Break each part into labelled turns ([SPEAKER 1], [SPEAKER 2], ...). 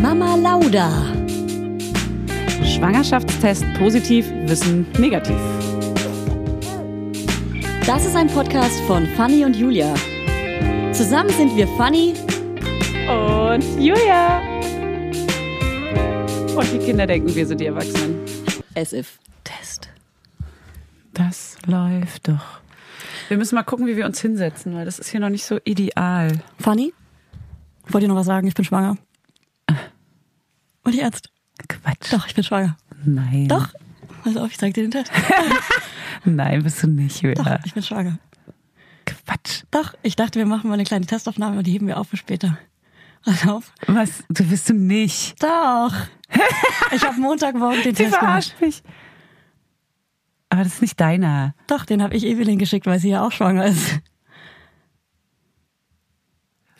[SPEAKER 1] Mama Lauda.
[SPEAKER 2] Schwangerschaftstest positiv, Wissen negativ.
[SPEAKER 1] Das ist ein Podcast von Fanny und Julia. Zusammen sind wir Fanny
[SPEAKER 2] Und Julia! Und die Kinder denken, wir sind die Erwachsenen.
[SPEAKER 1] as if Test.
[SPEAKER 2] Das läuft doch. Wir müssen mal gucken, wie wir uns hinsetzen, weil das ist hier noch nicht so ideal.
[SPEAKER 3] Fanny, wollt ihr noch was sagen? Ich bin schwanger. Und jetzt?
[SPEAKER 2] Quatsch.
[SPEAKER 3] Doch, ich bin schwanger.
[SPEAKER 2] Nein.
[SPEAKER 3] Doch. Pass auf, ich zeig dir den Test.
[SPEAKER 2] Nein, bist du nicht,
[SPEAKER 3] Doch,
[SPEAKER 2] Julia.
[SPEAKER 3] ich bin schwanger.
[SPEAKER 2] Quatsch.
[SPEAKER 3] Doch, ich dachte, wir machen mal eine kleine Testaufnahme und die heben wir auf für später. Pass auf.
[SPEAKER 2] Was? Du bist du nicht.
[SPEAKER 3] Doch. Ich habe Montagmorgen den
[SPEAKER 2] Sie
[SPEAKER 3] Test gemacht.
[SPEAKER 2] verarscht mich. Aber das ist nicht deiner.
[SPEAKER 3] Doch, den habe ich Evelyn geschickt, weil sie ja auch schwanger ist.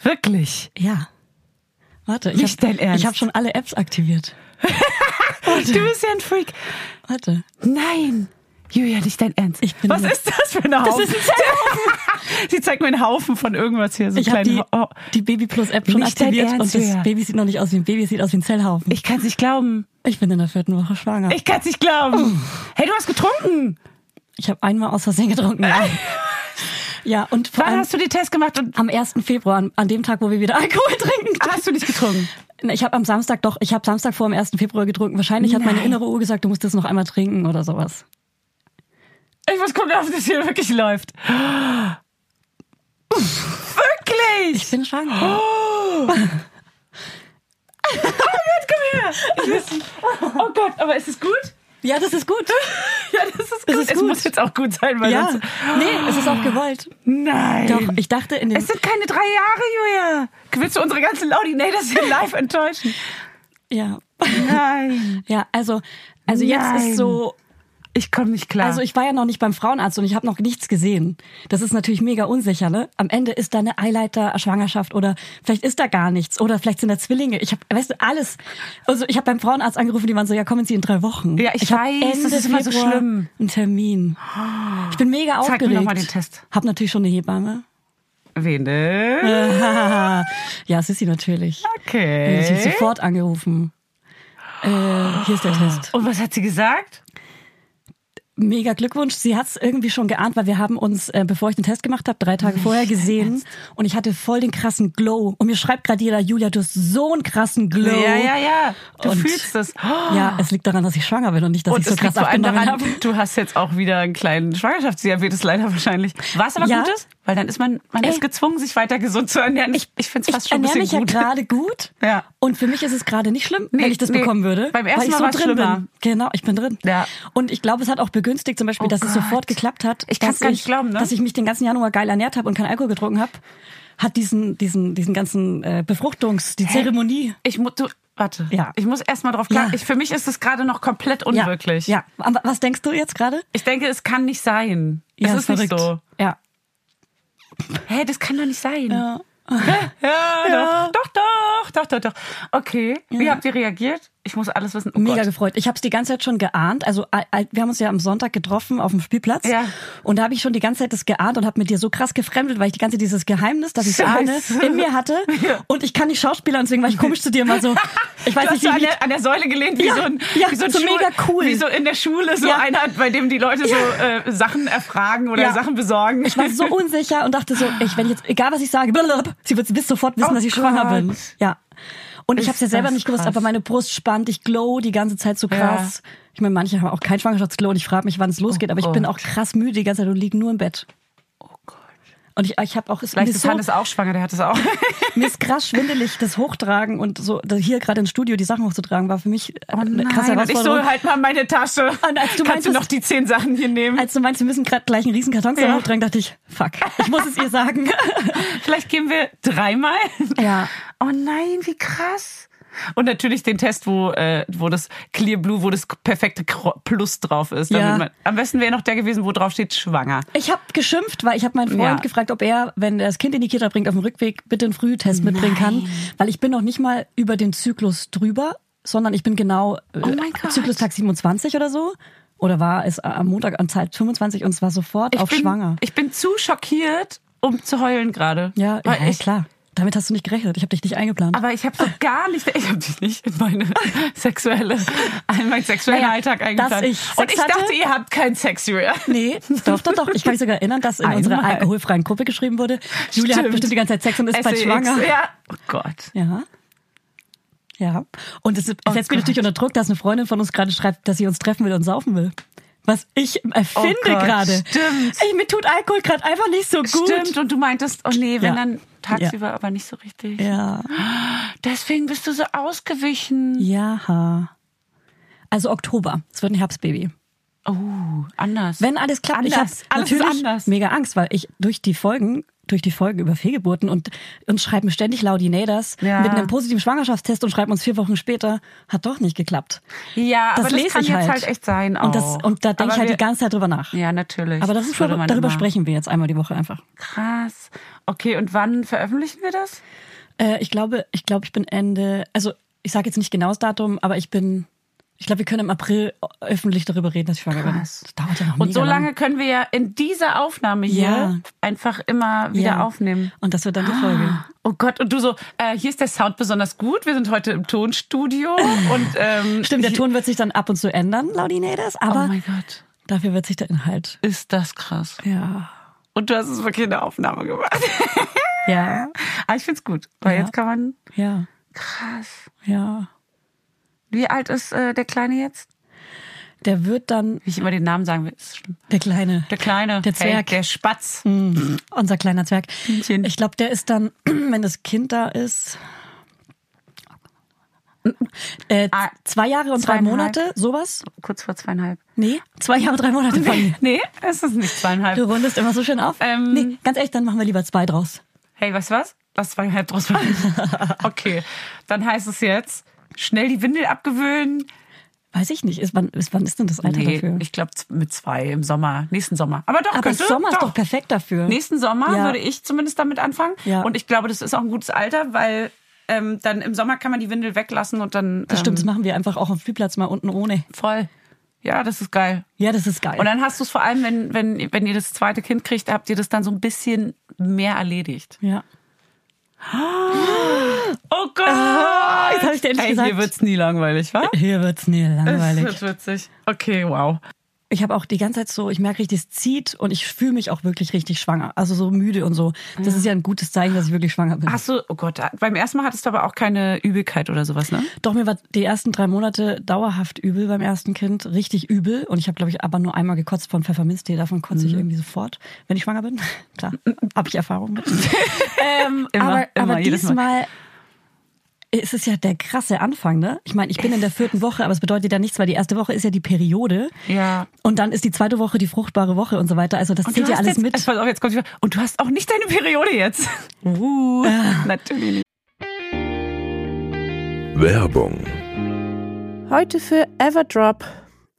[SPEAKER 2] Wirklich.
[SPEAKER 3] Ja. Warte, ich
[SPEAKER 2] Nicht dein Ernst.
[SPEAKER 3] Ich habe schon alle Apps aktiviert.
[SPEAKER 2] Du bist ja ein Freak.
[SPEAKER 3] Warte.
[SPEAKER 2] Nein. Julia, nicht dein Ernst.
[SPEAKER 3] Ich bin
[SPEAKER 2] Was
[SPEAKER 3] nur-
[SPEAKER 2] ist das für ein Haufen?
[SPEAKER 3] ist ein
[SPEAKER 2] Sie zeigt mir einen Haufen von irgendwas hier. So
[SPEAKER 3] Ich habe
[SPEAKER 2] kleinen
[SPEAKER 3] die,
[SPEAKER 2] Hau- oh.
[SPEAKER 3] die Baby Plus App schon
[SPEAKER 2] Nicht dein
[SPEAKER 3] aktiviert
[SPEAKER 2] Ernst,
[SPEAKER 3] und das
[SPEAKER 2] Julia.
[SPEAKER 3] Baby sieht noch nicht aus wie ein Baby, es sieht aus wie ein Zellhaufen.
[SPEAKER 2] Ich kann es nicht glauben.
[SPEAKER 3] Ich bin in der vierten Woche schwanger.
[SPEAKER 2] Ich kann es nicht glauben.
[SPEAKER 3] Oh.
[SPEAKER 2] Hey, du hast getrunken.
[SPEAKER 3] Ich habe einmal aus Versehen getrunken. Ja, ja und vor
[SPEAKER 2] Äh, Wann
[SPEAKER 3] allem
[SPEAKER 2] hast du den Test gemacht und
[SPEAKER 3] am 1. Februar, an- an dem Tag, wo wir wieder Alkohol trinken.
[SPEAKER 2] hast du nicht getrunken?
[SPEAKER 3] Na, Ich habe am Samstag doch, ich habe Samstag vor dem 1. Februar getrunken. Wahrscheinlich hat meine
[SPEAKER 2] Nein.
[SPEAKER 3] innere Uhr gesagt, du musst das noch einmal trinken oder sowas.
[SPEAKER 2] Ich muss gucken, ob das hier wirklich läuft. Wirklich?
[SPEAKER 3] Ich bin schwanger.
[SPEAKER 2] Oh Gott, aber ist es gut?
[SPEAKER 3] Ja, das ist gut.
[SPEAKER 2] Ja, das ist gut.
[SPEAKER 3] Es ist
[SPEAKER 2] es
[SPEAKER 3] gut.
[SPEAKER 2] muss jetzt auch gut sein, weil
[SPEAKER 3] Ja.
[SPEAKER 2] sonst...
[SPEAKER 3] Nee, es ist auch gewollt.
[SPEAKER 2] Nein.
[SPEAKER 3] Doch, ich dachte in
[SPEAKER 2] es
[SPEAKER 3] den
[SPEAKER 2] sind keine drei Jahre, Julia. Willst du unsere ganzen Laudinators hier live enttäuschen?
[SPEAKER 3] Ja.
[SPEAKER 2] Nein.
[SPEAKER 3] Ja, also also jetzt
[SPEAKER 2] Nein.
[SPEAKER 3] ist so
[SPEAKER 2] Ich komme nicht klar.
[SPEAKER 3] also ich war ja noch nicht beim Frauenarzt und ich habe noch nichts gesehen. Das ist natürlich mega unsicher, ne? Am Ende ist da eine Eileiter-Schwangerschaft oder vielleicht ist da gar nichts oder vielleicht sind da Zwillinge. Ich habe, weißt du, alles. Also ich habe beim Frauenarzt angerufen, die waren so, ja, kommen Sie in drei Wochen.
[SPEAKER 2] Ja, ich
[SPEAKER 3] hab
[SPEAKER 2] weiß, das
[SPEAKER 3] Ende
[SPEAKER 2] ist immer so
[SPEAKER 3] Februar
[SPEAKER 2] schlimm.
[SPEAKER 3] Einen Termin. Ich bin
[SPEAKER 2] Zeig
[SPEAKER 3] mega
[SPEAKER 2] mir
[SPEAKER 3] aufgeregt.
[SPEAKER 2] noch mal den Test.
[SPEAKER 3] Hab natürlich schon eine Hebamme.
[SPEAKER 2] Wen denn?
[SPEAKER 3] Ja, es ist sie natürlich. Hey. Ich
[SPEAKER 2] Okay.
[SPEAKER 3] sofort angerufen. Äh, hier ist der Test.
[SPEAKER 2] Und was hat sie gesagt?
[SPEAKER 3] Mega Glückwunsch. Sie hat es irgendwie schon geahnt, weil wir haben uns, äh, bevor ich den Test gemacht habe, drei Tage vorher gesehen und ich hatte voll den krassen Glow. Und mir schreibt gerade jeder, Julia, du hast so einen krassen Glow.
[SPEAKER 2] Ja, ja, ja. Du
[SPEAKER 3] Und-
[SPEAKER 2] fühlst das.
[SPEAKER 3] Ja, es liegt daran, dass ich schwanger bin und nicht, dass
[SPEAKER 2] Und
[SPEAKER 3] ich so
[SPEAKER 2] es liegt
[SPEAKER 3] krass
[SPEAKER 2] vor allem
[SPEAKER 3] abgenommen
[SPEAKER 2] daran,
[SPEAKER 3] habe.
[SPEAKER 2] du hast jetzt auch wieder einen kleinen Schwangerschaftsdiabetes, leider wahrscheinlich. Was aber
[SPEAKER 3] Ja.
[SPEAKER 2] gut ist, weil dann ist man, man
[SPEAKER 3] Ey.
[SPEAKER 2] ist gezwungen, sich weiter gesund zu ernähren. Ich, ich finde es fast
[SPEAKER 3] ich
[SPEAKER 2] schon ein
[SPEAKER 3] ernähre
[SPEAKER 2] bisschen
[SPEAKER 3] mich
[SPEAKER 2] gut.
[SPEAKER 3] ja gerade gut.
[SPEAKER 2] Ja.
[SPEAKER 3] Und für mich ist es gerade nicht schlimm,
[SPEAKER 2] Nee,
[SPEAKER 3] wenn ich das
[SPEAKER 2] nee.
[SPEAKER 3] bekommen würde.
[SPEAKER 2] Beim ersten
[SPEAKER 3] weil ich
[SPEAKER 2] Mal
[SPEAKER 3] so
[SPEAKER 2] war's
[SPEAKER 3] drin
[SPEAKER 2] schlimmer.
[SPEAKER 3] bin. Genau, ich bin drin.
[SPEAKER 2] Ja.
[SPEAKER 3] Und ich glaube, es hat auch begünstigt, zum Beispiel,
[SPEAKER 2] Oh
[SPEAKER 3] dass es
[SPEAKER 2] Gott.
[SPEAKER 3] sofort geklappt hat,
[SPEAKER 2] Ich kann's
[SPEAKER 3] dass,
[SPEAKER 2] gar nicht
[SPEAKER 3] ich,
[SPEAKER 2] glauben, ne?
[SPEAKER 3] dass ich mich den ganzen Januar geil ernährt habe und keinen Alkohol getrunken habe. Hat diesen, diesen, diesen ganzen äh, Befruchtungs-, die Zeremonie.
[SPEAKER 2] Ich muss, du, warte.
[SPEAKER 3] Ja.
[SPEAKER 2] Ich muss erst mal drauf klar.
[SPEAKER 3] Ja.
[SPEAKER 2] Ich, für mich ist es gerade noch komplett unwirklich.
[SPEAKER 3] Ja. ja. Aber was denkst du jetzt gerade?
[SPEAKER 2] Ich denke, es kann nicht sein.
[SPEAKER 3] Ja,
[SPEAKER 2] es ist nicht so.
[SPEAKER 3] Ja.
[SPEAKER 2] Hä, das kann doch nicht sein.
[SPEAKER 3] Ja.
[SPEAKER 2] Ja,
[SPEAKER 3] Ja.
[SPEAKER 2] Doch, doch, doch, doch, doch, doch. Okay. Wie habt ihr reagiert? Ich muss alles wissen. Oh
[SPEAKER 3] Mega
[SPEAKER 2] Gott.
[SPEAKER 3] gefreut. Ich habe es die ganze Zeit schon geahnt. Also äh, äh, wir haben uns ja am Sonntag getroffen auf dem Spielplatz.
[SPEAKER 2] Ja.
[SPEAKER 3] Und da habe ich schon die ganze Zeit das geahnt und habe mit dir so krass gefremdelt, weil ich die ganze Zeit dieses Geheimnis, dass ich ahne,
[SPEAKER 2] Scheiße.
[SPEAKER 3] in mir hatte.
[SPEAKER 2] Ja.
[SPEAKER 3] Und ich kann nicht Schauspieler, und deswegen war ich komisch zu dir mal so. Ich weiß
[SPEAKER 2] Du
[SPEAKER 3] nicht,
[SPEAKER 2] hast
[SPEAKER 3] wie
[SPEAKER 2] so an,
[SPEAKER 3] ich
[SPEAKER 2] der, an der Säule gelehnt, wie
[SPEAKER 3] Ja,
[SPEAKER 2] so ein,
[SPEAKER 3] ja,
[SPEAKER 2] wie so ein
[SPEAKER 3] so
[SPEAKER 2] Schul-
[SPEAKER 3] mega cool.
[SPEAKER 2] Wie so in der Schule so
[SPEAKER 3] Ja.
[SPEAKER 2] einer, bei dem die Leute so äh, Sachen erfragen oder
[SPEAKER 3] Ja.
[SPEAKER 2] Sachen besorgen.
[SPEAKER 3] ich war so unsicher und dachte so, ich, wenn ich jetzt, egal was ich sage, blablab, sie wird bis sofort wissen,
[SPEAKER 2] Oh
[SPEAKER 3] dass ich schwanger
[SPEAKER 2] Gott.
[SPEAKER 3] bin. Ja. Und ich
[SPEAKER 2] Ist
[SPEAKER 3] habe es ja selber
[SPEAKER 2] das
[SPEAKER 3] nicht gewusst,
[SPEAKER 2] krass.
[SPEAKER 3] aber meine Brust spannt, ich glow die ganze Zeit so krass. Ich meine, manche haben auch kein Schwangerschaftsglow und ich frage mich, wann es losgeht, aber ich bin
[SPEAKER 2] Oh Gott.
[SPEAKER 3] auch krass müde die ganze Zeit und liege nur im Bett.
[SPEAKER 2] oh Gott.
[SPEAKER 3] Und ich, ich habe auch, es mir
[SPEAKER 2] Vielleicht
[SPEAKER 3] ist
[SPEAKER 2] ist
[SPEAKER 3] so,
[SPEAKER 2] Hannes auch schwanger, der hat es auch.
[SPEAKER 3] mir ist krass schwindelig, das Hochtragen und so da hier gerade ins Studio die Sachen hochzutragen, war für mich äh, eine krasse
[SPEAKER 2] Oh und ich so
[SPEAKER 3] Herausforderung.
[SPEAKER 2] halt mal meine Tasche.
[SPEAKER 3] Und als du
[SPEAKER 2] Kannst du
[SPEAKER 3] meintest-
[SPEAKER 2] noch die zehn Sachen hier nehmen?
[SPEAKER 3] Als du meinst, wir müssen gerade gleich einen riesen Karton
[SPEAKER 2] Ja.
[SPEAKER 3] ja. hochtragen, dachte ich, fuck, ich muss es ihr sagen.
[SPEAKER 2] Vielleicht gehen wir dreimal.
[SPEAKER 3] Ja.
[SPEAKER 2] Oh nein, wie krass. Und natürlich den Test, wo, äh, wo das Clear Blue, wo das perfekte Kro- Plus drauf ist. damit
[SPEAKER 3] Ja.
[SPEAKER 2] Man, am besten wäre noch der gewesen, wo drauf steht schwanger.
[SPEAKER 3] Ich habe geschimpft, weil ich habe meinen Freund
[SPEAKER 2] Ja.
[SPEAKER 3] gefragt, ob er, wenn er das Kind in die Kita bringt, auf dem Rückweg bitte einen Frühtest mitbringen kann, weil ich bin noch nicht mal über den Zyklus drüber, sondern ich bin genau äh,
[SPEAKER 2] Oh mein Gott.
[SPEAKER 3] Zyklustag 27 oder so. Oder war es äh, am Montag an Zeit 25 und es war sofort auf
[SPEAKER 2] bin,
[SPEAKER 3] schwanger.
[SPEAKER 2] Ich bin zu schockiert, um zu heulen gerade.
[SPEAKER 3] Ja,
[SPEAKER 2] Weil
[SPEAKER 3] ja
[SPEAKER 2] ich,
[SPEAKER 3] klar. Damit hast du nicht gerechnet. Ich habe dich nicht eingeplant.
[SPEAKER 2] Aber ich habe so gar nicht, ich habe dich nicht in meine sexuelle, in meinen sexuellen
[SPEAKER 3] Naja,
[SPEAKER 2] Alltag
[SPEAKER 3] dass
[SPEAKER 2] eingeplant.
[SPEAKER 3] ich Sex
[SPEAKER 2] Und ich
[SPEAKER 3] hatte?
[SPEAKER 2] dachte, ihr habt keinen Sex mehr.
[SPEAKER 3] Nee, doch, doch, doch. Ich kann mich sogar erinnern, dass in unserer
[SPEAKER 2] Einmal.
[SPEAKER 3] alkoholfreien Gruppe geschrieben wurde, Julia hat
[SPEAKER 2] Stimmt.
[SPEAKER 3] bestimmt die ganze Zeit Sex und ist bald
[SPEAKER 2] SEX,
[SPEAKER 3] schwanger.
[SPEAKER 2] Ja. Oh Gott.
[SPEAKER 3] Ja. Ja. Und es setzt mich
[SPEAKER 2] Oh Gott.
[SPEAKER 3] natürlich unter Druck, dass eine Freundin von uns gerade schreibt, dass sie uns treffen will und saufen will. Was ich erfinde
[SPEAKER 2] Oh Gott,
[SPEAKER 3] gerade.
[SPEAKER 2] stimmt.
[SPEAKER 3] Ey, mir tut Alkohol gerade einfach nicht so gut.
[SPEAKER 2] Stimmt, und du meintest, oh nee, wenn
[SPEAKER 3] Ja.
[SPEAKER 2] dann tagsüber, aber nicht so richtig.
[SPEAKER 3] Ja.
[SPEAKER 2] Deswegen bist du so ausgewichen.
[SPEAKER 3] Ja. Also Oktober. Es wird ein Herbstbaby.
[SPEAKER 2] Oh, anders.
[SPEAKER 3] Wenn alles klappt, ich
[SPEAKER 2] Anders.
[SPEAKER 3] habe
[SPEAKER 2] Alles ist
[SPEAKER 3] natürlich
[SPEAKER 2] anders.
[SPEAKER 3] mega Angst, weil ich durch die Folgen, durch die Folgen über Fehlgeburten und uns schreiben ständig Laudinators
[SPEAKER 2] Ja.
[SPEAKER 3] mit einem positiven Schwangerschaftstest und schreiben uns vier Wochen später, hat doch nicht geklappt.
[SPEAKER 2] ja,
[SPEAKER 3] das
[SPEAKER 2] aber das
[SPEAKER 3] lese
[SPEAKER 2] kann
[SPEAKER 3] ich
[SPEAKER 2] jetzt
[SPEAKER 3] halt.
[SPEAKER 2] halt echt sein. Auch.
[SPEAKER 3] Und, das, und da denke
[SPEAKER 2] Aber
[SPEAKER 3] ich halt
[SPEAKER 2] wir-
[SPEAKER 3] die ganze Zeit drüber nach.
[SPEAKER 2] Ja, natürlich.
[SPEAKER 3] Aber das ist,
[SPEAKER 2] würde
[SPEAKER 3] schon-
[SPEAKER 2] man
[SPEAKER 3] darüber
[SPEAKER 2] immer.
[SPEAKER 3] sprechen wir jetzt einmal die Woche einfach.
[SPEAKER 2] Krass. Okay, und wann veröffentlichen wir das?
[SPEAKER 3] Äh, ich glaube, ich glaube, ich bin Ende, also ich sage jetzt nicht genaues Datum, aber ich bin, ich glaube, wir können im April öffentlich darüber reden, dass ich schwanger bin.
[SPEAKER 2] Krass.
[SPEAKER 3] Das dauert ja noch
[SPEAKER 2] Und
[SPEAKER 3] mega
[SPEAKER 2] so lange können wir ja in dieser Aufnahme hier
[SPEAKER 3] Ja.
[SPEAKER 2] einfach immer wieder
[SPEAKER 3] Ja.
[SPEAKER 2] aufnehmen.
[SPEAKER 3] Und das wird dann die Folge.
[SPEAKER 2] Oh Gott, und du so, äh, hier ist der Sound besonders gut. Wir sind heute im Tonstudio und ähm,
[SPEAKER 3] Stimmt, der
[SPEAKER 2] hier-
[SPEAKER 3] Ton wird sich dann ab und zu ändern, Laudinators,
[SPEAKER 2] Oh
[SPEAKER 3] aber
[SPEAKER 2] mein Gott,
[SPEAKER 3] dafür wird sich der Inhalt.
[SPEAKER 2] ist das krass.
[SPEAKER 3] Ja.
[SPEAKER 2] Und du hast es wirklich in der Aufnahme gemacht.
[SPEAKER 3] Ja.
[SPEAKER 2] Aber Ah, ich find's gut, weil
[SPEAKER 3] Ja.
[SPEAKER 2] jetzt kann man
[SPEAKER 3] Ja.
[SPEAKER 2] krass.
[SPEAKER 3] Ja.
[SPEAKER 2] Wie alt ist äh, der Kleine jetzt?
[SPEAKER 3] Der wird dann
[SPEAKER 2] Wie ich immer den Namen sagen will, ist schlimm.
[SPEAKER 3] der kleine,
[SPEAKER 2] Der Kleine,
[SPEAKER 3] Der Zwerg.
[SPEAKER 2] hey, der Spatz.
[SPEAKER 3] Mm, unser kleiner Zwerg.
[SPEAKER 2] Hühnchen.
[SPEAKER 3] Ich glaube, der ist dann, wenn das Kind da ist, äh,
[SPEAKER 2] Ah,
[SPEAKER 3] zwei Jahre und drei
[SPEAKER 2] zweieinhalb.
[SPEAKER 3] Monate, sowas?
[SPEAKER 2] Kurz vor zweieinhalb.
[SPEAKER 3] Nee, zwei Jahre und drei Monate von mir.
[SPEAKER 2] Nee, es ist nicht zweieinhalb.
[SPEAKER 3] Du rundest immer so schön auf.
[SPEAKER 2] Ähm.
[SPEAKER 3] nee, ganz ehrlich, dann machen wir lieber zwei draus.
[SPEAKER 2] Hey, weißt du was? Lass zweieinhalb draus machen. Okay, dann heißt es jetzt, schnell die Windel abgewöhnen.
[SPEAKER 3] Weiß ich nicht. Ist, wann, ist, wann ist denn das Alter dafür?
[SPEAKER 2] ich glaube mit zwei im Sommer, nächsten Sommer. Aber doch,
[SPEAKER 3] Aber
[SPEAKER 2] könnte,
[SPEAKER 3] Sommer
[SPEAKER 2] doch.
[SPEAKER 3] ist doch perfekt dafür.
[SPEAKER 2] Nächsten Sommer
[SPEAKER 3] Ja.
[SPEAKER 2] würde ich zumindest damit anfangen.
[SPEAKER 3] Ja.
[SPEAKER 2] Und ich glaube, das ist auch ein gutes Alter, weil ähm, dann im Sommer kann man die Windel weglassen und dann...
[SPEAKER 3] Das stimmt, das
[SPEAKER 2] Ähm,
[SPEAKER 3] machen wir einfach auch am Flugplatz mal unten ohne.
[SPEAKER 2] voll. Ja, das ist geil.
[SPEAKER 3] Ja, das ist geil.
[SPEAKER 2] Und dann hast du es vor allem, wenn, wenn, wenn ihr das zweite Kind kriegt, habt ihr das dann so ein bisschen mehr erledigt.
[SPEAKER 3] ja.
[SPEAKER 2] Oh Gott! Ah,
[SPEAKER 3] jetzt hab ich dir endlich
[SPEAKER 2] Ey, hier
[SPEAKER 3] gesagt.
[SPEAKER 2] wird's nie langweilig, wa?
[SPEAKER 3] Hier wird's nie langweilig.
[SPEAKER 2] Das wird witzig. Okay, wow.
[SPEAKER 3] ich habe auch die ganze Zeit so, ich merke richtig, es zieht und ich fühle mich auch wirklich richtig schwanger. Also so müde und so. Das ist ja ein gutes Zeichen, dass ich wirklich schwanger bin.
[SPEAKER 2] Hast du, oh Gott, beim ersten Mal hattest du aber auch keine Übelkeit oder sowas, ne?
[SPEAKER 3] Doch mir war die ersten drei Monate dauerhaft übel beim ersten Kind, richtig übel. Und ich habe, glaube ich, aber nur einmal gekotzt von Pfefferminztee. Davon kotze
[SPEAKER 2] Mhm.
[SPEAKER 3] ich irgendwie sofort, wenn ich schwanger bin. Klar, habe ich Erfahrung mit. ähm,
[SPEAKER 2] Immer,
[SPEAKER 3] aber
[SPEAKER 2] immer,
[SPEAKER 3] aber
[SPEAKER 2] jedes Mal.
[SPEAKER 3] diesmal ist es ja der krasse Anfang, ne? Ich meine, ich bin in der vierten Woche, aber es bedeutet ja nichts, weil die erste Woche ist ja die Periode.
[SPEAKER 2] Ja.
[SPEAKER 3] Und dann ist die zweite Woche die fruchtbare Woche und so weiter. Also das zählt ja alles
[SPEAKER 2] jetzt,
[SPEAKER 3] mit.
[SPEAKER 2] Pass auf, jetzt kommt die Frage. Und du hast auch nicht deine Periode jetzt. Uh, natürlich nicht.
[SPEAKER 4] Werbung.
[SPEAKER 5] Heute für Everdrop.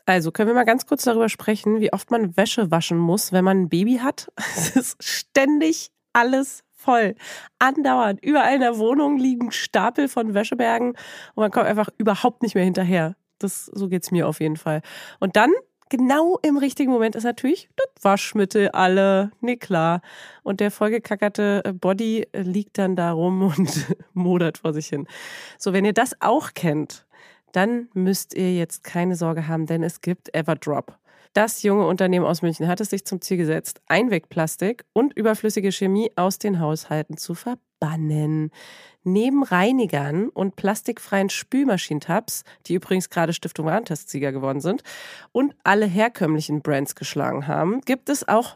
[SPEAKER 5] Also können wir mal ganz kurz darüber sprechen, wie oft man Wäsche waschen muss, wenn man ein Baby hat. Es ist ständig alles voll. Andauernd. Überall in der Wohnung liegen Stapel von Wäschebergen und man kommt einfach überhaupt nicht mehr hinterher. Das, so geht's mir auf jeden Fall. Und dann, genau im richtigen Moment, ist natürlich das Waschmittel alle. Nee, klar. Und der vollgekackerte äh, Body äh, liegt dann da rum und modert vor sich hin. So, wenn ihr das auch kennt, dann müsst ihr jetzt keine Sorge haben, denn es gibt Everdrop. Das junge Unternehmen aus München hat es sich zum Ziel gesetzt, Einwegplastik und überflüssige Chemie aus den Haushalten zu verbannen. Neben Reinigern und plastikfreien Spülmaschinentabs, die übrigens gerade Stiftung Warentest-Sieger geworden sind, und alle herkömmlichen Brands geschlagen haben, gibt es auch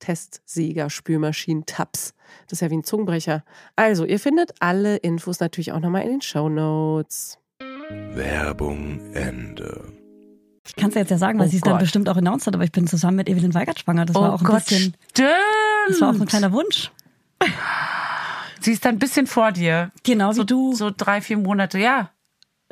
[SPEAKER 5] Testsieger, Spülmaschinen, Tabs. Das ist ja wie ein Zungenbrecher. Also, ihr findet alle Infos natürlich auch nochmal in den Show Notes.
[SPEAKER 4] Werbung Ende.
[SPEAKER 3] Ich kann es ja jetzt ja sagen, weil
[SPEAKER 2] Oh
[SPEAKER 3] sie es dann
[SPEAKER 2] Gott.
[SPEAKER 3] bestimmt auch announced hat, aber ich bin zusammen mit Evelyn Weigert schwanger. Das war
[SPEAKER 2] oh
[SPEAKER 3] auch ein
[SPEAKER 2] Gott,
[SPEAKER 3] bisschen, das war auch ein
[SPEAKER 2] stimmt.
[SPEAKER 3] kleiner Wunsch.
[SPEAKER 2] Sie ist dann ein bisschen vor dir.
[SPEAKER 3] Genau wie
[SPEAKER 2] So,
[SPEAKER 3] du,
[SPEAKER 2] so drei, vier Monate, ja.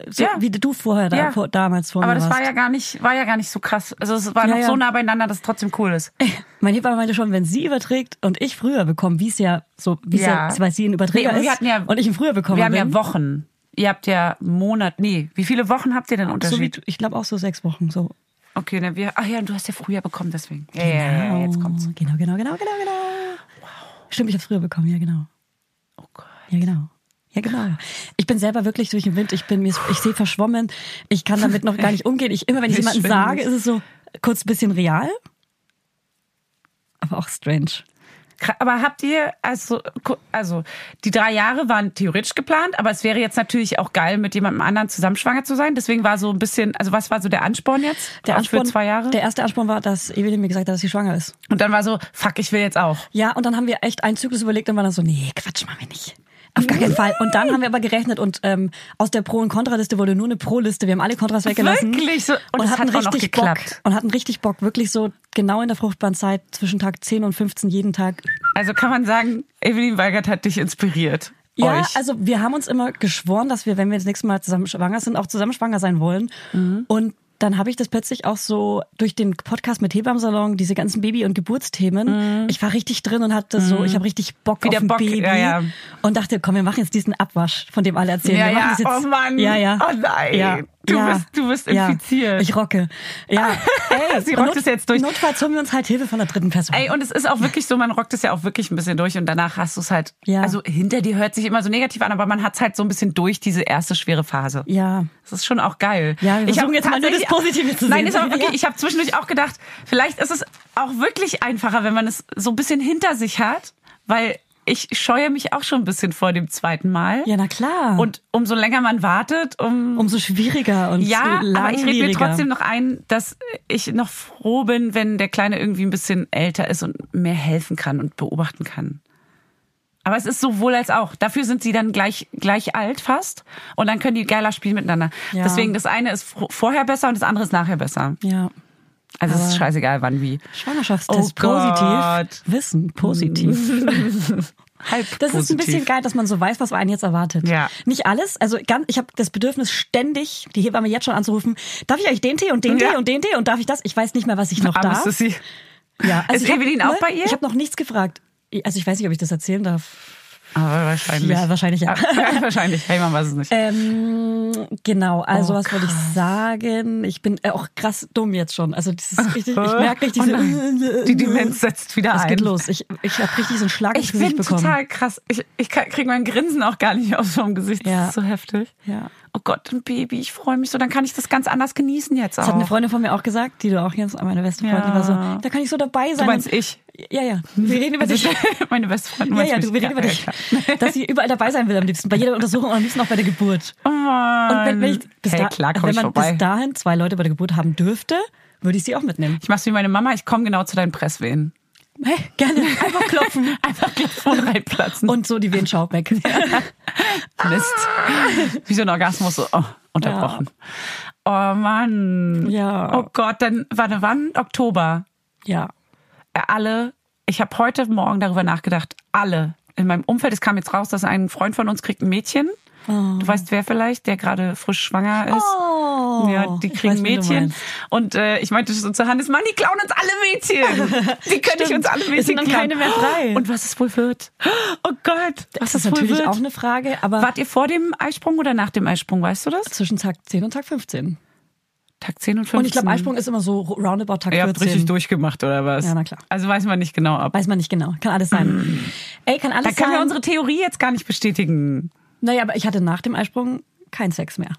[SPEAKER 3] so,
[SPEAKER 2] ja.
[SPEAKER 3] wie du vorher da,
[SPEAKER 2] Ja.
[SPEAKER 3] vor, damals vor
[SPEAKER 2] Aber
[SPEAKER 3] mir
[SPEAKER 2] das war
[SPEAKER 3] warst.
[SPEAKER 2] ja gar nicht, war ja gar nicht so krass. Also es war
[SPEAKER 3] Ja,
[SPEAKER 2] noch
[SPEAKER 3] ja.
[SPEAKER 2] so nah beieinander, dass es trotzdem cool ist.
[SPEAKER 3] Mein Hebamme meinte schon, wenn sie überträgt und ich früher bekomme, wie es ja so, wie es ja.
[SPEAKER 2] Ja.
[SPEAKER 3] weil sie ein Überträger
[SPEAKER 2] Nee, wir
[SPEAKER 3] ist
[SPEAKER 2] hatten ja-
[SPEAKER 3] und ich ihn früher bekomme.
[SPEAKER 2] Wir haben ja Wochen. Ihr habt ja Monat, nee, wie viele Wochen habt ihr denn
[SPEAKER 3] so wie,
[SPEAKER 2] Unterschied?
[SPEAKER 3] ich glaube auch so sechs Wochen. So.
[SPEAKER 2] okay, ne, wir, ach ja, und du hast ja früher bekommen, deswegen. Ja, ja, ja, jetzt kommt's.
[SPEAKER 3] Oh, Genau, genau, genau, genau, genau. Stimmt, ich habe früher bekommen, ja genau.
[SPEAKER 2] Oh Gott.
[SPEAKER 3] Ja, genau. Ja, genau. Ich bin selber wirklich durch den Wind. Ich bin mir, ist- ich sehe verschwommen. Ich kann damit noch gar nicht umgehen. Ich, immer wenn ich
[SPEAKER 2] Ich
[SPEAKER 3] jemanden
[SPEAKER 2] schwimme
[SPEAKER 3] sage,
[SPEAKER 2] nicht.
[SPEAKER 3] ist es so kurz ein bisschen real. Aber auch strange.
[SPEAKER 2] Kra- Aber habt ihr, also, ku- also, die drei Jahre waren theoretisch geplant, aber es wäre jetzt natürlich auch geil, mit jemandem anderen zusammen schwanger zu sein. Deswegen war so ein bisschen, also was war so der Ansporn jetzt? Auch für zwei Jahre?
[SPEAKER 3] Der erste Ansporn war, dass Evelyn mir gesagt hat, dass sie schwanger ist.
[SPEAKER 2] und dann war so, fuck, ich will jetzt auch.
[SPEAKER 3] Ja, und dann haben wir echt einen Zyklus überlegt und waren dann so, nee, Quatsch, machen wir nicht. Auf gar keinen Fall. Und dann haben wir aber gerechnet und ähm, aus der Pro- und Kontraliste wurde nur eine Pro-Liste. Wir haben alle Kontras weggelassen.
[SPEAKER 2] Wirklich? So- und es hat auch noch
[SPEAKER 3] Bock.
[SPEAKER 2] geklappt.
[SPEAKER 3] Und hatten richtig Bock, wirklich so genau in der fruchtbaren Zeit zwischen Tag 10 und 15 jeden Tag.
[SPEAKER 2] Also kann man sagen, Evelyn Weigert hat dich inspiriert.
[SPEAKER 3] Ja,
[SPEAKER 2] euch.
[SPEAKER 3] also wir haben uns immer geschworen, dass wir, wenn wir das nächste Mal zusammen schwanger sind, auch zusammen schwanger sein wollen.
[SPEAKER 2] Mhm.
[SPEAKER 3] Und dann habe ich das plötzlich auch so durch den Podcast mit Hebammsalon, diese ganzen Baby- und
[SPEAKER 2] Mhm.
[SPEAKER 3] Geburtsthemen. Ich war richtig drin und hatte so, ich habe richtig Bock
[SPEAKER 2] Wieder
[SPEAKER 3] auf ein
[SPEAKER 2] Mhm. Bock,
[SPEAKER 3] Baby
[SPEAKER 2] ja, ja.
[SPEAKER 3] und dachte, komm, wir machen jetzt diesen Abwasch, von dem alle erzählen.
[SPEAKER 2] Ja,
[SPEAKER 3] wir machen
[SPEAKER 2] ja,
[SPEAKER 3] das jetzt.
[SPEAKER 2] oh Mann.
[SPEAKER 3] ja, ja,
[SPEAKER 2] Oh nein, du bist- du bist infiziert. Ah.
[SPEAKER 3] Ich rocke, ja.
[SPEAKER 2] Sie rockt
[SPEAKER 3] Not-
[SPEAKER 2] es jetzt durch.
[SPEAKER 3] Notfalls holen wir uns halt Hilfe von der dritten Person.
[SPEAKER 2] Ey, und es ist auch wirklich so, man rockt es ja auch wirklich ein bisschen durch und danach hast du es halt,
[SPEAKER 3] Ja.
[SPEAKER 2] also hinter dir hört sich immer so negativ an, aber man hat es halt so ein bisschen durch diese erste schwere Phase.
[SPEAKER 3] ja.
[SPEAKER 2] Das ist schon auch geil.
[SPEAKER 3] Ja, wir versuchen
[SPEAKER 2] hab
[SPEAKER 3] jetzt mal nur das
[SPEAKER 2] tatsächlich-
[SPEAKER 3] Positive zu
[SPEAKER 2] Nein,
[SPEAKER 3] sehen.
[SPEAKER 2] ist aber wirklich, ich habe zwischendurch auch gedacht, vielleicht ist es auch wirklich einfacher, wenn man es so ein bisschen hinter sich hat, weil ich scheue mich auch schon ein bisschen vor dem zweiten Mal.
[SPEAKER 3] Ja, na klar.
[SPEAKER 2] Und umso länger man wartet, um,
[SPEAKER 3] umso schwieriger und
[SPEAKER 2] ja, aber ich rede mir
[SPEAKER 3] langwieriger.
[SPEAKER 2] trotzdem noch ein, dass ich noch froh bin, wenn der Kleine irgendwie ein bisschen älter ist und mehr helfen kann und beobachten kann. Aber es ist sowohl als auch. Dafür sind sie dann gleich, gleich alt fast und dann können die geiler spielen miteinander.
[SPEAKER 3] Ja.
[SPEAKER 2] Deswegen, das eine ist fro- vorher besser und das andere ist nachher besser.
[SPEAKER 3] Ja.
[SPEAKER 2] Also es ist
[SPEAKER 3] Aber-
[SPEAKER 2] scheißegal, wann wie.
[SPEAKER 3] Schwangerschaftstest
[SPEAKER 2] Oh
[SPEAKER 3] positiv,
[SPEAKER 2] Gott.
[SPEAKER 3] Wissen positiv.
[SPEAKER 2] Halb
[SPEAKER 3] Das ist ein
[SPEAKER 2] positiv.
[SPEAKER 3] bisschen geil, dass man so weiß, was einen jetzt erwartet.
[SPEAKER 2] Ja.
[SPEAKER 3] Nicht alles, also ganz, ich habe das Bedürfnis ständig, die Hebamme jetzt schon anzurufen, darf ich eigentlich den Tee und den
[SPEAKER 2] Ja.
[SPEAKER 3] Tee und den Tee und darf ich das? Ich weiß nicht mehr, was ich noch
[SPEAKER 2] Aber es
[SPEAKER 3] darf.
[SPEAKER 2] ist sie.
[SPEAKER 3] ja, Also
[SPEAKER 2] ist
[SPEAKER 3] ich hab- ne,
[SPEAKER 2] Evelyn auch bei ihr?
[SPEAKER 3] Ich habe noch nichts gefragt. Also ich weiß nicht, ob ich das erzählen darf.
[SPEAKER 2] Aber wahrscheinlich.
[SPEAKER 3] Ja, wahrscheinlich, ja. Äh,
[SPEAKER 2] wahrscheinlich. Hey, man weiß es nicht.
[SPEAKER 3] Ähm, genau, also
[SPEAKER 2] Oh,
[SPEAKER 3] was wollte ich sagen? Ich bin äh, auch krass dumm jetzt schon. Also das ist richtig, ich merke richtig
[SPEAKER 2] Oh nein.
[SPEAKER 3] so, äh,
[SPEAKER 2] Die Demenz setzt wieder
[SPEAKER 3] Es
[SPEAKER 2] ein.
[SPEAKER 3] geht los. Ich, ich habe richtig so einen Schlag ins
[SPEAKER 2] Ich bin
[SPEAKER 3] Gesicht bekommen.
[SPEAKER 2] total krass. Ich, ich kriege mein Grinsen auch gar nicht aus vom Gesicht. Das
[SPEAKER 3] Ja.
[SPEAKER 2] ist so heftig.
[SPEAKER 3] Ja.
[SPEAKER 2] Oh Gott, ein Baby, ich freue mich so. Dann kann ich das ganz anders genießen jetzt
[SPEAKER 3] Das
[SPEAKER 2] auch.
[SPEAKER 3] hat eine Freundin von mir auch gesagt, die du auch kennst, meine beste Freundin, die war so,
[SPEAKER 2] Ja.
[SPEAKER 3] da kann ich so dabei sein.
[SPEAKER 2] du meinst
[SPEAKER 3] Und-
[SPEAKER 2] ich?
[SPEAKER 3] Ja, ja. Wir reden über
[SPEAKER 2] Also
[SPEAKER 3] dich.
[SPEAKER 2] Meine beste Freundin.
[SPEAKER 3] Ja,
[SPEAKER 2] meinst
[SPEAKER 3] ja,
[SPEAKER 2] mich?
[SPEAKER 3] du, wir reden über
[SPEAKER 2] ja,
[SPEAKER 3] dich.
[SPEAKER 2] klar.
[SPEAKER 3] Dass sie überall dabei sein will am liebsten, bei jeder Untersuchung und am liebsten auch bei der Geburt.
[SPEAKER 2] Oh Mann.
[SPEAKER 3] Und wenn, wenn ich bis,
[SPEAKER 2] hey,
[SPEAKER 3] da,
[SPEAKER 2] klar, komm
[SPEAKER 3] wenn
[SPEAKER 2] ich
[SPEAKER 3] man
[SPEAKER 2] vorbei.
[SPEAKER 3] bis dahin zwei Leute bei der Geburt haben dürfte, würde ich sie auch mitnehmen.
[SPEAKER 2] Ich mach's wie meine Mama, ich komme genau zu deinen Presswehen.
[SPEAKER 3] Hey, gerne. Einfach klopfen.
[SPEAKER 2] Einfach Telefon reinplatzen.
[SPEAKER 3] Und so die Wehenschau weg.
[SPEAKER 2] Mist. Wie so ein Orgasmus, so oh, unterbrochen. Oh Mann.
[SPEAKER 3] Ja.
[SPEAKER 2] Oh Gott, dann warte, wann? Oktober.
[SPEAKER 3] Ja.
[SPEAKER 2] alle, ich habe heute Morgen darüber nachgedacht, alle in meinem Umfeld, es kam jetzt raus,
[SPEAKER 3] Oh.
[SPEAKER 2] dass ein Freund von uns kriegt ein Mädchen. Du weißt wer vielleicht, der gerade frisch schwanger ist.
[SPEAKER 3] Oh,
[SPEAKER 2] ja, die
[SPEAKER 3] ich
[SPEAKER 2] kriegen
[SPEAKER 3] weiß, wen du
[SPEAKER 2] Mädchen.
[SPEAKER 3] meinst.
[SPEAKER 2] Und äh, ich meinte so zu Hannes, Mann, die klauen uns alle Mädchen. Die können nicht uns alle
[SPEAKER 3] Es
[SPEAKER 2] Mädchen
[SPEAKER 3] sind dann
[SPEAKER 2] klauen.
[SPEAKER 3] keine mehr frei.
[SPEAKER 2] Und was es wohl wird. Oh Gott, was
[SPEAKER 3] Das ist
[SPEAKER 2] es wohl
[SPEAKER 3] natürlich
[SPEAKER 2] wird.
[SPEAKER 3] auch eine Frage, aber
[SPEAKER 2] Wart ihr vor dem Eisprung oder nach dem Eisprung, weißt du das?
[SPEAKER 3] zwischen Tag 10 und Tag 15.
[SPEAKER 2] Tag 10 und 15.
[SPEAKER 3] Und ich glaube, Eisprung ist immer so roundabout Tag
[SPEAKER 2] Ihr habt
[SPEAKER 3] 14.
[SPEAKER 2] richtig durchgemacht, oder was?
[SPEAKER 3] Ja, na klar.
[SPEAKER 2] Also weiß man nicht genau, ob.
[SPEAKER 3] Weiß man nicht genau. Kann alles sein. Ey, kann alles
[SPEAKER 2] Mm. Da können
[SPEAKER 3] sein.
[SPEAKER 2] wir unsere Theorie jetzt gar nicht bestätigen.
[SPEAKER 3] naja, aber ich hatte nach dem Eisprung keinen Sex mehr.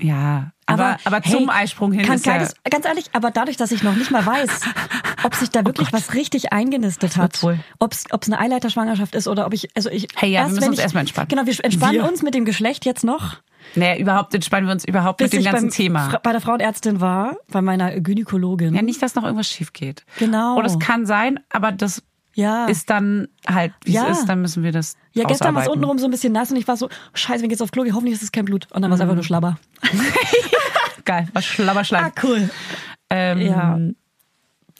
[SPEAKER 2] Ja, aber, aber,
[SPEAKER 3] hey,
[SPEAKER 2] zum Eisprung hin
[SPEAKER 3] kann
[SPEAKER 2] ist ja,
[SPEAKER 3] beides- Ganz ehrlich, aber dadurch, dass ich noch nicht mal weiß, ob sich da wirklich was richtig eingenistet hat,
[SPEAKER 2] Oh wird wohl.
[SPEAKER 3] ob es eine Eileiterschwangerschaft ist oder ob ich, also ich,
[SPEAKER 2] Hey, ja, wir müssen
[SPEAKER 3] wenn
[SPEAKER 2] uns
[SPEAKER 3] ich-
[SPEAKER 2] erstmal entspannen.
[SPEAKER 3] Genau, wir entspannen
[SPEAKER 2] Wir.
[SPEAKER 3] uns mit dem Geschlecht jetzt noch.
[SPEAKER 2] Naja, überhaupt entspannen wir uns überhaupt mit
[SPEAKER 3] bis
[SPEAKER 2] dem
[SPEAKER 3] ich
[SPEAKER 2] ganzen
[SPEAKER 3] beim,
[SPEAKER 2] Thema.
[SPEAKER 3] Fra- bei der Frauenärztin war, bei meiner Gynäkologin.
[SPEAKER 2] ja, nicht, dass noch irgendwas schief geht.
[SPEAKER 3] Genau.
[SPEAKER 2] Und es kann sein, aber das
[SPEAKER 3] Ja.
[SPEAKER 2] ist dann halt, wie
[SPEAKER 3] Ja.
[SPEAKER 2] es ist, dann müssen wir das.
[SPEAKER 3] Ja, gestern war es
[SPEAKER 2] ausarbeiten.
[SPEAKER 3] untenrum so ein bisschen nass und ich war so, scheiße, wenn ich jetzt auf Klo gehe, hoffentlich ist es kein Blut. Und
[SPEAKER 2] Mhm.
[SPEAKER 3] dann war es einfach nur Schlabber.
[SPEAKER 2] Geil, war Schlabberschlag.
[SPEAKER 3] cool.
[SPEAKER 2] ähm,
[SPEAKER 3] Ja.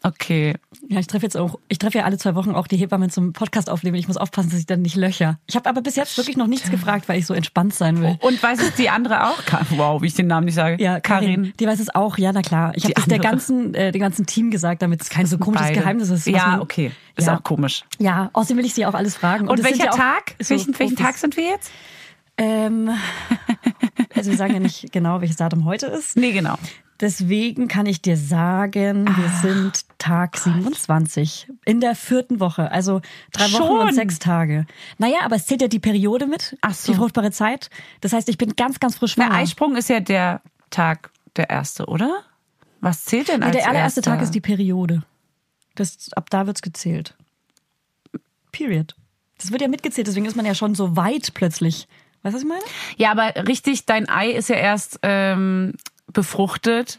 [SPEAKER 2] Okay.
[SPEAKER 3] Ja, ich treffe jetzt auch, ich treffe ja alle zwei Wochen auch die Hebammen zum Podcast aufnehmen. Ich muss aufpassen, dass ich dann nicht löcher. Ich habe aber bis jetzt wirklich noch nichts gefragt, weil ich so entspannt sein will.
[SPEAKER 2] Und weiß es die andere auch? Ka- Wow, wie ich den Namen nicht sage.
[SPEAKER 3] Ja, Karin,
[SPEAKER 2] Oh. Karin.
[SPEAKER 3] die weiß es auch. Ja, na klar. Ich
[SPEAKER 2] Die
[SPEAKER 3] habe das der
[SPEAKER 2] andere.
[SPEAKER 3] ganzen, äh, dem ganzen Team gesagt, damit es kein so komisches
[SPEAKER 2] Beide.
[SPEAKER 3] Geheimnis ist. was
[SPEAKER 2] Ja,
[SPEAKER 3] man-
[SPEAKER 2] okay. Ist
[SPEAKER 3] Ja.
[SPEAKER 2] auch komisch.
[SPEAKER 3] Ja, außerdem will ich sie auch alles fragen.
[SPEAKER 2] Und,
[SPEAKER 3] es sind
[SPEAKER 2] welcher
[SPEAKER 3] ja auch
[SPEAKER 2] Tag?
[SPEAKER 3] so
[SPEAKER 2] welchen, welchen Tag
[SPEAKER 3] Profis.
[SPEAKER 2] sind wir jetzt?
[SPEAKER 3] Ähm, also wir sagen ja nicht genau, welches Datum heute ist.
[SPEAKER 2] Nee, genau.
[SPEAKER 3] Deswegen kann ich dir sagen, wir
[SPEAKER 2] Ah,
[SPEAKER 3] sind Tag 27 in der vierten Woche, also drei Wochen
[SPEAKER 2] Schon?
[SPEAKER 3] und sechs Tage. Naja, aber es zählt ja die Periode mit,
[SPEAKER 2] Ach so.
[SPEAKER 3] die fruchtbare Zeit. Das heißt, ich bin ganz, ganz frisch
[SPEAKER 2] Der
[SPEAKER 3] schwanger.
[SPEAKER 2] Eisprung ist ja der Tag der erste, oder? Was zählt denn
[SPEAKER 3] Nee,
[SPEAKER 2] als
[SPEAKER 3] der allererste
[SPEAKER 2] erster?
[SPEAKER 3] Tag ist die Periode. Das, ab da wird's gezählt. Period. Das wird ja mitgezählt, deswegen ist man ja schon so weit plötzlich. Weißt du, was ich meine?
[SPEAKER 2] Ja, aber richtig, dein Ei ist ja erst ähm, befruchtet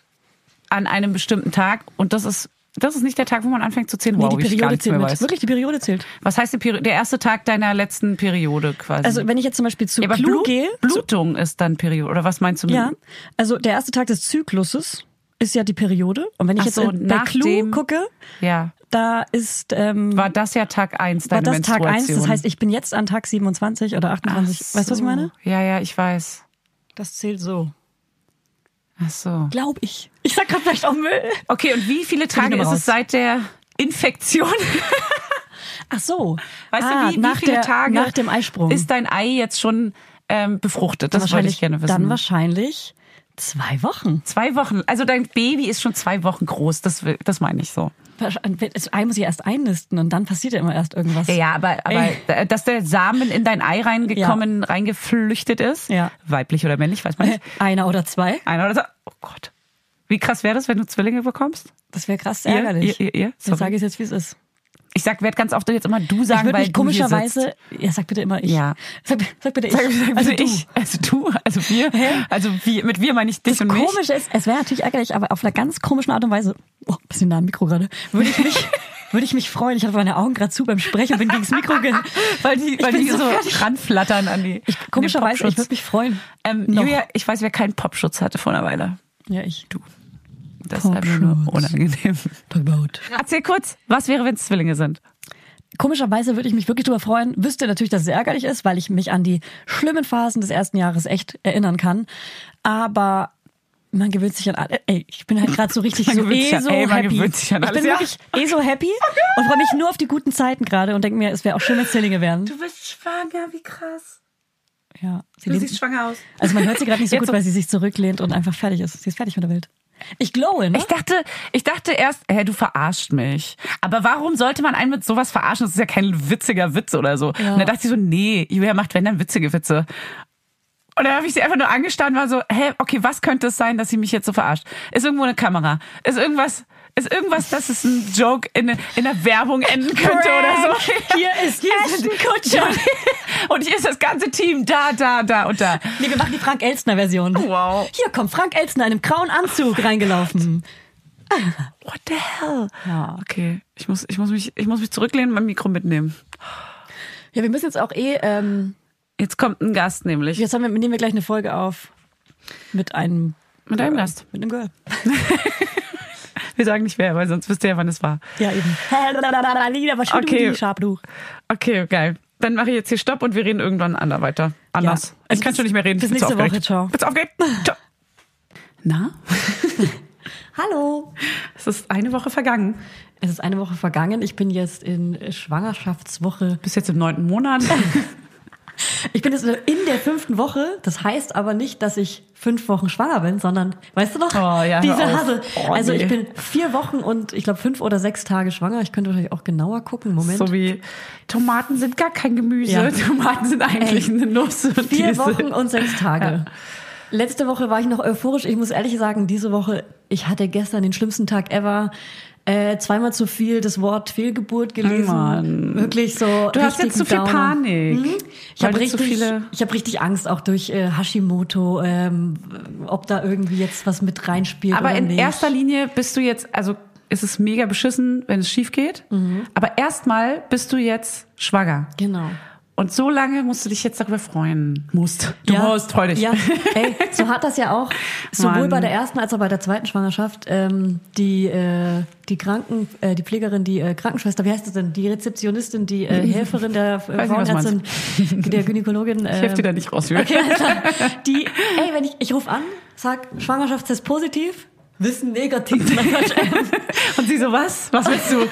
[SPEAKER 2] an einem bestimmten Tag und das ist das ist nicht der Tag, wo man anfängt zu zählen. Wow,
[SPEAKER 3] die
[SPEAKER 2] wie ich gar
[SPEAKER 3] Periode
[SPEAKER 2] nichts mehr
[SPEAKER 3] zählt mit.
[SPEAKER 2] weiß.
[SPEAKER 3] Wirklich, die Periode zählt.
[SPEAKER 2] Was heißt die Peri der erste Tag deiner letzten Periode quasi?
[SPEAKER 3] Also wenn ich jetzt zum Beispiel zu
[SPEAKER 2] Mhm. ja, aber
[SPEAKER 3] Clou
[SPEAKER 2] Blut,
[SPEAKER 3] gehe, zu,
[SPEAKER 2] Blutung ist dann Periode oder was meinst du? mit-
[SPEAKER 3] ja, also der erste Tag des Zykluses ist ja die Periode. Und wenn ich
[SPEAKER 2] Ach
[SPEAKER 3] jetzt
[SPEAKER 2] so,
[SPEAKER 3] in, bei
[SPEAKER 2] nach
[SPEAKER 3] Clou
[SPEAKER 2] dem-
[SPEAKER 3] gucke,
[SPEAKER 2] ja.
[SPEAKER 3] da ist ähm,
[SPEAKER 2] War das ja Tag eins
[SPEAKER 3] war
[SPEAKER 2] deiner
[SPEAKER 3] das Tag
[SPEAKER 2] Menstruation?
[SPEAKER 3] eins. das heißt, ich bin jetzt an Tag 27 oder
[SPEAKER 2] Ach
[SPEAKER 3] 28. Weißt du, was ich
[SPEAKER 2] so.
[SPEAKER 3] meine?
[SPEAKER 2] Ja, ja, ich weiß.
[SPEAKER 3] Das zählt so.
[SPEAKER 2] Ach so.
[SPEAKER 3] Glaub ich. Ich sag grad vielleicht auch Müll.
[SPEAKER 2] Okay, und wie viele Tage
[SPEAKER 3] Nummer
[SPEAKER 2] ist
[SPEAKER 3] raus.
[SPEAKER 2] es seit der Infektion?
[SPEAKER 3] Ach so.
[SPEAKER 2] Weißt
[SPEAKER 3] ah,
[SPEAKER 2] du, wie,
[SPEAKER 3] nach
[SPEAKER 2] wie viele
[SPEAKER 3] der,
[SPEAKER 2] Tage
[SPEAKER 3] nach dem Eisprung.
[SPEAKER 2] ist dein Ei jetzt schon ähm, befruchtet? Das wollte ich gerne wissen.
[SPEAKER 3] Dann wahrscheinlich zwei Wochen.
[SPEAKER 2] zwei Wochen. Also dein Baby ist schon zwei Wochen groß. Das, will- das meine ich so.
[SPEAKER 3] Das Ei muss ich erst einnisten und dann passiert ja immer erst irgendwas.
[SPEAKER 2] Ja, ja aber, aber äh, dass der Samen in dein Ei reingekommen, reingeflüchtet ist,
[SPEAKER 3] Ja.
[SPEAKER 2] weiblich oder männlich, weiß man nicht.
[SPEAKER 3] Einer oder zwei.
[SPEAKER 2] Einer oder so. Oh Gott. Wie krass wäre das, wenn du Zwillinge bekommst?
[SPEAKER 3] Das wäre krass
[SPEAKER 2] Ihr,
[SPEAKER 3] ärgerlich.
[SPEAKER 2] ihr, ihr, ihr?
[SPEAKER 3] Jetzt
[SPEAKER 2] Sorry.
[SPEAKER 3] sage ich jetzt, wie es ist.
[SPEAKER 2] Ich sag, werd ganz oft jetzt immer du
[SPEAKER 3] Ich
[SPEAKER 2] sagen,
[SPEAKER 3] würde
[SPEAKER 2] weil
[SPEAKER 3] mich
[SPEAKER 2] du hier sitzt.
[SPEAKER 3] komischerweise. Ja, sag bitte immer ich.
[SPEAKER 2] Ja.
[SPEAKER 3] Sag, sag bitte ich.
[SPEAKER 2] Sag, sag,
[SPEAKER 3] also
[SPEAKER 2] also
[SPEAKER 3] du.
[SPEAKER 2] ich, also du, also wir, also wir, mit wir meine ich dich und mich.
[SPEAKER 3] Komisch ist, es wäre natürlich ärgerlich, aber auf einer ganz komischen Art und Weise. Oh, bisschen nah am Mikro gerade. Würde ich mich. Würde ich mich freuen. Ich hatte meine Augen gerade zu beim Sprechen und bin gegens Mikro ge
[SPEAKER 2] Weil die, weil
[SPEAKER 3] bin
[SPEAKER 2] die
[SPEAKER 3] so
[SPEAKER 2] so,
[SPEAKER 3] fertig.
[SPEAKER 2] ranflattern an die. an den
[SPEAKER 3] Komischerweise, ich
[SPEAKER 2] Popschutz.
[SPEAKER 3] würde mich freuen.
[SPEAKER 2] ähm,
[SPEAKER 3] Noch.
[SPEAKER 2] Julia, ich weiß, wer keinen Popschutz hatte vor einer Weile.
[SPEAKER 3] Ja, ich. Du.
[SPEAKER 2] Das ist einfach nur
[SPEAKER 3] Popschutz.
[SPEAKER 2] unangenehm.
[SPEAKER 3] Talkbout.
[SPEAKER 2] Erzähl kurz, was wäre, wenn es Zwillinge sind?
[SPEAKER 3] Komischerweise würde ich mich wirklich darüber freuen. Wüsste natürlich, dass es ärgerlich ist, weil ich mich an die schlimmen Phasen des ersten Jahres echt erinnern kann. Aber man gewöhnt sich an alle. Ey, ich bin halt gerade so richtig
[SPEAKER 2] Man
[SPEAKER 3] so
[SPEAKER 2] gewöhnt
[SPEAKER 3] eh
[SPEAKER 2] sich an-
[SPEAKER 3] so
[SPEAKER 2] ey, man
[SPEAKER 3] happy.
[SPEAKER 2] gewöhnt sich an
[SPEAKER 3] ich
[SPEAKER 2] alles,
[SPEAKER 3] bin
[SPEAKER 2] ja. Oh
[SPEAKER 3] wirklich eh so happy und freue mich nur auf die guten Zeiten gerade und denke mir, es wäre auch schön, wenn es Zwillinge wären.
[SPEAKER 2] bist schwanger, wie krass.
[SPEAKER 3] Ja, sie lebt,
[SPEAKER 2] schwanger aus.
[SPEAKER 3] also man hört sie gerade nicht so
[SPEAKER 2] Jetzt
[SPEAKER 3] gut,
[SPEAKER 2] so-
[SPEAKER 3] weil sie sich zurücklehnt und einfach fertig ist. Sie ist fertig mit der Welt. Ich glowe, ne?
[SPEAKER 2] Ich dachte, ich dachte erst, hä, du verarscht mich. Aber warum sollte man einen mit sowas verarschen? Das ist ja kein witziger Witz oder so.
[SPEAKER 3] Ja.
[SPEAKER 2] Und da dachte ich so, nee, Julia macht wenn dann witzige Witze. Und dann habe ich sie einfach nur angestanden, war so, hä, okay, was könnte es sein, dass sie mich jetzt so verarscht? Ist irgendwo eine Kamera? Ist irgendwas, ist irgendwas, dass es ein Joke in, in der Werbung enden könnte oder so?
[SPEAKER 3] Hier ist Ashton Kutscher.
[SPEAKER 2] Und hier ist das ganze Team da, da, da und da.
[SPEAKER 3] Nee, wir machen die Frank Elstner-Version.
[SPEAKER 2] Wow.
[SPEAKER 3] Hier kommt Frank Elstner in einem grauen Anzug reingelaufen.
[SPEAKER 2] What the hell?
[SPEAKER 3] Ja.
[SPEAKER 2] Okay, ich muss, ich muss mich, ich muss mich zurücklehnen, und mein Mikro mitnehmen.
[SPEAKER 3] Ja, wir müssen jetzt auch eh, ähm,
[SPEAKER 2] Jetzt kommt ein Gast nämlich.
[SPEAKER 3] jetzt haben wir, nehmen wir gleich eine Folge auf mit einem äh,
[SPEAKER 2] Mit einem Gast.
[SPEAKER 3] Mit einem Girl.
[SPEAKER 2] Wir sagen nicht wer, weil sonst wisst ihr ja, wann es war.
[SPEAKER 3] Ja, eben.
[SPEAKER 2] Okay.
[SPEAKER 3] Okay.
[SPEAKER 2] Okay, geil. Dann mache ich jetzt hier Stopp und wir reden irgendwann ander weiter. Anders.
[SPEAKER 3] Ja.
[SPEAKER 2] Ich kann schon nicht mehr reden.
[SPEAKER 3] Bis
[SPEAKER 2] Ich bin zu
[SPEAKER 3] nächste Woche.
[SPEAKER 2] aufgeregt.
[SPEAKER 3] Ciao.
[SPEAKER 2] Bin zu aufgeregt. Ciao. Na,
[SPEAKER 3] Hallo.
[SPEAKER 2] es ist eine Woche vergangen.
[SPEAKER 3] Es ist eine Woche vergangen. Ich bin jetzt in Schwangerschaftswoche.
[SPEAKER 2] Bis jetzt im neunten Monat.
[SPEAKER 3] Ich bin jetzt in der fünften Woche. Das heißt aber nicht, dass ich fünf Wochen schwanger bin, sondern, weißt du noch,
[SPEAKER 2] Oh, ja, hör
[SPEAKER 3] diese
[SPEAKER 2] auf.
[SPEAKER 3] Hasse.
[SPEAKER 2] Oh,
[SPEAKER 3] also
[SPEAKER 2] nee.
[SPEAKER 3] ich bin vier Wochen und ich glaube fünf oder sechs Tage schwanger. Ich könnte wahrscheinlich auch genauer gucken. Moment.
[SPEAKER 2] So wie Tomaten sind gar kein Gemüse.
[SPEAKER 3] Ja.
[SPEAKER 2] Tomaten sind eigentlich
[SPEAKER 3] Ey.
[SPEAKER 2] eine Nuss. Und die
[SPEAKER 3] Vier
[SPEAKER 2] ist-
[SPEAKER 3] Wochen und sechs Tage. Letzte Woche war ich noch euphorisch. Ich muss ehrlich sagen, diese Woche, ich hatte gestern den schlimmsten Tag ever. Äh, zweimal zu viel das Wort Fehlgeburt gelesen.
[SPEAKER 2] Mann.
[SPEAKER 3] Wirklich so.
[SPEAKER 2] Du hast
[SPEAKER 3] richtigen
[SPEAKER 2] jetzt zu viel
[SPEAKER 3] Downer.
[SPEAKER 2] Panik,
[SPEAKER 3] Mhm. Ich
[SPEAKER 2] weil
[SPEAKER 3] habe
[SPEAKER 2] du zu
[SPEAKER 3] richtig,
[SPEAKER 2] viele-
[SPEAKER 3] ich habe richtig Angst auch durch äh, Hashimoto, ähm, ob da irgendwie jetzt was mit reinspielt.
[SPEAKER 2] Aber
[SPEAKER 3] oder
[SPEAKER 2] in
[SPEAKER 3] nicht.
[SPEAKER 2] erster Linie bist du jetzt, also ist es mega beschissen, wenn es schief geht. Aber erstmal bist du jetzt schwanger.
[SPEAKER 3] Genau.
[SPEAKER 2] Und so lange musst du dich jetzt darüber freuen. Musst. Du
[SPEAKER 3] Ja.
[SPEAKER 2] musst, freu dich.
[SPEAKER 3] Ja, ey, so hat das ja auch sowohl
[SPEAKER 2] Mann.
[SPEAKER 3] bei der ersten als auch bei der zweiten Schwangerschaft ähm, die äh, die Kranken äh, die Pflegerin die äh, Krankenschwester wie heißt das denn die Rezeptionistin die äh, Helferin der äh,
[SPEAKER 2] Weiß nicht, was du
[SPEAKER 3] Frauenärztin der Gynäkologin äh,
[SPEAKER 2] Ich helfe dir da nicht raus. Jürgen.
[SPEAKER 3] okay, alles klar. die ey wenn ich ich rufe an sag Schwangerschaftstest positiv Wissen negativ Nein, Quatsch, ähm,
[SPEAKER 2] Und sie so, was? Was willst du?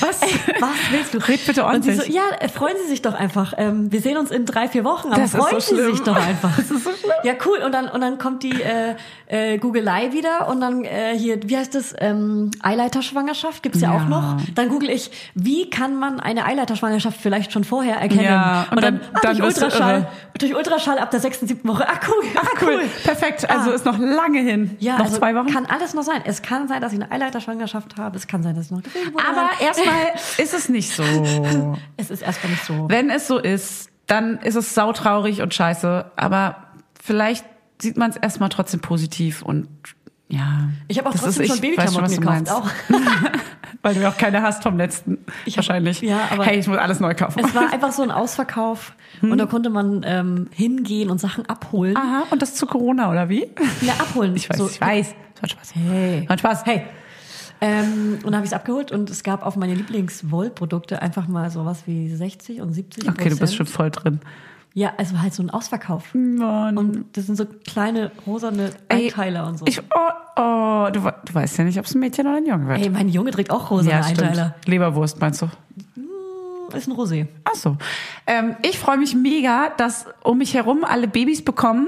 [SPEAKER 2] was?
[SPEAKER 3] was willst du
[SPEAKER 2] Red bitte
[SPEAKER 3] und sie
[SPEAKER 2] ordentlich.
[SPEAKER 3] so, ja, äh, freuen Sie sich doch einfach. Ähm, wir sehen uns in drei, vier Wochen, aber
[SPEAKER 2] Das ist so
[SPEAKER 3] freuen Sie
[SPEAKER 2] schlimm.
[SPEAKER 3] sich doch einfach.
[SPEAKER 2] Das ist so schlimm.
[SPEAKER 3] Ja, cool. Und dann, und dann kommt die äh, äh, Googelei wieder und dann äh, hier, wie heißt das, ähm, Eileiterschwangerschaft gibt's ja,
[SPEAKER 2] Ja.
[SPEAKER 3] auch noch. Dann google ich, wie kann man eine Eileiterschwangerschaft vielleicht schon vorher erkennen?
[SPEAKER 2] Ja,
[SPEAKER 3] und,
[SPEAKER 2] und
[SPEAKER 3] dann,
[SPEAKER 2] dann-
[SPEAKER 3] ah,
[SPEAKER 2] dann
[SPEAKER 3] durch
[SPEAKER 2] bist du
[SPEAKER 3] Ultraschall,
[SPEAKER 2] irre.
[SPEAKER 3] durch Ultraschall ab der sechsten, siebten Woche. Ah, cool. Ah,
[SPEAKER 2] Cool. Perfekt. Also
[SPEAKER 3] Ah.
[SPEAKER 2] ist noch lange hin.
[SPEAKER 3] Ja,
[SPEAKER 2] noch
[SPEAKER 3] also
[SPEAKER 2] zwei Wochen.
[SPEAKER 3] kann alles noch sein. Es kann sein, dass ich eine Eileiterschwangerschaft habe. Es kann sein, dass ich noch geboren wurde.
[SPEAKER 2] Aber erstmal ist es nicht so.
[SPEAKER 3] es ist erstmal nicht so.
[SPEAKER 2] Wenn es so ist, dann ist es sautraurig und scheiße. Aber vielleicht sieht man es erstmal trotzdem positiv und ja.
[SPEAKER 3] Ich habe auch
[SPEAKER 2] Das
[SPEAKER 3] trotzdem
[SPEAKER 2] ist-
[SPEAKER 3] schon
[SPEAKER 2] ich
[SPEAKER 3] Babyklamotten
[SPEAKER 2] weiß schon, was
[SPEAKER 3] gekauft.
[SPEAKER 2] du
[SPEAKER 3] Auch.
[SPEAKER 2] Weil du ja auch keine hast vom letzten.
[SPEAKER 3] Ich hab-
[SPEAKER 2] wahrscheinlich.
[SPEAKER 3] ja, aber-
[SPEAKER 2] hey, ich muss alles neu kaufen.
[SPEAKER 3] Es war einfach so ein Ausverkauf
[SPEAKER 2] Hm.
[SPEAKER 3] und da konnte man ähm, hingehen und Sachen abholen.
[SPEAKER 2] Aha, und das zu Corona, oder wie?
[SPEAKER 3] Ja, abholen.
[SPEAKER 2] Ah. Ich weiß,
[SPEAKER 3] So,
[SPEAKER 2] ich weiß. Es Hat Spaß.
[SPEAKER 3] Hey.
[SPEAKER 2] Es Hat Spaß. Hey.
[SPEAKER 3] Ähm, und habe ich es abgeholt und es gab auf meine Lieblingswollprodukte einfach mal sowas wie 60 und 70
[SPEAKER 2] Okay, du bist schon
[SPEAKER 3] Prozent.
[SPEAKER 2] voll drin.
[SPEAKER 3] Ja, es war halt so ein Ausverkauf.
[SPEAKER 2] Mann.
[SPEAKER 3] Und das sind so kleine rosane
[SPEAKER 2] Ey,
[SPEAKER 3] Einteiler und so.
[SPEAKER 2] Ich, oh, oh, du, we- du weißt ja nicht, ob es ein Mädchen oder ein Junge wird.
[SPEAKER 3] Ey, mein Junge trägt auch rosane
[SPEAKER 2] ja, stimmt.
[SPEAKER 3] Einteiler.
[SPEAKER 2] Leberwurst, meinst du?
[SPEAKER 3] Ist ein Rosé.
[SPEAKER 2] Ach so. Ähm, ich freue mich mega, dass um mich herum alle Babys bekommen.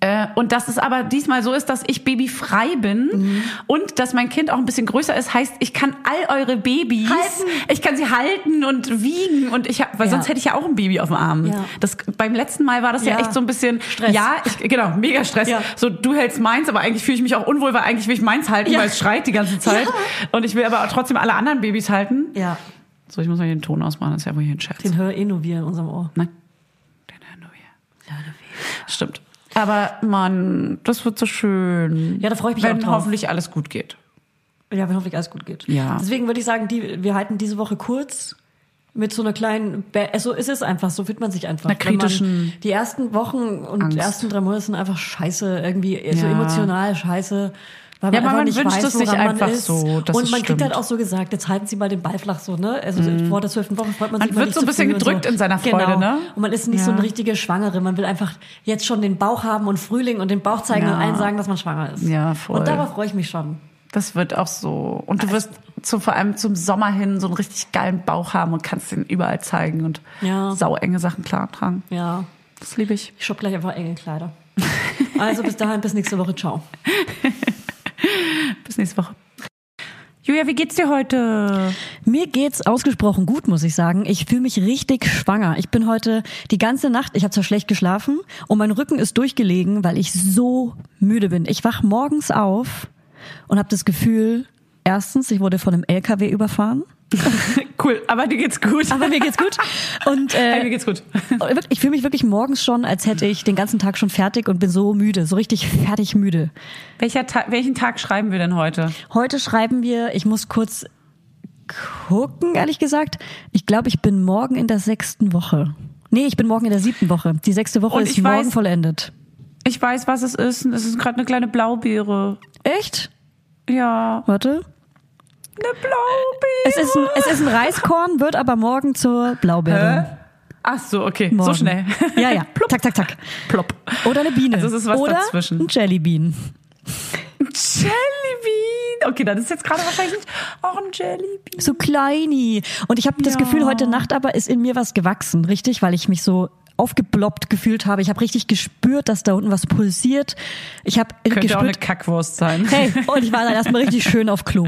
[SPEAKER 2] Äh, und dass es aber diesmal so ist, dass ich babyfrei bin
[SPEAKER 3] Mhm.
[SPEAKER 2] und dass mein Kind auch ein bisschen größer ist, heißt, ich kann all eure Babys,
[SPEAKER 3] Halten.
[SPEAKER 2] ich kann sie halten und wiegen und ich habe, weil
[SPEAKER 3] Ja.
[SPEAKER 2] sonst hätte ich ja auch ein Baby auf dem Arm.
[SPEAKER 3] Ja.
[SPEAKER 2] Das beim letzten Mal war das ja,
[SPEAKER 3] Ja.
[SPEAKER 2] echt so ein bisschen
[SPEAKER 3] Stress.
[SPEAKER 2] Ja, ich, genau, mega Stress.
[SPEAKER 3] Ja.
[SPEAKER 2] So du hältst meins, aber eigentlich fühle ich mich auch unwohl, weil eigentlich will ich meins halten,
[SPEAKER 3] Ja.
[SPEAKER 2] weil es schreit die ganze Zeit und ich will aber trotzdem alle anderen Babys halten.
[SPEAKER 3] Ja,
[SPEAKER 2] So, ich muss mal hier den Ton ausmachen, das ist ja wohl hier ein Scherz.
[SPEAKER 3] den höre eh nur wir in unserem Ohr.
[SPEAKER 2] Nein. Den hören wir. Stimmt. Aber Mann, das wird so schön.
[SPEAKER 3] Ja, da freue ich mich
[SPEAKER 2] Wenn
[SPEAKER 3] auch drauf.
[SPEAKER 2] hoffentlich alles gut geht.
[SPEAKER 3] Ja, wenn hoffentlich alles gut geht.
[SPEAKER 2] Ja.
[SPEAKER 3] Deswegen würde ich sagen, die, wir halten diese Woche kurz mit so einer kleinen, Be also es ist einfach, so fühlt man sich einfach.
[SPEAKER 2] Einer
[SPEAKER 3] Wenn man-
[SPEAKER 2] kritischen
[SPEAKER 3] Die ersten Wochen und
[SPEAKER 2] Angst.
[SPEAKER 3] ersten drei Monate sind einfach scheiße, irgendwie so
[SPEAKER 2] Ja.
[SPEAKER 3] emotional scheiße. Weil
[SPEAKER 2] Ja, aber
[SPEAKER 3] einfach
[SPEAKER 2] man
[SPEAKER 3] nicht
[SPEAKER 2] wünscht
[SPEAKER 3] weiß,
[SPEAKER 2] es sich
[SPEAKER 3] woran man
[SPEAKER 2] einfach
[SPEAKER 3] ist.
[SPEAKER 2] so, dass
[SPEAKER 3] Und
[SPEAKER 2] es
[SPEAKER 3] man kriegt
[SPEAKER 2] stimmt. Mhm.
[SPEAKER 3] halt auch so gesagt, jetzt halten Sie mal den Ball flach so, ne? Also vor der zwölften Woche freut man,
[SPEAKER 2] Man
[SPEAKER 3] sich mal
[SPEAKER 2] wird
[SPEAKER 3] nicht
[SPEAKER 2] so ein
[SPEAKER 3] zu
[SPEAKER 2] bisschen
[SPEAKER 3] früh und
[SPEAKER 2] gedrückt in seiner Freude,
[SPEAKER 3] genau.
[SPEAKER 2] ne?
[SPEAKER 3] Und man ist nicht so
[SPEAKER 2] Ja.
[SPEAKER 3] eine richtige Schwangere. Man will einfach jetzt schon den Bauch haben und Frühling und den Bauch zeigen
[SPEAKER 2] Ja.
[SPEAKER 3] und allen sagen, dass man schwanger ist.
[SPEAKER 2] Ja, voll.
[SPEAKER 3] Und darauf freue ich mich schon.
[SPEAKER 2] Das wird auch so. Und du wirst zu, vor allem zum Sommer hin so einen richtig geilen Bauch haben und kannst den überall zeigen und
[SPEAKER 3] Ja.
[SPEAKER 2] sauenge Sachen klar tragen.
[SPEAKER 3] Ja.
[SPEAKER 2] Das liebe ich.
[SPEAKER 3] Ich shopp gleich einfach enge Kleider. Also bis dahin, bis nächste Woche. Ciao.
[SPEAKER 2] Bis nächste Woche. Julia, wie geht's dir heute?
[SPEAKER 3] Mir geht's ausgesprochen gut, muss ich sagen. Ich fühle mich richtig schwanger. Ich bin heute die ganze Nacht, ich habe zwar schlecht geschlafen und mein Rücken ist durchgelegen, weil ich so müde bin. Ich wach morgens auf und habe das Gefühl, erstens, ich wurde von einem LKW überfahren.
[SPEAKER 2] Cool, aber dir geht's gut.
[SPEAKER 3] Aber mir geht's gut. Und äh,
[SPEAKER 2] hey, mir geht's gut.
[SPEAKER 3] Und wirklich, Ich fühle mich wirklich morgens schon, als hätte ich den ganzen Tag schon fertig und bin so müde, so richtig fertig müde.
[SPEAKER 2] Welcher Tag, welchen Tag schreiben wir denn heute?
[SPEAKER 3] Heute schreiben wir, ich muss kurz gucken, ehrlich gesagt. Ich glaube, ich bin morgen in der sechsten Woche. Nee, ich bin morgen in der siebten Woche. Die sechste Woche
[SPEAKER 2] Und
[SPEAKER 3] ist
[SPEAKER 2] ich
[SPEAKER 3] morgen
[SPEAKER 2] weiß-
[SPEAKER 3] vollendet.
[SPEAKER 2] Ich weiß, was es ist. Es ist gerade eine kleine Blaubeere.
[SPEAKER 3] Echt?
[SPEAKER 2] Ja.
[SPEAKER 3] Warte.
[SPEAKER 2] eine Blaubeere.
[SPEAKER 3] Es ist, ein, es ist ein Reiskorn, wird aber morgen zur Blaubeere.
[SPEAKER 2] Ach so, okay, so
[SPEAKER 3] Morgen.
[SPEAKER 2] schnell.
[SPEAKER 3] Ja, ja. Tack, tack, tack.
[SPEAKER 2] Plopp.
[SPEAKER 3] Oder eine Biene.
[SPEAKER 2] Also es ist was
[SPEAKER 3] Oder
[SPEAKER 2] dazwischen.
[SPEAKER 3] ein Jellybean.
[SPEAKER 2] Jellybean. Okay, dann ist jetzt gerade wahrscheinlich auch ein Jellybean.
[SPEAKER 3] So kleini. Und ich habe das
[SPEAKER 2] Ja.
[SPEAKER 3] Gefühl, heute Nacht aber ist in mir was gewachsen, richtig? Weil ich mich so aufgebloppt gefühlt habe. Ich habe richtig gespürt, dass da unten was pulsiert. Ich habe
[SPEAKER 2] Könnte auch eine
[SPEAKER 3] gespürt,
[SPEAKER 2] Kackwurst sein.
[SPEAKER 3] Hey, und ich war dann erstmal richtig schön auf Klo.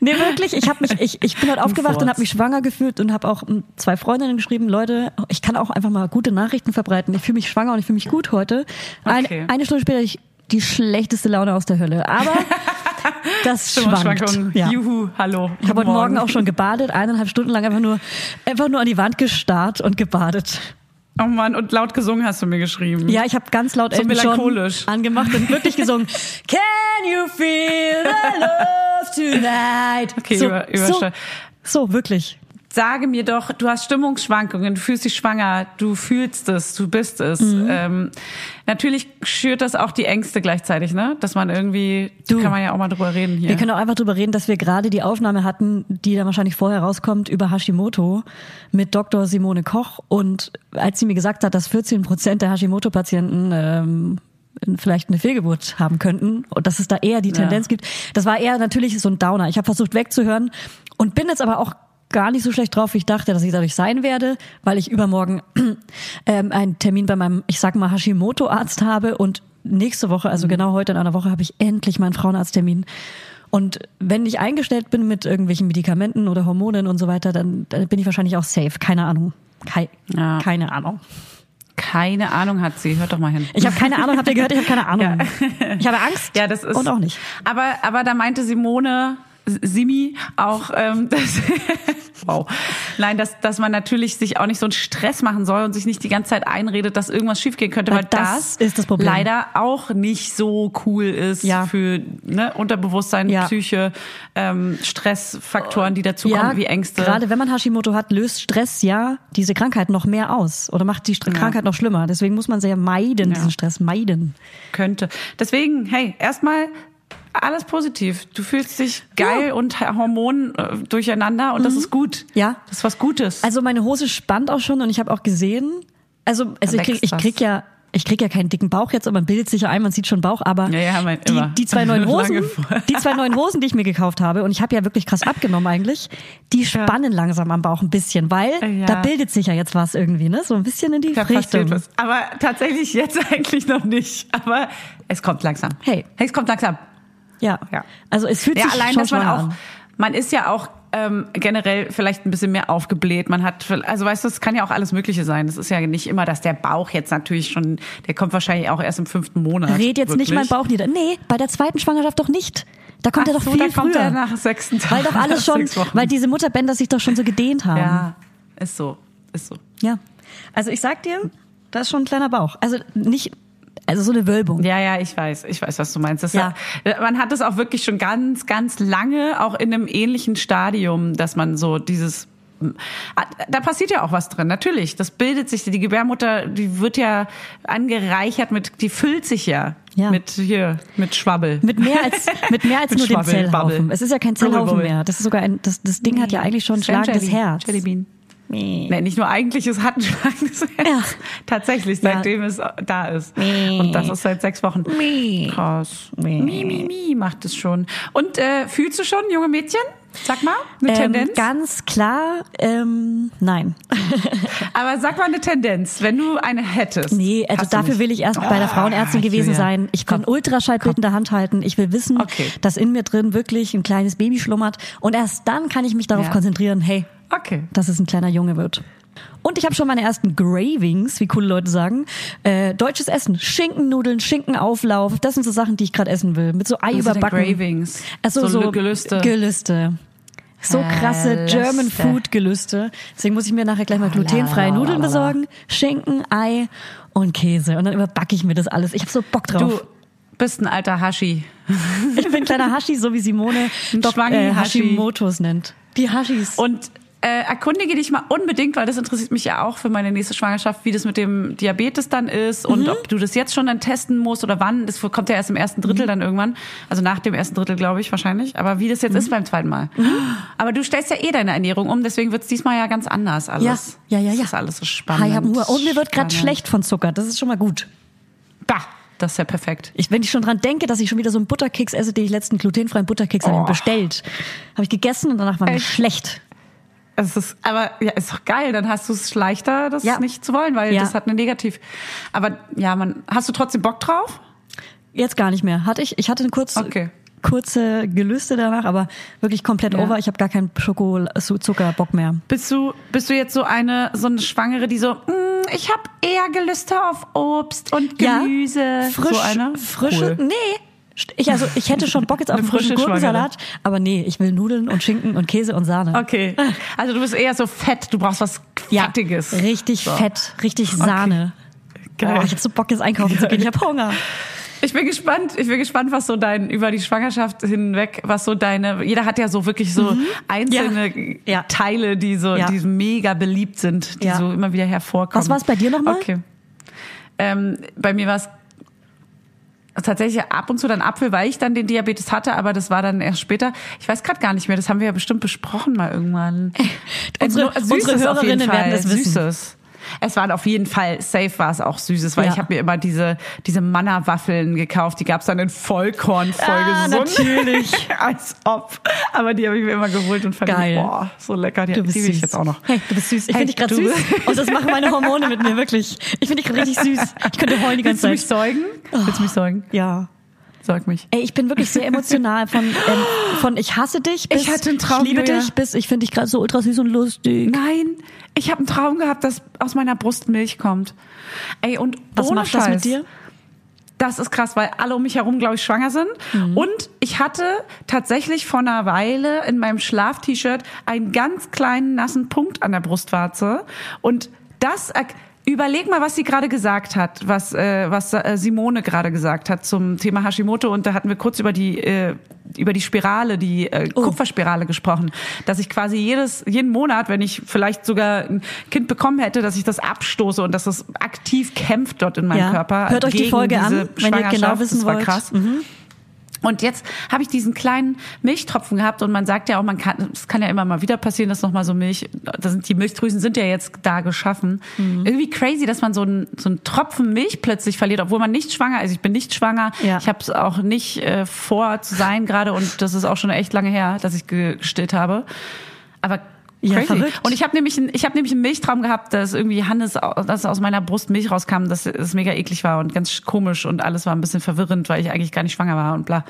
[SPEAKER 3] nee, wirklich, ich habe mich ich, ich bin heute aufgewacht und
[SPEAKER 2] Furz.
[SPEAKER 3] habe mich schwanger gefühlt und habe auch mm, zwei Freundinnen geschrieben, Leute, ich kann auch einfach mal gute Nachrichten verbreiten. Ich fühle mich schwanger und ich fühle mich gut heute.
[SPEAKER 2] Okay.
[SPEAKER 3] Eine, eine Stunde später ich die schlechteste Laune aus der Hölle, aber das schwankt.
[SPEAKER 2] Stimmungsschwankungen.
[SPEAKER 3] Ja.
[SPEAKER 2] Juhu, hallo.
[SPEAKER 3] Ich habe heute
[SPEAKER 2] Guten
[SPEAKER 3] Morgen auch schon gebadet, eineinhalb Stunden lang einfach nur, einfach nur an die Wand gestarrt und gebadet.
[SPEAKER 2] Oh Mann, und laut gesungen hast du mir geschrieben.
[SPEAKER 3] Ja, ich habe ganz laut
[SPEAKER 2] So
[SPEAKER 3] Elton John
[SPEAKER 2] melancholisch.
[SPEAKER 3] angemacht und wirklich gesungen. Can you feel the love tonight?
[SPEAKER 2] Okay,
[SPEAKER 3] so,
[SPEAKER 2] über-
[SPEAKER 3] so,
[SPEAKER 2] überschall-
[SPEAKER 3] so, wirklich.
[SPEAKER 2] Sage mir doch, du hast Stimmungsschwankungen, du fühlst dich schwanger, du fühlst es, du bist es.
[SPEAKER 3] Mhm.
[SPEAKER 2] Ähm, natürlich schürt das auch die Ängste gleichzeitig, ne? Dass man irgendwie,
[SPEAKER 3] Du.
[SPEAKER 2] kann man ja auch mal drüber reden hier.
[SPEAKER 3] Wir können auch einfach drüber reden, dass wir gerade die Aufnahme hatten, die dann wahrscheinlich vorher rauskommt, über Hashimoto mit Dr. Simone Koch. Und als sie mir gesagt hat, dass 14 Prozent der Hashimoto-Patienten ähm, vielleicht eine Fehlgeburt haben könnten und dass es da eher die Tendenz gibt, das war eher natürlich so ein Downer. Ich habe versucht wegzuhören und bin jetzt aber auch gar nicht so schlecht drauf, wie ich dachte, dass ich dadurch sein werde, weil ich übermorgen ähm, einen Termin bei meinem, ich sag mal, Hashimoto-Arzt habe und nächste Woche, also genau heute in einer Woche, habe ich endlich meinen Frauenarzttermin. Und wenn ich eingestellt bin mit irgendwelchen Medikamenten oder Hormonen und so weiter, dann, dann bin ich wahrscheinlich auch safe. Keine Ahnung. Kei
[SPEAKER 2] Ja.
[SPEAKER 3] Keine Ahnung.
[SPEAKER 2] Keine Ahnung hat sie, hört doch mal hin.
[SPEAKER 3] Ich habe keine Ahnung, habt ihr gehört? Ich habe keine Ahnung. Ich habe Angst.
[SPEAKER 2] Ja, das ist.
[SPEAKER 3] Und auch nicht.
[SPEAKER 2] Aber, aber da meinte Simone, S- Simi, auch, ähm, dass, wow. Nein, dass, dass man natürlich sich auch nicht so einen Stress machen soll und sich nicht die ganze Zeit einredet, dass irgendwas schiefgehen könnte,
[SPEAKER 3] Weil
[SPEAKER 2] weil das,
[SPEAKER 3] das ist das Problem.
[SPEAKER 2] leider auch nicht so cool ist
[SPEAKER 3] Ja.
[SPEAKER 2] für ne, Unterbewusstsein,
[SPEAKER 3] Ja.
[SPEAKER 2] Psyche, ähm, Stressfaktoren, die dazukommen, wie Ängste.
[SPEAKER 3] Gerade wenn man Hashimoto hat, löst Stress ja diese Krankheit noch mehr aus oder macht die Str Krankheit noch schlimmer. Deswegen muss man sehr meiden, diesen Stress meiden.
[SPEAKER 2] könnte. Deswegen, hey, erstmal alles positiv. Du fühlst dich geil und Hormonen äh, durcheinander und das ist gut.
[SPEAKER 3] Mhm. Ja.
[SPEAKER 2] Das ist was Gutes.
[SPEAKER 3] Also meine Hose spannt auch schon und ich habe auch gesehen, also, also ich, krieg,
[SPEAKER 2] wächst
[SPEAKER 3] ich
[SPEAKER 2] was.
[SPEAKER 3] krieg ja ich krieg ja keinen dicken Bauch jetzt, aber man bildet sich ja ein, man sieht schon Bauch, aber
[SPEAKER 2] Ja, ja, mein-
[SPEAKER 3] die,
[SPEAKER 2] immer.
[SPEAKER 3] die zwei neuen Hosen,
[SPEAKER 2] Lange vor.
[SPEAKER 3] die zwei neuen Hosen, die ich mir gekauft habe, und ich habe ja wirklich krass abgenommen eigentlich, die spannen langsam am Bauch ein bisschen, weil
[SPEAKER 2] Ja.
[SPEAKER 3] da bildet sich ja jetzt was irgendwie, ne? So ein bisschen in die
[SPEAKER 2] Da passiert
[SPEAKER 3] Richtung.
[SPEAKER 2] was. Aber tatsächlich jetzt eigentlich noch nicht. Aber es kommt langsam.
[SPEAKER 3] Hey.
[SPEAKER 2] hey es kommt langsam.
[SPEAKER 3] Ja.
[SPEAKER 2] Ja.
[SPEAKER 3] Also es fühlt
[SPEAKER 2] Ja,
[SPEAKER 3] sich
[SPEAKER 2] allein,
[SPEAKER 3] schon
[SPEAKER 2] dass man
[SPEAKER 3] schwanger
[SPEAKER 2] auch,
[SPEAKER 3] an.
[SPEAKER 2] man ist ja auch ähm, generell vielleicht ein bisschen mehr aufgebläht. Man hat, also weißt du, es kann ja auch alles Mögliche sein. Es ist ja nicht immer, dass der Bauch jetzt natürlich schon, der kommt wahrscheinlich auch erst im fünften Monat.
[SPEAKER 3] Red jetzt nicht mein
[SPEAKER 2] wirklich.
[SPEAKER 3] Bauch nieder. Nee, bei der zweiten Schwangerschaft doch nicht. Da kommt
[SPEAKER 2] Ach
[SPEAKER 3] er doch
[SPEAKER 2] so,
[SPEAKER 3] viel
[SPEAKER 2] da kommt
[SPEAKER 3] früher.
[SPEAKER 2] er nach sechsten Tag.
[SPEAKER 3] weil doch alles
[SPEAKER 2] nach
[SPEAKER 3] schon,
[SPEAKER 2] sechs Wochen.
[SPEAKER 3] weil diese Mutterbänder sich doch schon so gedehnt haben.
[SPEAKER 2] Ja, ist so, ist so.
[SPEAKER 3] Ja. Also ich sag dir, das ist schon ein kleiner Bauch. Also nicht, also so eine Wölbung.
[SPEAKER 2] Ja, ja, ich weiß, ich weiß, was du meinst. Das
[SPEAKER 3] Ja.
[SPEAKER 2] hat, man hat es auch wirklich schon ganz, ganz lange, auch in einem ähnlichen Stadium, dass man so dieses äh, da passiert ja auch was drin, natürlich. Das bildet sich, die Gebärmutter, die wird ja angereichert mit, die füllt sich ja,
[SPEAKER 3] Ja.
[SPEAKER 2] mit hier, mit Schwabbel.
[SPEAKER 3] Mit mehr als, mit mehr als
[SPEAKER 2] Mit
[SPEAKER 3] nur dem
[SPEAKER 2] Schwabbel,
[SPEAKER 3] Zellhaufen.
[SPEAKER 2] Babbel.
[SPEAKER 3] Es ist ja kein Zellhaufen
[SPEAKER 2] Blubbel,
[SPEAKER 3] mehr. Das ist sogar ein, das, das Ding hat ja eigentlich schon ein schlagendes Herz.
[SPEAKER 2] Jellybean. Nee, nicht nur eigentlich, es hat ein schlagendes Herz.
[SPEAKER 3] Ja.
[SPEAKER 2] Tatsächlich,
[SPEAKER 3] Ja.
[SPEAKER 2] seitdem es da ist. Und das ist seit sechs Wochen. Krass. Mi, mi, mi macht es schon. Und äh, fühlst du schon, junge Mädchen? Sag mal, eine
[SPEAKER 3] Ähm,
[SPEAKER 2] Tendenz.
[SPEAKER 3] ganz klar, ähm, nein.
[SPEAKER 2] Aber sag mal eine Tendenz, wenn du eine hättest.
[SPEAKER 3] Nee, also
[SPEAKER 2] Hast du
[SPEAKER 3] dafür
[SPEAKER 2] nicht. Ah,
[SPEAKER 3] will ich erst bei der Frauenärztin gewesen
[SPEAKER 2] Julia.
[SPEAKER 3] sein. Ich will ein Ultraschallbild in der Hand halten. Ich will wissen,
[SPEAKER 2] Okay.
[SPEAKER 3] dass in mir drin wirklich ein kleines Baby schlummert. Und erst dann kann ich mich darauf
[SPEAKER 2] Ja.
[SPEAKER 3] konzentrieren, hey,
[SPEAKER 2] Okay.
[SPEAKER 3] dass es ein kleiner Junge wird. Und ich habe schon meine ersten Gravings, wie coole Leute sagen. Äh, deutsches Essen, Schinkennudeln, Schinkenauflauf, das sind so Sachen, die ich gerade essen will. Mit so Ei
[SPEAKER 2] Was sind denn
[SPEAKER 3] überbacken.
[SPEAKER 2] Gravings?
[SPEAKER 3] Also so,
[SPEAKER 2] So Gelüste.
[SPEAKER 3] Gelüste. So krasse
[SPEAKER 2] Gelüste.
[SPEAKER 3] German Food Gelüste. Deswegen muss ich mir nachher
[SPEAKER 2] Ah,
[SPEAKER 3] gleich mal glutenfreie Nudeln besorgen, Schinken, Ei und Käse. Und dann überbacke ich mir das alles. Ich habe so Bock
[SPEAKER 2] Du
[SPEAKER 3] drauf.
[SPEAKER 2] bist ein alter Haschi.
[SPEAKER 3] Ich bin kleiner Hashi, so wie Simone äh,
[SPEAKER 2] Ein
[SPEAKER 3] Dok
[SPEAKER 2] Schwangi-Hashi.
[SPEAKER 3] Hashimoto's nennt. Die Hashis.
[SPEAKER 2] Und äh, erkundige dich mal unbedingt, weil das interessiert mich ja auch für meine nächste Schwangerschaft, wie das mit dem Diabetes dann ist und
[SPEAKER 3] Mhm.
[SPEAKER 2] ob du das jetzt schon dann testen musst oder wann. Das kommt ja erst im ersten Drittel
[SPEAKER 3] Mhm.
[SPEAKER 2] dann irgendwann. Also nach dem ersten Drittel, glaube ich, wahrscheinlich. Aber wie das
[SPEAKER 3] Mhm.
[SPEAKER 2] jetzt ist beim zweiten Mal. Aber du stellst ja eh deine Ernährung um, deswegen wird es diesmal ja ganz anders alles.
[SPEAKER 3] Ja, ja, ja, ja.
[SPEAKER 2] Das ist alles so
[SPEAKER 3] Hi,
[SPEAKER 2] spannend.
[SPEAKER 3] hab Hunger. Und mir wird
[SPEAKER 2] Spannend.
[SPEAKER 3] gerade schlecht von Zucker. Das ist schon mal gut.
[SPEAKER 2] Bah, das ist ja perfekt.
[SPEAKER 3] Ich, wenn ich schon dran denke, dass ich schon wieder so einen Butterkeks esse, den ich letzten glutenfreien Butterkeks habe ich bestellt. Habe ich gegessen und danach war mir
[SPEAKER 2] Echt?
[SPEAKER 3] schlecht.
[SPEAKER 2] Es ist, aber ja, ist doch geil. Dann hast du es leichter, das
[SPEAKER 3] Ja.
[SPEAKER 2] nicht zu wollen, weil
[SPEAKER 3] Ja.
[SPEAKER 2] das hat eine Negativ. Aber ja, man, hast du trotzdem Bock drauf?
[SPEAKER 3] Jetzt gar nicht mehr. Hatte ich, ich hatte eine kurze,
[SPEAKER 2] Okay.
[SPEAKER 3] kurze Gelüste danach, aber wirklich komplett
[SPEAKER 2] Ja.
[SPEAKER 3] over. Ich habe gar keinen Schoko Zuckerbock mehr.
[SPEAKER 2] Bist du, bist du jetzt so eine, so eine Schwangere, die so, "Mm, ich habe eher Gelüste auf Obst und Gemüse.
[SPEAKER 3] Ja, frisch,
[SPEAKER 2] so eine?
[SPEAKER 3] frische,
[SPEAKER 2] Cool.
[SPEAKER 3] nee. Ich, also, ich hätte schon Bock jetzt auf
[SPEAKER 2] Eine
[SPEAKER 3] einen frischen
[SPEAKER 2] frische
[SPEAKER 3] Gurkensalat, aber nee, ich will Nudeln und Schinken und Käse und Sahne.
[SPEAKER 2] Okay. Also du bist eher so fett. Du brauchst was Fettiges.
[SPEAKER 3] richtig
[SPEAKER 2] so.
[SPEAKER 3] fett, richtig Sahne.
[SPEAKER 2] Geil.
[SPEAKER 3] Boah, ich hab so Bock jetzt einkaufen zu gehen, ich hab Hunger.
[SPEAKER 2] Ich bin gespannt, ich bin gespannt, was so dein, über die Schwangerschaft hinweg, was so deine, jeder hat ja so wirklich so einzelne
[SPEAKER 3] Mhm. Ja.
[SPEAKER 2] Teile, die so,
[SPEAKER 3] Ja.
[SPEAKER 2] die mega beliebt sind, die
[SPEAKER 3] Ja.
[SPEAKER 2] so immer wieder hervorkommen.
[SPEAKER 3] Was war's bei dir nochmal?
[SPEAKER 2] Okay. Ähm, bei mir war es tatsächlich ab und zu dann Apfel, weil ich dann den Diabetes hatte, aber das war dann erst später. Ich weiß gerade gar nicht mehr, das haben wir ja bestimmt besprochen mal irgendwann.
[SPEAKER 3] Unsere-
[SPEAKER 2] Nur- Süßes
[SPEAKER 3] Äh, unsere
[SPEAKER 2] auf jeden
[SPEAKER 3] Hörerinnen werden
[SPEAKER 2] Fall,
[SPEAKER 3] das wissen.
[SPEAKER 2] Süßes. Es waren auf jeden Fall, safe war es auch Süßes, weil
[SPEAKER 3] Ja.
[SPEAKER 2] ich habe mir immer diese, diese Manna-Waffeln gekauft, die gab es dann in Vollkorn
[SPEAKER 3] Ah,
[SPEAKER 2] vollgesund. natürlich. Als ob. Aber die habe ich mir immer geholt und fand,
[SPEAKER 3] Geil.
[SPEAKER 2] die, boah, so lecker, die,
[SPEAKER 3] Du bist
[SPEAKER 2] die will
[SPEAKER 3] süß.
[SPEAKER 2] ich jetzt auch noch.
[SPEAKER 3] Hey, du bist süß. Ich
[SPEAKER 2] Hey,
[SPEAKER 3] finde dich gerade
[SPEAKER 2] du
[SPEAKER 3] süß.
[SPEAKER 2] bist-
[SPEAKER 3] Und das machen meine Hormone mit mir, wirklich. Ich finde dich richtig süß. Ich könnte heulen die
[SPEAKER 2] Willst du
[SPEAKER 3] ganze
[SPEAKER 2] mich
[SPEAKER 3] Zeit. Oh.
[SPEAKER 2] säugen? Willst du mich säugen?
[SPEAKER 3] Ja.
[SPEAKER 2] Säug mich.
[SPEAKER 3] Ey, ich bin wirklich sehr emotional von, ähm, von ich hasse dich bis
[SPEAKER 2] Ich hatte einen Traum,
[SPEAKER 3] ich liebe
[SPEAKER 2] Julia.
[SPEAKER 3] dich bis ich finde dich gerade so ultra süß und lustig.
[SPEAKER 2] Nein, ich habe einen Traum gehabt, dass aus meiner Brust Milch kommt. Ey, und
[SPEAKER 3] Was
[SPEAKER 2] ohne
[SPEAKER 3] macht
[SPEAKER 2] Scheiß,
[SPEAKER 3] das mit dir?
[SPEAKER 2] Das ist krass, weil alle um mich herum, glaube ich, schwanger sind. Und ich hatte tatsächlich vor einer Weile in meinem Schlaf-T-Shirt einen ganz kleinen nassen Punkt an der Brustwarze. Und das erk- Überleg mal, was sie gerade gesagt hat, was, äh, was äh, Simone gerade gesagt hat zum Thema Hashimoto. Und da hatten wir kurz über die, äh, über die Spirale, die äh, Kupferspirale gesprochen. Dass ich quasi jedes, jeden Monat, wenn ich vielleicht sogar ein Kind bekommen hätte, dass ich das abstoße und dass es aktiv kämpft dort in meinem
[SPEAKER 3] Ja.
[SPEAKER 2] Körper.
[SPEAKER 3] Hört euch die
[SPEAKER 2] gegen
[SPEAKER 3] Folge
[SPEAKER 2] diese
[SPEAKER 3] an, wenn ihr genau
[SPEAKER 2] Schwangerschaft.
[SPEAKER 3] wissen
[SPEAKER 2] das war
[SPEAKER 3] wollt.
[SPEAKER 2] Krass. Mhm. Und jetzt habe ich diesen kleinen Milchtropfen gehabt und man sagt ja auch, man kann, es kann ja immer mal wieder passieren, dass nochmal so Milch, da sind die Milchdrüsen sind ja jetzt da geschaffen. Irgendwie crazy, dass man so einen, so einen Tropfen Milch plötzlich verliert, obwohl man nicht schwanger, also ich bin nicht schwanger,
[SPEAKER 3] Ja.
[SPEAKER 2] ich habe es auch nicht äh, vor zu sein gerade und das ist auch schon echt lange her, dass ich ge- gestillt habe. Aber
[SPEAKER 3] Ja,
[SPEAKER 2] Crazy.
[SPEAKER 3] verrückt.
[SPEAKER 2] und ich habe nämlich, einen- ich hab nämlich einen Milchtraum gehabt, dass irgendwie Hannes, au- dass aus meiner Brust Milch rauskam, dass es mega eklig war und ganz komisch und alles war ein bisschen verwirrend, weil ich eigentlich gar nicht schwanger war und bla.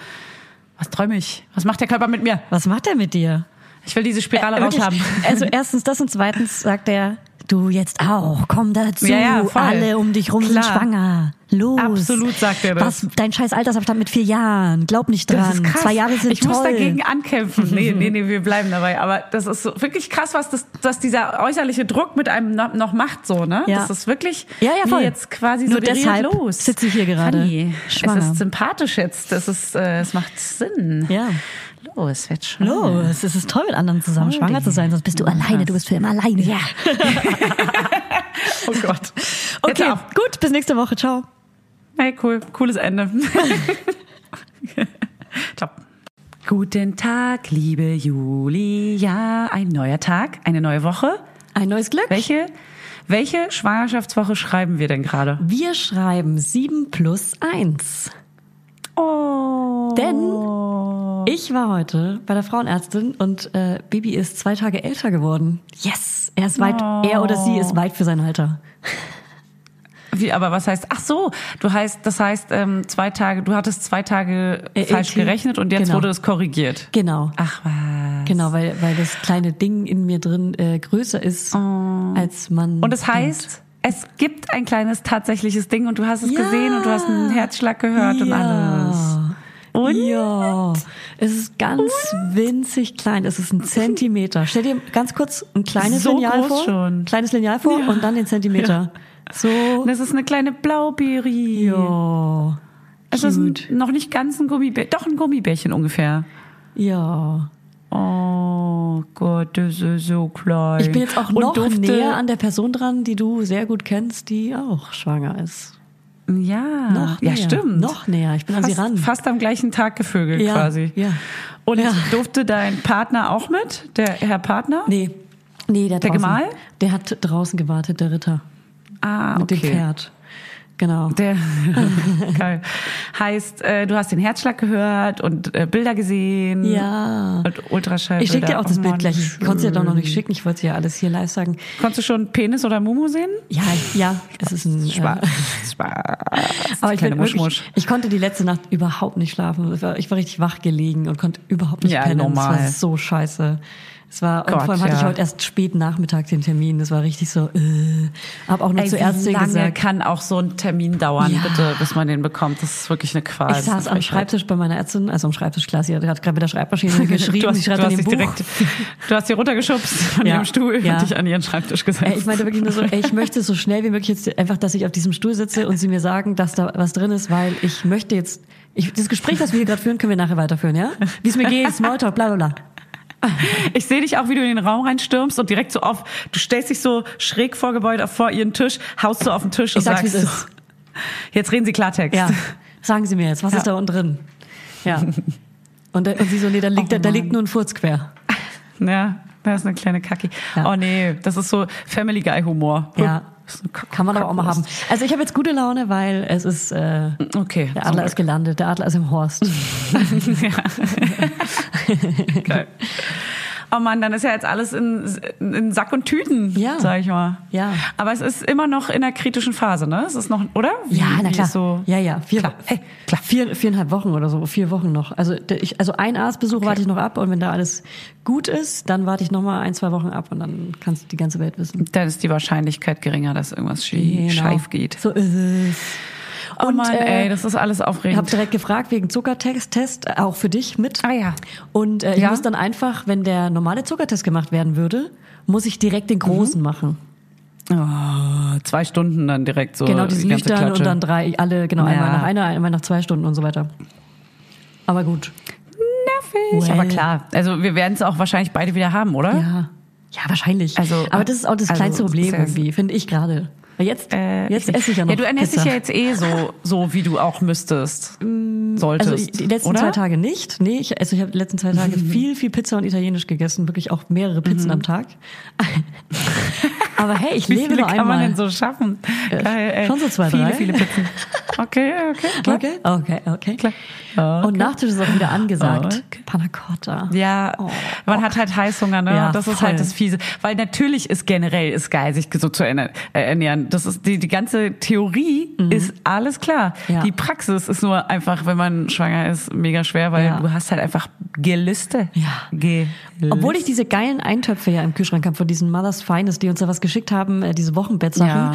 [SPEAKER 2] Was träume ich? Was macht der Körper mit mir?
[SPEAKER 3] Was macht er mit dir?
[SPEAKER 2] Ich will diese Spirale
[SPEAKER 3] Äh, wirklich.
[SPEAKER 2] raushaben.
[SPEAKER 3] Also erstens das und zweitens sagt er, du jetzt auch, komm dazu,
[SPEAKER 2] Ja, ja, voll.
[SPEAKER 3] alle um dich rum
[SPEAKER 2] Klar.
[SPEAKER 3] sind schwanger. Los.
[SPEAKER 2] Absolut sagt er das.
[SPEAKER 3] Was, dein scheiß Altersabstand mit vier Jahren, glaub nicht dran.
[SPEAKER 2] Das ist krass.
[SPEAKER 3] Zwei Jahre sind
[SPEAKER 2] ich
[SPEAKER 3] toll.
[SPEAKER 2] muss dagegen ankämpfen. Nee, nee, nee, wir bleiben dabei. Aber das ist so wirklich krass, was das, dass dieser äußerliche Druck mit einem no- noch macht, so, ne?
[SPEAKER 3] Ja.
[SPEAKER 2] Das ist wirklich
[SPEAKER 3] Ja, ja,
[SPEAKER 2] mir
[SPEAKER 3] voll.
[SPEAKER 2] jetzt quasi
[SPEAKER 3] Nur
[SPEAKER 2] so
[SPEAKER 3] deshalb
[SPEAKER 2] los.
[SPEAKER 3] sitze ich hier gerade
[SPEAKER 2] Fanny,
[SPEAKER 3] schwanger.
[SPEAKER 2] Es ist sympathisch jetzt. Das ist, äh, es macht Sinn.
[SPEAKER 3] Ja.
[SPEAKER 2] Los, wird schon.
[SPEAKER 3] Los, es ist toll, mit anderen zusammen schwanger zu sein, sonst bist du alleine, du bist für immer alleine. Ja.
[SPEAKER 2] Oh Gott. Jetzt
[SPEAKER 3] Okay,
[SPEAKER 2] auf.
[SPEAKER 3] gut, bis nächste Woche, ciao.
[SPEAKER 2] Hey, cool. Cooles Ende. Top. Guten Tag, liebe Julia. Ein neuer Tag, eine neue Woche.
[SPEAKER 3] Ein neues Glück.
[SPEAKER 2] Welche, welche Schwangerschaftswoche schreiben wir denn gerade?
[SPEAKER 3] Wir schreiben 7 plus 1.
[SPEAKER 2] Oh.
[SPEAKER 3] Denn ich war heute bei der Frauenärztin und äh, Bibi ist zwei Tage älter geworden. Yes, er ist weit, er oder sie ist weit für sein Alter.
[SPEAKER 2] Wie, aber was heißt, ach so, du heißt, das heißt, ähm, zwei Tage, du hattest zwei Tage
[SPEAKER 3] Äh,
[SPEAKER 2] falsch
[SPEAKER 3] AT.
[SPEAKER 2] gerechnet und jetzt
[SPEAKER 3] Genau.
[SPEAKER 2] wurde es korrigiert.
[SPEAKER 3] Genau,
[SPEAKER 2] Ach was.
[SPEAKER 3] genau, weil weil das kleine Ding in mir drin äh, größer ist als man.
[SPEAKER 2] Oh. Und es heißt, es gibt ein kleines tatsächliches Ding und du hast es
[SPEAKER 3] Ja.
[SPEAKER 2] gesehen und du hast einen Herzschlag gehört und alles. Und?
[SPEAKER 3] Ja, es ist ganz winzig klein. Es ist ein Zentimeter. Stell dir ganz kurz ein kleines
[SPEAKER 2] So
[SPEAKER 3] Lineal
[SPEAKER 2] groß
[SPEAKER 3] vor,
[SPEAKER 2] schon. Ne,
[SPEAKER 3] kleines Lineal vor und dann den Zentimeter. So.
[SPEAKER 2] Das ist eine kleine Blaubeere.
[SPEAKER 3] Ja.
[SPEAKER 2] es ist ein,
[SPEAKER 3] cute.
[SPEAKER 2] noch nicht ganz ein Gummibärchen, doch ein Gummibärchen ungefähr.
[SPEAKER 3] Ja.
[SPEAKER 2] Oh. Oh Gott, das ist so klein.
[SPEAKER 3] Ich bin jetzt auch
[SPEAKER 2] Und
[SPEAKER 3] noch
[SPEAKER 2] durfte-
[SPEAKER 3] näher an der Person dran, die du sehr gut kennst, die auch schwanger ist.
[SPEAKER 2] Ja,
[SPEAKER 3] Noch
[SPEAKER 2] ja,
[SPEAKER 3] näher.
[SPEAKER 2] stimmt.
[SPEAKER 3] Noch näher. Ich bin an
[SPEAKER 2] fast,
[SPEAKER 3] sie ran.
[SPEAKER 2] Fast am gleichen Tag gevögelt
[SPEAKER 3] Ja,
[SPEAKER 2] quasi.
[SPEAKER 3] ja.
[SPEAKER 2] Und
[SPEAKER 3] Ja.
[SPEAKER 2] durfte dein Partner auch mit? Der Herr Partner?
[SPEAKER 3] Nee. Nee, der,
[SPEAKER 2] Der
[SPEAKER 3] draußen,
[SPEAKER 2] Gemahl?
[SPEAKER 3] Der hat draußen gewartet, der Ritter.
[SPEAKER 2] Ah,
[SPEAKER 3] Mit dem Pferd. Genau.
[SPEAKER 2] Der geil. heißt, äh, du hast den Herzschlag gehört und äh, Bilder gesehen.
[SPEAKER 3] ja.
[SPEAKER 2] Und Ultraschall.
[SPEAKER 3] Ich schicke dir auch das Bild gleich. Ich
[SPEAKER 2] Schön.
[SPEAKER 3] konnte es ja doch noch nicht schicken. Ich wollte ja alles hier live sagen.
[SPEAKER 2] Konntest du schon Penis oder Mumu sehen?
[SPEAKER 3] Ja, ja, es ist ein
[SPEAKER 2] Spaß.
[SPEAKER 3] Äh,
[SPEAKER 2] Spaß.
[SPEAKER 3] aber ich,
[SPEAKER 2] Kleine
[SPEAKER 3] bin wirklich,
[SPEAKER 2] Muschmusch.
[SPEAKER 3] ich konnte die letzte Nacht überhaupt nicht schlafen. Ich war, ich war richtig wach gelegen und konnte überhaupt nicht
[SPEAKER 2] Ja,
[SPEAKER 3] pennen. Es
[SPEAKER 2] normal.
[SPEAKER 3] war so scheiße. Es war und
[SPEAKER 2] Gott,
[SPEAKER 3] vor allem hatte ich
[SPEAKER 2] ja.
[SPEAKER 3] heute erst spät Nachmittag den Termin. Das war richtig so. Äh. Hab auch nur
[SPEAKER 2] Ey,
[SPEAKER 3] zur
[SPEAKER 2] wie
[SPEAKER 3] Ärztin
[SPEAKER 2] lange
[SPEAKER 3] gesagt.
[SPEAKER 2] kann auch so ein Termin dauern,
[SPEAKER 3] Ja.
[SPEAKER 2] bitte, bis man den bekommt? Das ist wirklich eine Qual.
[SPEAKER 3] Ich saß am Schreibtisch bei meiner Ärztin, also am Schreibtisch, klar, sie hat gerade mit der Schreibmaschine geschrieben,
[SPEAKER 2] Du hast,
[SPEAKER 3] sie schreibt
[SPEAKER 2] du hast
[SPEAKER 3] in dem
[SPEAKER 2] dich
[SPEAKER 3] Buch.
[SPEAKER 2] direkt, du hast sie runtergeschubst von
[SPEAKER 3] Ja.
[SPEAKER 2] ihrem Stuhl
[SPEAKER 3] Ja.
[SPEAKER 2] und dich an ihren Schreibtisch gesetzt.
[SPEAKER 3] Ey, Äh, ich meinte wirklich nur so, ey, ich möchte so schnell wie möglich jetzt einfach, dass ich auf diesem Stuhl sitze und sie mir sagen, dass da was drin ist, weil ich möchte jetzt, ich, das Gespräch, das wir hier gerade führen, können wir nachher weiterführen, ja? Wie es mir geht, Smalltalk, bla, bla, bla.
[SPEAKER 2] Ich sehe dich auch, wie du in den Raum reinstürmst und direkt so auf, du stellst dich so schräg vorgebeugt auf- vor ihren Tisch, haust so auf den Tisch
[SPEAKER 3] Ich
[SPEAKER 2] und
[SPEAKER 3] sag's, wie
[SPEAKER 2] sagst,
[SPEAKER 3] es
[SPEAKER 2] so,
[SPEAKER 3] ist.
[SPEAKER 2] jetzt reden sie Klartext.
[SPEAKER 3] Ja. Sagen Sie mir jetzt, was ist da unten drin? Ja. Und, da- und sie so, nee, da liegt,
[SPEAKER 2] Oh,
[SPEAKER 3] da
[SPEAKER 2] Mann.
[SPEAKER 3] liegt nur ein Furz quer.
[SPEAKER 2] Ja, das ist eine kleine Kacki.
[SPEAKER 3] Ja.
[SPEAKER 2] Oh nee, das ist so Family Guy Humor.
[SPEAKER 3] Ja.
[SPEAKER 2] Das ist eine Kack-
[SPEAKER 3] Kann man aber auch mal haben.
[SPEAKER 2] Kackwurst.
[SPEAKER 3] Also ich habe jetzt gute Laune, weil es ist, äh,
[SPEAKER 2] Okay.
[SPEAKER 3] der Adler ist
[SPEAKER 2] zum
[SPEAKER 3] gelandet, der Adler ist im Horst.
[SPEAKER 2] Glück. Geil. Oh Mann, dann ist ja jetzt alles in, in Sack und Tüten,
[SPEAKER 3] Ja.
[SPEAKER 2] sag ich mal.
[SPEAKER 3] Ja.
[SPEAKER 2] Aber es ist immer noch in der kritischen Phase, ne? Es ist noch, oder? Wie-
[SPEAKER 3] Ja, na
[SPEAKER 2] wie
[SPEAKER 3] klar.
[SPEAKER 2] ist So
[SPEAKER 3] ja, ja. Vier,
[SPEAKER 2] Klar. Hey, klar.
[SPEAKER 3] Vier, viereinhalb Wochen oder so, vier Wochen noch. Also der- ich, also ein Arztbesuch warte ich noch ab und wenn da alles gut ist, dann warte ich noch mal ein, zwei Wochen ab und dann kannst die ganze Welt wissen.
[SPEAKER 2] dann ist die Wahrscheinlichkeit geringer, dass irgendwas schie-
[SPEAKER 3] Genau.
[SPEAKER 2] scheif geht.
[SPEAKER 3] So ist es.
[SPEAKER 2] Oh Mann,
[SPEAKER 3] äh,
[SPEAKER 2] ey, das ist alles
[SPEAKER 3] Ich habe
[SPEAKER 2] aufregend.
[SPEAKER 3] direkt gefragt wegen Zuckertest, Test, äh, auch für dich mit.
[SPEAKER 2] Ah ja.
[SPEAKER 3] Und äh, ich
[SPEAKER 2] Ja.
[SPEAKER 3] muss dann einfach, wenn der normale Zuckertest gemacht werden würde, muss ich direkt den
[SPEAKER 2] Mhm.
[SPEAKER 3] großen machen.
[SPEAKER 2] Oh, zwei Stunden dann direkt so.
[SPEAKER 3] Genau, diesen
[SPEAKER 2] Oh, die ganze
[SPEAKER 3] nüchtern und
[SPEAKER 2] Klatsche.
[SPEAKER 3] dann drei, alle, genau,
[SPEAKER 2] Ja.
[SPEAKER 3] einmal nach einer, einmal nach zwei Stunden und so weiter. Aber gut.
[SPEAKER 2] nervig.
[SPEAKER 3] Well.
[SPEAKER 2] Aber klar, also wir werden es auch wahrscheinlich beide wieder haben, oder?
[SPEAKER 3] Ja, ja wahrscheinlich.
[SPEAKER 2] Also,
[SPEAKER 3] aber das ist auch das
[SPEAKER 2] also,
[SPEAKER 3] kleinste Problem
[SPEAKER 2] ist ja-
[SPEAKER 3] irgendwie, finde ich gerade. Weil jetzt,
[SPEAKER 2] Äh,
[SPEAKER 3] jetzt esse ich ja noch.
[SPEAKER 2] Ja, du ernährst
[SPEAKER 3] Pizza.
[SPEAKER 2] dich ja jetzt eh so, so wie du auch müsstest. Solltest.
[SPEAKER 3] Also ich- die letzten
[SPEAKER 2] oder?
[SPEAKER 3] zwei Tage nicht. Nee, ich, also ich habe die letzten zwei Tage viel, viel Pizza und Italienisch gegessen. Wirklich auch mehrere Pizzen am Tag. Aber hey, ich
[SPEAKER 2] Mhm. Wie
[SPEAKER 3] lebe
[SPEAKER 2] viele
[SPEAKER 3] nur
[SPEAKER 2] kann man
[SPEAKER 3] einmal.
[SPEAKER 2] denn so schaffen?
[SPEAKER 3] Ja,
[SPEAKER 2] Geil, ey.
[SPEAKER 3] schon so zwei,
[SPEAKER 2] viele,
[SPEAKER 3] drei.
[SPEAKER 2] Viele, Pizzen. Okay, okay. Klar.
[SPEAKER 3] okay, okay, okay.
[SPEAKER 2] Klar.
[SPEAKER 3] Und Nachtisch ist auch wieder angesagt. Panna Cotta.
[SPEAKER 2] Ja,
[SPEAKER 3] Oh.
[SPEAKER 2] man hat halt Heißhunger, ne?
[SPEAKER 3] Ja,
[SPEAKER 2] das ist
[SPEAKER 3] voll.
[SPEAKER 2] halt das Fiese. Weil natürlich ist generell ist geil, sich gesund zu ernä- äh, ernähren. Das ist die, die ganze Theorie ist alles klar.
[SPEAKER 3] Mhm. Ja.
[SPEAKER 2] Die Praxis ist nur einfach, wenn man schwanger ist, mega schwer, weil
[SPEAKER 3] Ja.
[SPEAKER 2] du hast halt einfach Gelüste.
[SPEAKER 3] Ja.
[SPEAKER 2] Gelüste.
[SPEAKER 3] Obwohl
[SPEAKER 2] Mhm.
[SPEAKER 3] ich diese geilen Eintöpfe ja im Kühlschrank habe von diesen Mother's Finest, die uns da was geschickt haben, äh, diese Wochenbettsachen.
[SPEAKER 2] Ja.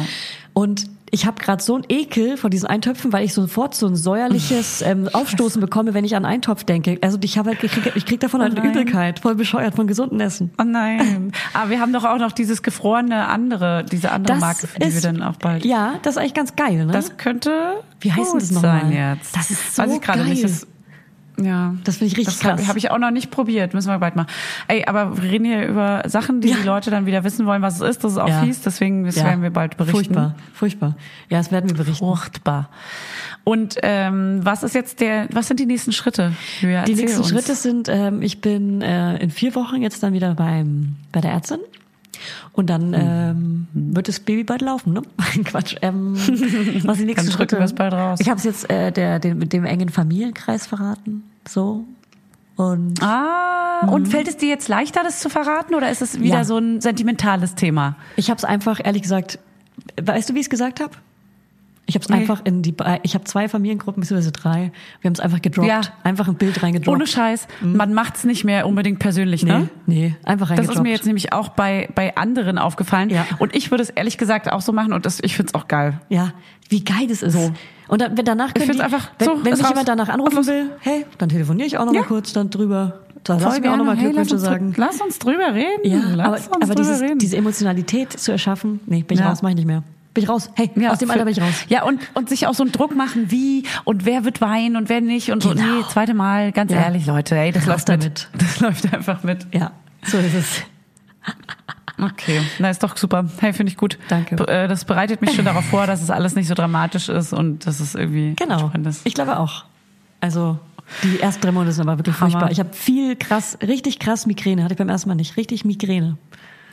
[SPEAKER 3] Und ich habe gerade so einen Ekel vor diesen Eintöpfen, weil ich sofort so ein säuerliches ähm, Aufstoßen bekomme, wenn ich an Eintopf denke. Also ich habe halt, ich krieg, ich krieg davon halt eine
[SPEAKER 2] Oh nein.
[SPEAKER 3] Übelkeit, voll bescheuert von gesundem Essen.
[SPEAKER 2] Oh nein. Aber wir haben doch auch noch dieses gefrorene andere, diese andere Marke, für die wir dann auch bald.
[SPEAKER 3] Ja, das ist eigentlich ganz geil, ne?
[SPEAKER 2] Das könnte
[SPEAKER 3] Wie heißt denn
[SPEAKER 2] gut
[SPEAKER 3] das nochmal?
[SPEAKER 2] sein jetzt.
[SPEAKER 3] Das ist so
[SPEAKER 2] Weiß ich gerade
[SPEAKER 3] geil.
[SPEAKER 2] nicht. Das, ja.
[SPEAKER 3] Das finde ich richtig
[SPEAKER 2] das hab-
[SPEAKER 3] krass.
[SPEAKER 2] Habe ich auch noch nicht probiert. Müssen wir bald mal. Ey, aber wir reden hier über Sachen, die
[SPEAKER 3] Ja.
[SPEAKER 2] die Leute dann wieder wissen wollen, was es ist. Das ist auch
[SPEAKER 3] Ja.
[SPEAKER 2] fies. Deswegen das
[SPEAKER 3] Ja.
[SPEAKER 2] werden wir bald berichten.
[SPEAKER 3] Furchtbar, furchtbar. Ja, das werden wir berichten.
[SPEAKER 2] Furchtbar. Und ähm, was ist jetzt der? Was sind die nächsten Schritte? Julia,
[SPEAKER 3] Die
[SPEAKER 2] erzähl
[SPEAKER 3] nächsten
[SPEAKER 2] uns.
[SPEAKER 3] Schritte sind, ähm, ich bin äh, in vier Wochen jetzt dann wieder beim bei der Ärztin. Und
[SPEAKER 2] Hm.
[SPEAKER 3] dann ähm, wird das Baby bald laufen, ne? Quatsch. Ähm, was die nächsten
[SPEAKER 2] drücken
[SPEAKER 3] Schritte?
[SPEAKER 2] wir's bald raus.
[SPEAKER 3] Ich habe es jetzt äh, der, dem, mit dem engen Familienkreis verraten, so und
[SPEAKER 2] Ah, und fällt es dir jetzt leichter, das zu verraten, oder ist es wieder
[SPEAKER 3] Mhm. Ja.
[SPEAKER 2] so ein sentimentales Thema?
[SPEAKER 3] ich habe es einfach ehrlich gesagt. Weißt du, wie ich es gesagt habe? Ich habe es einfach in die. Be- Ich habe zwei Familiengruppen beziehungsweise drei. Wir haben es einfach gedroppt.
[SPEAKER 2] Ja.
[SPEAKER 3] Einfach ein Bild reingedroppt.
[SPEAKER 2] Ohne Scheiß, man macht's nicht mehr unbedingt persönlich,
[SPEAKER 3] Mhm. Nee,
[SPEAKER 2] ne?
[SPEAKER 3] nee, einfach
[SPEAKER 2] Das
[SPEAKER 3] reingedroppt.
[SPEAKER 2] ist mir jetzt nämlich auch bei, bei anderen aufgefallen.
[SPEAKER 3] Ja.
[SPEAKER 2] Und ich würde es ehrlich gesagt auch so machen und das, ich finde es auch geil.
[SPEAKER 3] Ja, wie geil das ist. Und dann, wenn danach können
[SPEAKER 2] find's
[SPEAKER 3] die,
[SPEAKER 2] einfach
[SPEAKER 3] wenn,
[SPEAKER 2] so,
[SPEAKER 3] wenn
[SPEAKER 2] ist
[SPEAKER 3] mich
[SPEAKER 2] raus.
[SPEAKER 3] jemand danach anrufen
[SPEAKER 2] Und los.
[SPEAKER 3] will, hey, dann telefoniere ich auch noch
[SPEAKER 2] Ja.
[SPEAKER 3] mal kurz dann drüber. Da lass ich mir
[SPEAKER 2] gerne.
[SPEAKER 3] auch noch mal
[SPEAKER 2] Hey, lass
[SPEAKER 3] Glückwünsche
[SPEAKER 2] uns drü-
[SPEAKER 3] sagen.
[SPEAKER 2] Lass uns drüber reden.
[SPEAKER 3] Ja, aber,
[SPEAKER 2] lass uns
[SPEAKER 3] aber
[SPEAKER 2] drüber
[SPEAKER 3] dieses,
[SPEAKER 2] reden.
[SPEAKER 3] diese Emotionalität zu erschaffen, nee, bin ich
[SPEAKER 2] Ja.
[SPEAKER 3] raus, mach ich nicht mehr. Bin ich raus. Hey, aus dem
[SPEAKER 2] für-
[SPEAKER 3] Alter bin ich raus.
[SPEAKER 2] Ja, und, und sich auch so einen Druck machen, wie und wer wird weinen und wer nicht. Und so,
[SPEAKER 3] Genau.
[SPEAKER 2] nee, zweite Mal, ganz
[SPEAKER 3] Ja.
[SPEAKER 2] ehrlich, Leute, ey, das
[SPEAKER 3] Raus
[SPEAKER 2] läuft mit. Das läuft einfach mit.
[SPEAKER 3] Ja, So ist es.
[SPEAKER 2] Okay, na ist doch super. Hey, finde ich gut.
[SPEAKER 3] Danke.
[SPEAKER 2] B- äh, Das bereitet mich schon darauf vor, dass es alles nicht so dramatisch ist und dass es irgendwie
[SPEAKER 3] Genau.
[SPEAKER 2] entspannt ist.
[SPEAKER 3] Ich glaube auch. Also die ersten drei Monate sind aber wirklich
[SPEAKER 2] Hammer.
[SPEAKER 3] furchtbar. Ich habe viel krass, richtig krass Migräne. Hatte ich beim ersten Mal nicht. Richtig Migräne.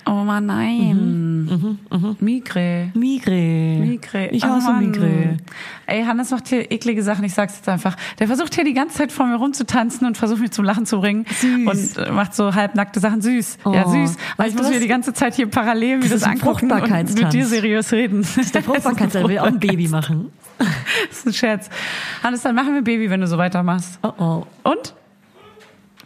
[SPEAKER 2] Oh Mann, nein. Migräne.
[SPEAKER 3] Migräne.
[SPEAKER 2] Migrä. Oh
[SPEAKER 3] Ich hasse
[SPEAKER 2] Mann.
[SPEAKER 3] Migräne.
[SPEAKER 2] Ey, Hannes macht hier eklige Sachen, ich sag's jetzt einfach. Der versucht hier die ganze Zeit vor mir rumzutanzen und versucht mich zum Lachen zu bringen.
[SPEAKER 3] Süß.
[SPEAKER 2] Und äh, macht so halbnackte Sachen süß. Ja,
[SPEAKER 3] Oh.
[SPEAKER 2] süß. Aber ich
[SPEAKER 3] Weißt du
[SPEAKER 2] muss mir
[SPEAKER 3] was?
[SPEAKER 2] die ganze Zeit hier parallel mir
[SPEAKER 3] Das
[SPEAKER 2] das,
[SPEAKER 3] ist ein
[SPEAKER 2] angucken und mit
[SPEAKER 3] Fruchtbarkeitstanz.
[SPEAKER 2] dir seriös reden. Das ist
[SPEAKER 3] Der Fruchtbarkeit will auch ein Baby machen.
[SPEAKER 2] Das ist ein Scherz. Hannes, dann machen wir Baby, wenn du so weitermachst.
[SPEAKER 3] Oh oh.
[SPEAKER 2] Und?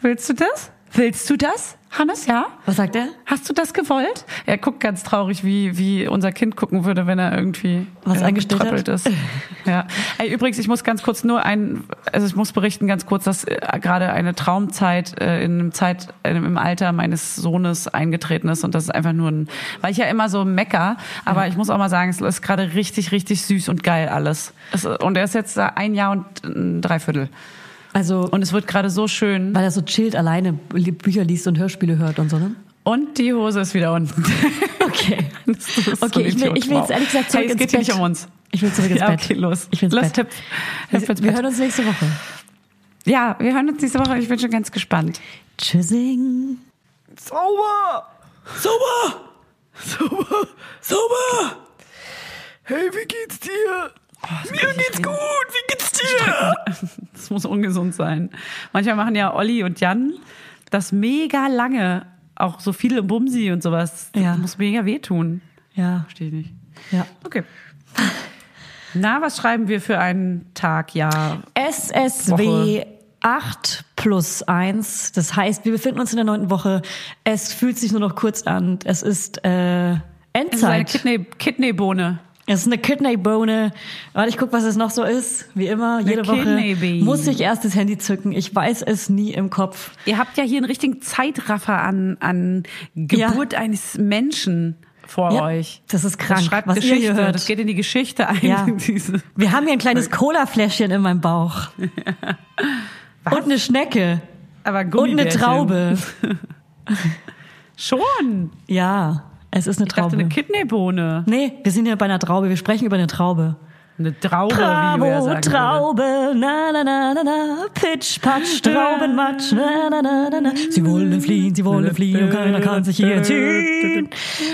[SPEAKER 2] Willst du das? Willst du das? Hannes, ja?
[SPEAKER 3] Was sagt er?
[SPEAKER 2] Hast du das gewollt? Er guckt ganz traurig, wie, wie unser Kind gucken würde, wenn er irgendwie
[SPEAKER 3] Was angestellt hat.
[SPEAKER 2] getröppelt ist. Ja. Ey, übrigens, ich muss ganz kurz nur ein, also ich muss berichten ganz kurz, dass äh, gerade eine Traumzeit äh, in einem Zeit äh, im Alter meines Sohnes eingetreten ist und das ist einfach nur ein, weil ich ja immer so mecker, aber ich muss auch mal sagen, es ist gerade richtig, richtig süß und geil alles. Es, und er ist jetzt da ein Jahr und ein Dreiviertel
[SPEAKER 3] Also,
[SPEAKER 2] und es wird gerade so schön.
[SPEAKER 3] weil er so chillt alleine li- Bücher liest und Hörspiele hört und so, ne?
[SPEAKER 2] Und die Hose ist wieder unten.
[SPEAKER 3] Okay.
[SPEAKER 2] Das ist so
[SPEAKER 3] Okay, ich will-
[SPEAKER 2] Idiot.
[SPEAKER 3] ich will jetzt ehrlich gesagt zurück
[SPEAKER 2] hey, es
[SPEAKER 3] ins
[SPEAKER 2] geht hier
[SPEAKER 3] Bett.
[SPEAKER 2] nicht um uns.
[SPEAKER 3] Ich will zurück ins
[SPEAKER 2] ja,
[SPEAKER 3] Bett.
[SPEAKER 2] okay, los.
[SPEAKER 3] Ich will ins
[SPEAKER 2] los,
[SPEAKER 3] Bett.
[SPEAKER 2] Tipp. Hüpf ins
[SPEAKER 3] Wir
[SPEAKER 2] Bett.
[SPEAKER 3] hören uns nächste Woche.
[SPEAKER 2] Ja, wir hören uns nächste Woche. Ich bin schon ganz gespannt.
[SPEAKER 3] Tschüssing.
[SPEAKER 6] Sauber! Sauber! Sauber! Sauber! Hey, wie geht's dir? Mir geht's gut, wie geht's dir?
[SPEAKER 2] Das muss ungesund sein. Manchmal machen ja Olli und Jan das mega lange. Auch so viele Bumsi und sowas. Das
[SPEAKER 3] Ja.
[SPEAKER 2] muss mega wehtun.
[SPEAKER 3] Ja,
[SPEAKER 2] Verstehe ich nicht.
[SPEAKER 3] ja.
[SPEAKER 2] Okay. Na, was schreiben wir für einen Tag? Ja.
[SPEAKER 3] SSW 8 plus 1. Das heißt, wir befinden uns in der neunten Woche. Es fühlt sich nur noch kurz an. Es
[SPEAKER 2] Es ist
[SPEAKER 3] ist äh,
[SPEAKER 2] eine
[SPEAKER 3] Endzeit.
[SPEAKER 2] Kidney, Kidneybohne.
[SPEAKER 3] Es ist eine Kidneybohne. Warte, ich guck, was es noch so ist. Wie immer, jede Woche
[SPEAKER 2] Kidneybean.
[SPEAKER 3] muss ich erst das Handy zücken. Ich weiß es nie im Kopf.
[SPEAKER 2] Ihr habt ja hier einen richtigen Zeitraffer an, an Geburt eines Menschen vor
[SPEAKER 3] Ja,
[SPEAKER 2] euch.
[SPEAKER 3] das ist krank,
[SPEAKER 2] Das schreibt
[SPEAKER 3] was ihr
[SPEAKER 2] Geschichte.
[SPEAKER 3] hier hört.
[SPEAKER 2] Das geht in die Geschichte ein.
[SPEAKER 3] Ja.
[SPEAKER 2] Diese.
[SPEAKER 3] Wir haben hier ein kleines Cola-Fläschchen in meinem Bauch. Und eine Schnecke.
[SPEAKER 2] Aber
[SPEAKER 3] Und eine
[SPEAKER 2] Gummibärchen.
[SPEAKER 3] Traube.
[SPEAKER 2] Schon.
[SPEAKER 3] Ja, es ist eine
[SPEAKER 2] Ich dachte,
[SPEAKER 3] Traube.
[SPEAKER 2] eine Kidneybohne.
[SPEAKER 3] Nee, wir sind hier bei einer Traube. Wir sprechen über eine Traube.
[SPEAKER 2] Eine Traube, wie wir
[SPEAKER 3] Bravo,
[SPEAKER 2] sagen würden.
[SPEAKER 3] Traube, na na na na na, Pitsch, Patsch, Traubenmatsch, na na na na na. Sie wollen fliehen, sie wollen fliehen und keiner kann sich hier entziehen.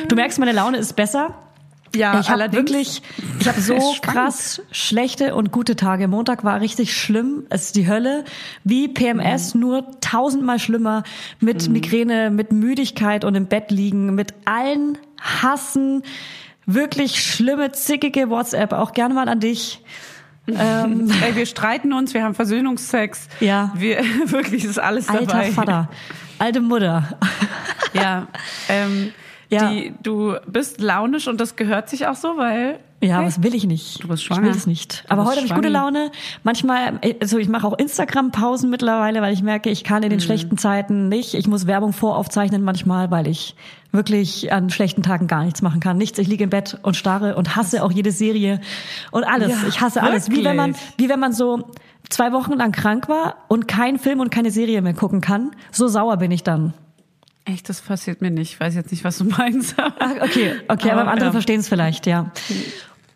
[SPEAKER 3] Du merkst, meine Laune ist besser.
[SPEAKER 2] Ja,
[SPEAKER 3] ich habe
[SPEAKER 2] allerdings-
[SPEAKER 3] wirklich, ich habe so
[SPEAKER 2] Spannend.
[SPEAKER 3] krass schlechte und gute Tage. Montag war richtig schlimm, es ist die Hölle. Wie PMS,
[SPEAKER 2] Mhm.
[SPEAKER 3] nur tausendmal schlimmer. Mit Migräne, mit Müdigkeit und im Bett liegen, mit allen Hassen. Wirklich schlimme, zickige WhatsApp, auch gerne mal an dich. Ähm,
[SPEAKER 2] Ey, wir streiten uns, wir haben Versöhnungsex.
[SPEAKER 3] Ja.
[SPEAKER 2] Wir, wirklich ist alles
[SPEAKER 3] alter
[SPEAKER 2] dabei.
[SPEAKER 3] Vater, alte Mutter.
[SPEAKER 2] Ja. Ähm,
[SPEAKER 3] Ja.
[SPEAKER 2] Die, du bist launisch und das gehört sich auch so, weil
[SPEAKER 3] Ja, was will ich nicht?
[SPEAKER 2] Du bist
[SPEAKER 3] Ich
[SPEAKER 2] schwanger.
[SPEAKER 3] will das nicht.
[SPEAKER 2] Du
[SPEAKER 3] Aber
[SPEAKER 2] bist
[SPEAKER 3] heute habe ich gute
[SPEAKER 2] schwanger.
[SPEAKER 3] Laune. Manchmal, also ich mache auch Instagram-Pausen mittlerweile, weil ich merke, ich kann in den
[SPEAKER 2] Mhm.
[SPEAKER 3] schlechten Zeiten nicht. Ich muss Werbung voraufzeichnen manchmal, weil ich wirklich an schlechten Tagen gar nichts machen kann. Nichts. Ich liege im Bett und starre und hasse auch jede Serie und alles.
[SPEAKER 2] Ja,
[SPEAKER 3] ich hasse alles. Wie wenn man,
[SPEAKER 2] wirklich?
[SPEAKER 3] wie wenn man so zwei Wochen lang krank war und keinen Film und keine Serie mehr gucken kann. So sauer bin ich dann.
[SPEAKER 2] echt, das passiert mir nicht. Ich weiß jetzt nicht, was du meinst.
[SPEAKER 3] Ach, okay, okay, aber, andere
[SPEAKER 2] ja.
[SPEAKER 3] verstehen es vielleicht, ja.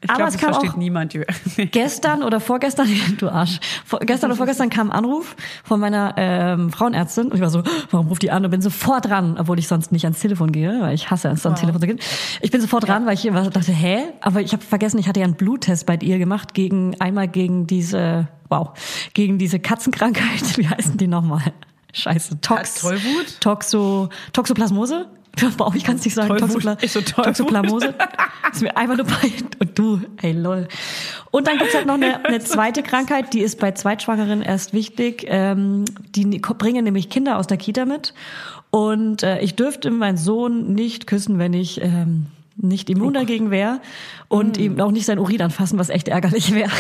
[SPEAKER 2] Ich glaube,
[SPEAKER 3] aber
[SPEAKER 2] es
[SPEAKER 3] es kam
[SPEAKER 2] versteht
[SPEAKER 3] auch,
[SPEAKER 2] niemand. die- Nee.
[SPEAKER 3] gestern oder vorgestern, du Arsch, vor, gestern oder vorgestern kam ein Anruf von meiner ähm, Frauenärztin und ich war so, warum ruft die an und bin sofort dran, obwohl ich sonst nicht ans Telefon gehe, weil ich hasse es, ans Telefon zu gehen. Ich bin sofort dran, weil ich immer dachte, hä? Aber ich habe vergessen, ich hatte ja einen Bluttest bei ihr gemacht, gegen einmal gegen diese, wow, gegen diese Katzenkrankheit, wie heißen die nochmal? Scheiße, Tox,
[SPEAKER 2] Tollwut?
[SPEAKER 3] Toxo, Toxoplasmose? Wow, ich kann es nicht sagen.
[SPEAKER 2] Tollwut.
[SPEAKER 3] Toxopla
[SPEAKER 2] Ich so, Tollwut.
[SPEAKER 3] Toxoplamose. Ist mir einfach nur bei. Und du, hey lol. Und dann gibt's halt noch eine, eine zweite Krankheit, die ist bei Zweitschwangeren erst wichtig. Ähm, die ne- ko- bringen nämlich Kinder aus der Kita mit. Und äh, ich dürfte meinen Sohn nicht küssen, wenn ich ähm, nicht immun dagegen wäre. Und ihm auch nicht sein Urin anfassen, was echt ärgerlich wäre.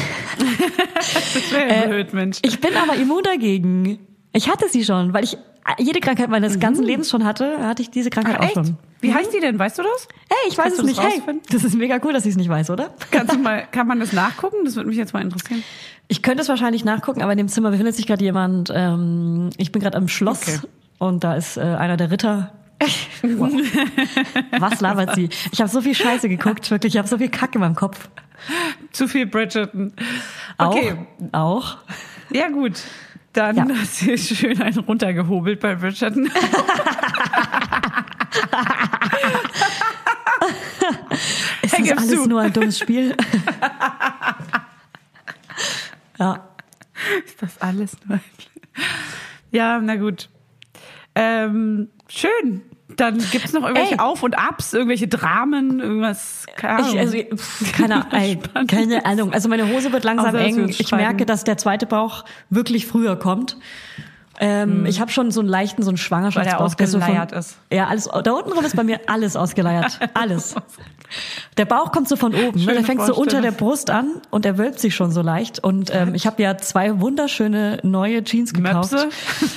[SPEAKER 2] Das wäre ja blöd, Mensch.
[SPEAKER 3] Ich bin aber immun dagegen. Ich hatte sie schon, weil ich äh, jede Krankheit meines ganzen Lebens schon hatte, hatte ich diese Krankheit auch schon.
[SPEAKER 2] Wie heißt die denn? Weißt du das?
[SPEAKER 3] Hey, ich weiß
[SPEAKER 2] Kannst
[SPEAKER 3] es
[SPEAKER 2] du das
[SPEAKER 3] nicht. Hey,
[SPEAKER 2] rausfinden?
[SPEAKER 3] das ist mega cool, dass ich es nicht weiß, oder?
[SPEAKER 2] Kannst du mal, kann man das nachgucken? Das würde mich jetzt mal interessieren.
[SPEAKER 3] Ich könnte es wahrscheinlich nachgucken, aber in dem Zimmer befindet sich gerade jemand. Ähm, ich bin gerade am Schloss
[SPEAKER 2] Okay.
[SPEAKER 3] und da ist äh, einer der Ritter Was labert sie? Ich habe so viel Scheiße geguckt, wirklich. Ich habe so viel Kacke in meinem Kopf.
[SPEAKER 2] Zu viel Bridgerton.
[SPEAKER 3] Auch,
[SPEAKER 2] Okay,
[SPEAKER 3] auch.
[SPEAKER 2] ja gut. Dann
[SPEAKER 3] Ja.
[SPEAKER 2] hast du schön einen runtergehobelt bei Bridgerton.
[SPEAKER 3] Ist
[SPEAKER 2] Hey,
[SPEAKER 3] das
[SPEAKER 2] gib's
[SPEAKER 3] alles
[SPEAKER 2] zu.
[SPEAKER 3] nur ein dummes Spiel? ja,
[SPEAKER 2] Ist das alles nur ein Ja, na gut. Ähm, schön. Dann gibt's noch irgendwelche
[SPEAKER 3] Ey.
[SPEAKER 2] Auf- und Abs, irgendwelche Dramen, irgendwas. Keine Ahnung.
[SPEAKER 3] ich, also, pff, keine, Ei- keine Ahnung. Also meine Hose wird langsam
[SPEAKER 2] Außer, dass wir
[SPEAKER 3] eng.
[SPEAKER 2] uns
[SPEAKER 3] Ich
[SPEAKER 2] streiten.
[SPEAKER 3] merke, dass der zweite Bauch wirklich früher kommt. Ähm, Ich habe schon so einen leichten, so einen Schwangerschaftsbauch. der so von-
[SPEAKER 2] Mhm. ausgeleiert ist.
[SPEAKER 3] Ja, alles, da unten rum ist bei mir alles ausgeleiert. Alles. Der Bauch kommt so von oben. Ne?
[SPEAKER 2] Oh Schöne
[SPEAKER 3] Der fängt so unter
[SPEAKER 2] Vorstellung.
[SPEAKER 3] der Brust an und er wölbt sich schon so leicht. Und ähm, ich habe ja zwei wunderschöne neue Jeans gekauft,
[SPEAKER 2] Möpse?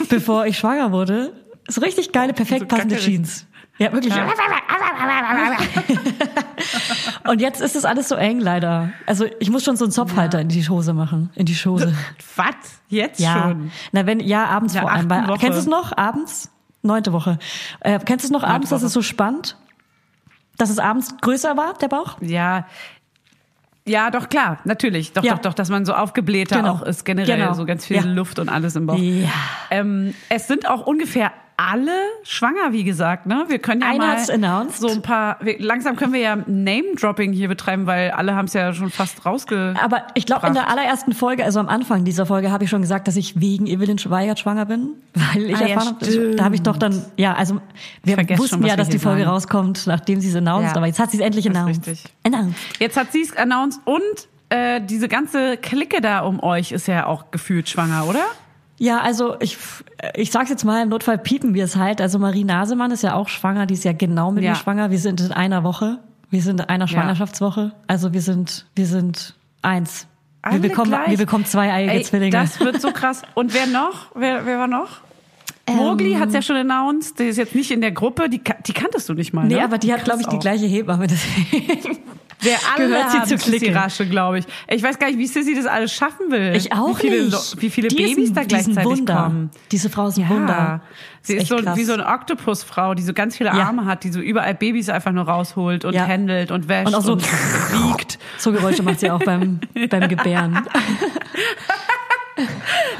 [SPEAKER 3] bevor ich schwanger wurde. So richtig geile, perfekt
[SPEAKER 2] So
[SPEAKER 3] passende
[SPEAKER 2] gackerig.
[SPEAKER 3] Jeans. Ja, wirklich. Und jetzt ist es alles so eng, leider. Also ich muss schon so einen Zopfhalter in die Hose machen, in die Schose.
[SPEAKER 2] was? Jetzt
[SPEAKER 3] Ja,
[SPEAKER 2] schon?
[SPEAKER 3] na wenn ja abends
[SPEAKER 2] In der
[SPEAKER 3] vor allem.
[SPEAKER 2] achten
[SPEAKER 3] Weil,
[SPEAKER 2] Woche.
[SPEAKER 3] kennst du es noch abends? Neunte Woche. Äh, kennst du es noch abends, dass
[SPEAKER 2] Woche.
[SPEAKER 3] es so spannt, dass es abends größer war der Bauch?
[SPEAKER 2] Ja. Ja, doch klar, natürlich. Doch,
[SPEAKER 3] Ja.
[SPEAKER 2] doch, doch, dass man so aufgeblähter
[SPEAKER 3] Genau.
[SPEAKER 2] auch ist, generell
[SPEAKER 3] Genau.
[SPEAKER 2] so ganz viel
[SPEAKER 3] Ja.
[SPEAKER 2] Luft und alles im Bauch.
[SPEAKER 3] Ja.
[SPEAKER 2] Ähm, es sind auch ungefähr alle schwanger, wie gesagt, ne? Wir können ja
[SPEAKER 3] Einer
[SPEAKER 2] mal
[SPEAKER 3] hat's announced.
[SPEAKER 2] so ein paar wir, langsam können wir ja Name Dropping hier betreiben, weil alle haben es ja schon fast rausge
[SPEAKER 3] Aber ich glaube, in der
[SPEAKER 2] Pracht.
[SPEAKER 3] allerersten Folge, also am Anfang dieser Folge, habe ich schon gesagt, dass ich wegen Evelyn Schweigert schwanger bin, weil ich
[SPEAKER 2] Ah, ja,
[SPEAKER 3] erfahren habe, da habe ich doch dann, ja, also wir
[SPEAKER 2] vergesse
[SPEAKER 3] wussten
[SPEAKER 2] schon, was
[SPEAKER 3] ja,
[SPEAKER 2] wir
[SPEAKER 3] dass
[SPEAKER 2] hier
[SPEAKER 3] die Folge
[SPEAKER 2] sagen.
[SPEAKER 3] rauskommt, nachdem sie es announced,
[SPEAKER 2] Ja.
[SPEAKER 3] aber jetzt hat sie es endlich
[SPEAKER 2] Das ist
[SPEAKER 3] announced.
[SPEAKER 2] richtig.
[SPEAKER 3] Announced.
[SPEAKER 2] Jetzt hat sie es announced und äh, diese ganze Clique da um euch ist ja auch gefühlt schwanger, oder?
[SPEAKER 3] Ja, also ich, ich sag's jetzt mal, im Notfall piepen wir es halt. Also Marie Nasemann ist ja auch schwanger, die ist ja genau mit
[SPEAKER 2] Ja.
[SPEAKER 3] mir schwanger. Wir sind in einer Woche. Wir sind in einer Schwangerschaftswoche. Also wir sind, wir sind eins.
[SPEAKER 2] Alle
[SPEAKER 3] wir bekommen,
[SPEAKER 2] gleich.
[SPEAKER 3] wir bekommen zweieiige
[SPEAKER 2] Ey,
[SPEAKER 3] Zwillinge.
[SPEAKER 2] Das wird so krass. Und wer noch? Wer, wer war noch?
[SPEAKER 3] Ähm.
[SPEAKER 2] Mowgli hat's ja schon announced, die ist jetzt nicht in der Gruppe, die, kan- die kanntest du nicht mal.
[SPEAKER 3] nee,
[SPEAKER 2] ne?
[SPEAKER 3] aber die hat,
[SPEAKER 2] Krass
[SPEAKER 3] glaube ich, die
[SPEAKER 2] auch.
[SPEAKER 3] gleiche Hebamme. Deswegen.
[SPEAKER 2] Der alle
[SPEAKER 3] gehört sie
[SPEAKER 2] haben
[SPEAKER 3] zu
[SPEAKER 2] Sissi
[SPEAKER 3] Clique.
[SPEAKER 2] Rasche, glaube ich. Ich weiß gar nicht, wie Sissy das alles schaffen will.
[SPEAKER 3] Ich auch
[SPEAKER 2] wie viele,
[SPEAKER 3] nicht.
[SPEAKER 2] Lo- Wie viele
[SPEAKER 3] Die ist
[SPEAKER 2] Babys
[SPEAKER 3] ein-
[SPEAKER 2] da
[SPEAKER 3] die ist ein
[SPEAKER 2] gleichzeitig
[SPEAKER 3] Wunder.
[SPEAKER 2] kommen.
[SPEAKER 3] Diese Frau ist ein
[SPEAKER 2] Ja.
[SPEAKER 3] Wunder.
[SPEAKER 2] Ah, Sie
[SPEAKER 3] Ist
[SPEAKER 2] ist, so
[SPEAKER 3] echt krass.
[SPEAKER 2] wie so eine Oktopusfrau, die so ganz viele
[SPEAKER 3] Ja.
[SPEAKER 2] Arme hat, die so überall Babys einfach nur rausholt und
[SPEAKER 3] Ja.
[SPEAKER 2] händelt und wäscht
[SPEAKER 3] Und auch so
[SPEAKER 2] wiegt.
[SPEAKER 3] so Geräusche macht sie auch beim, beim Gebären.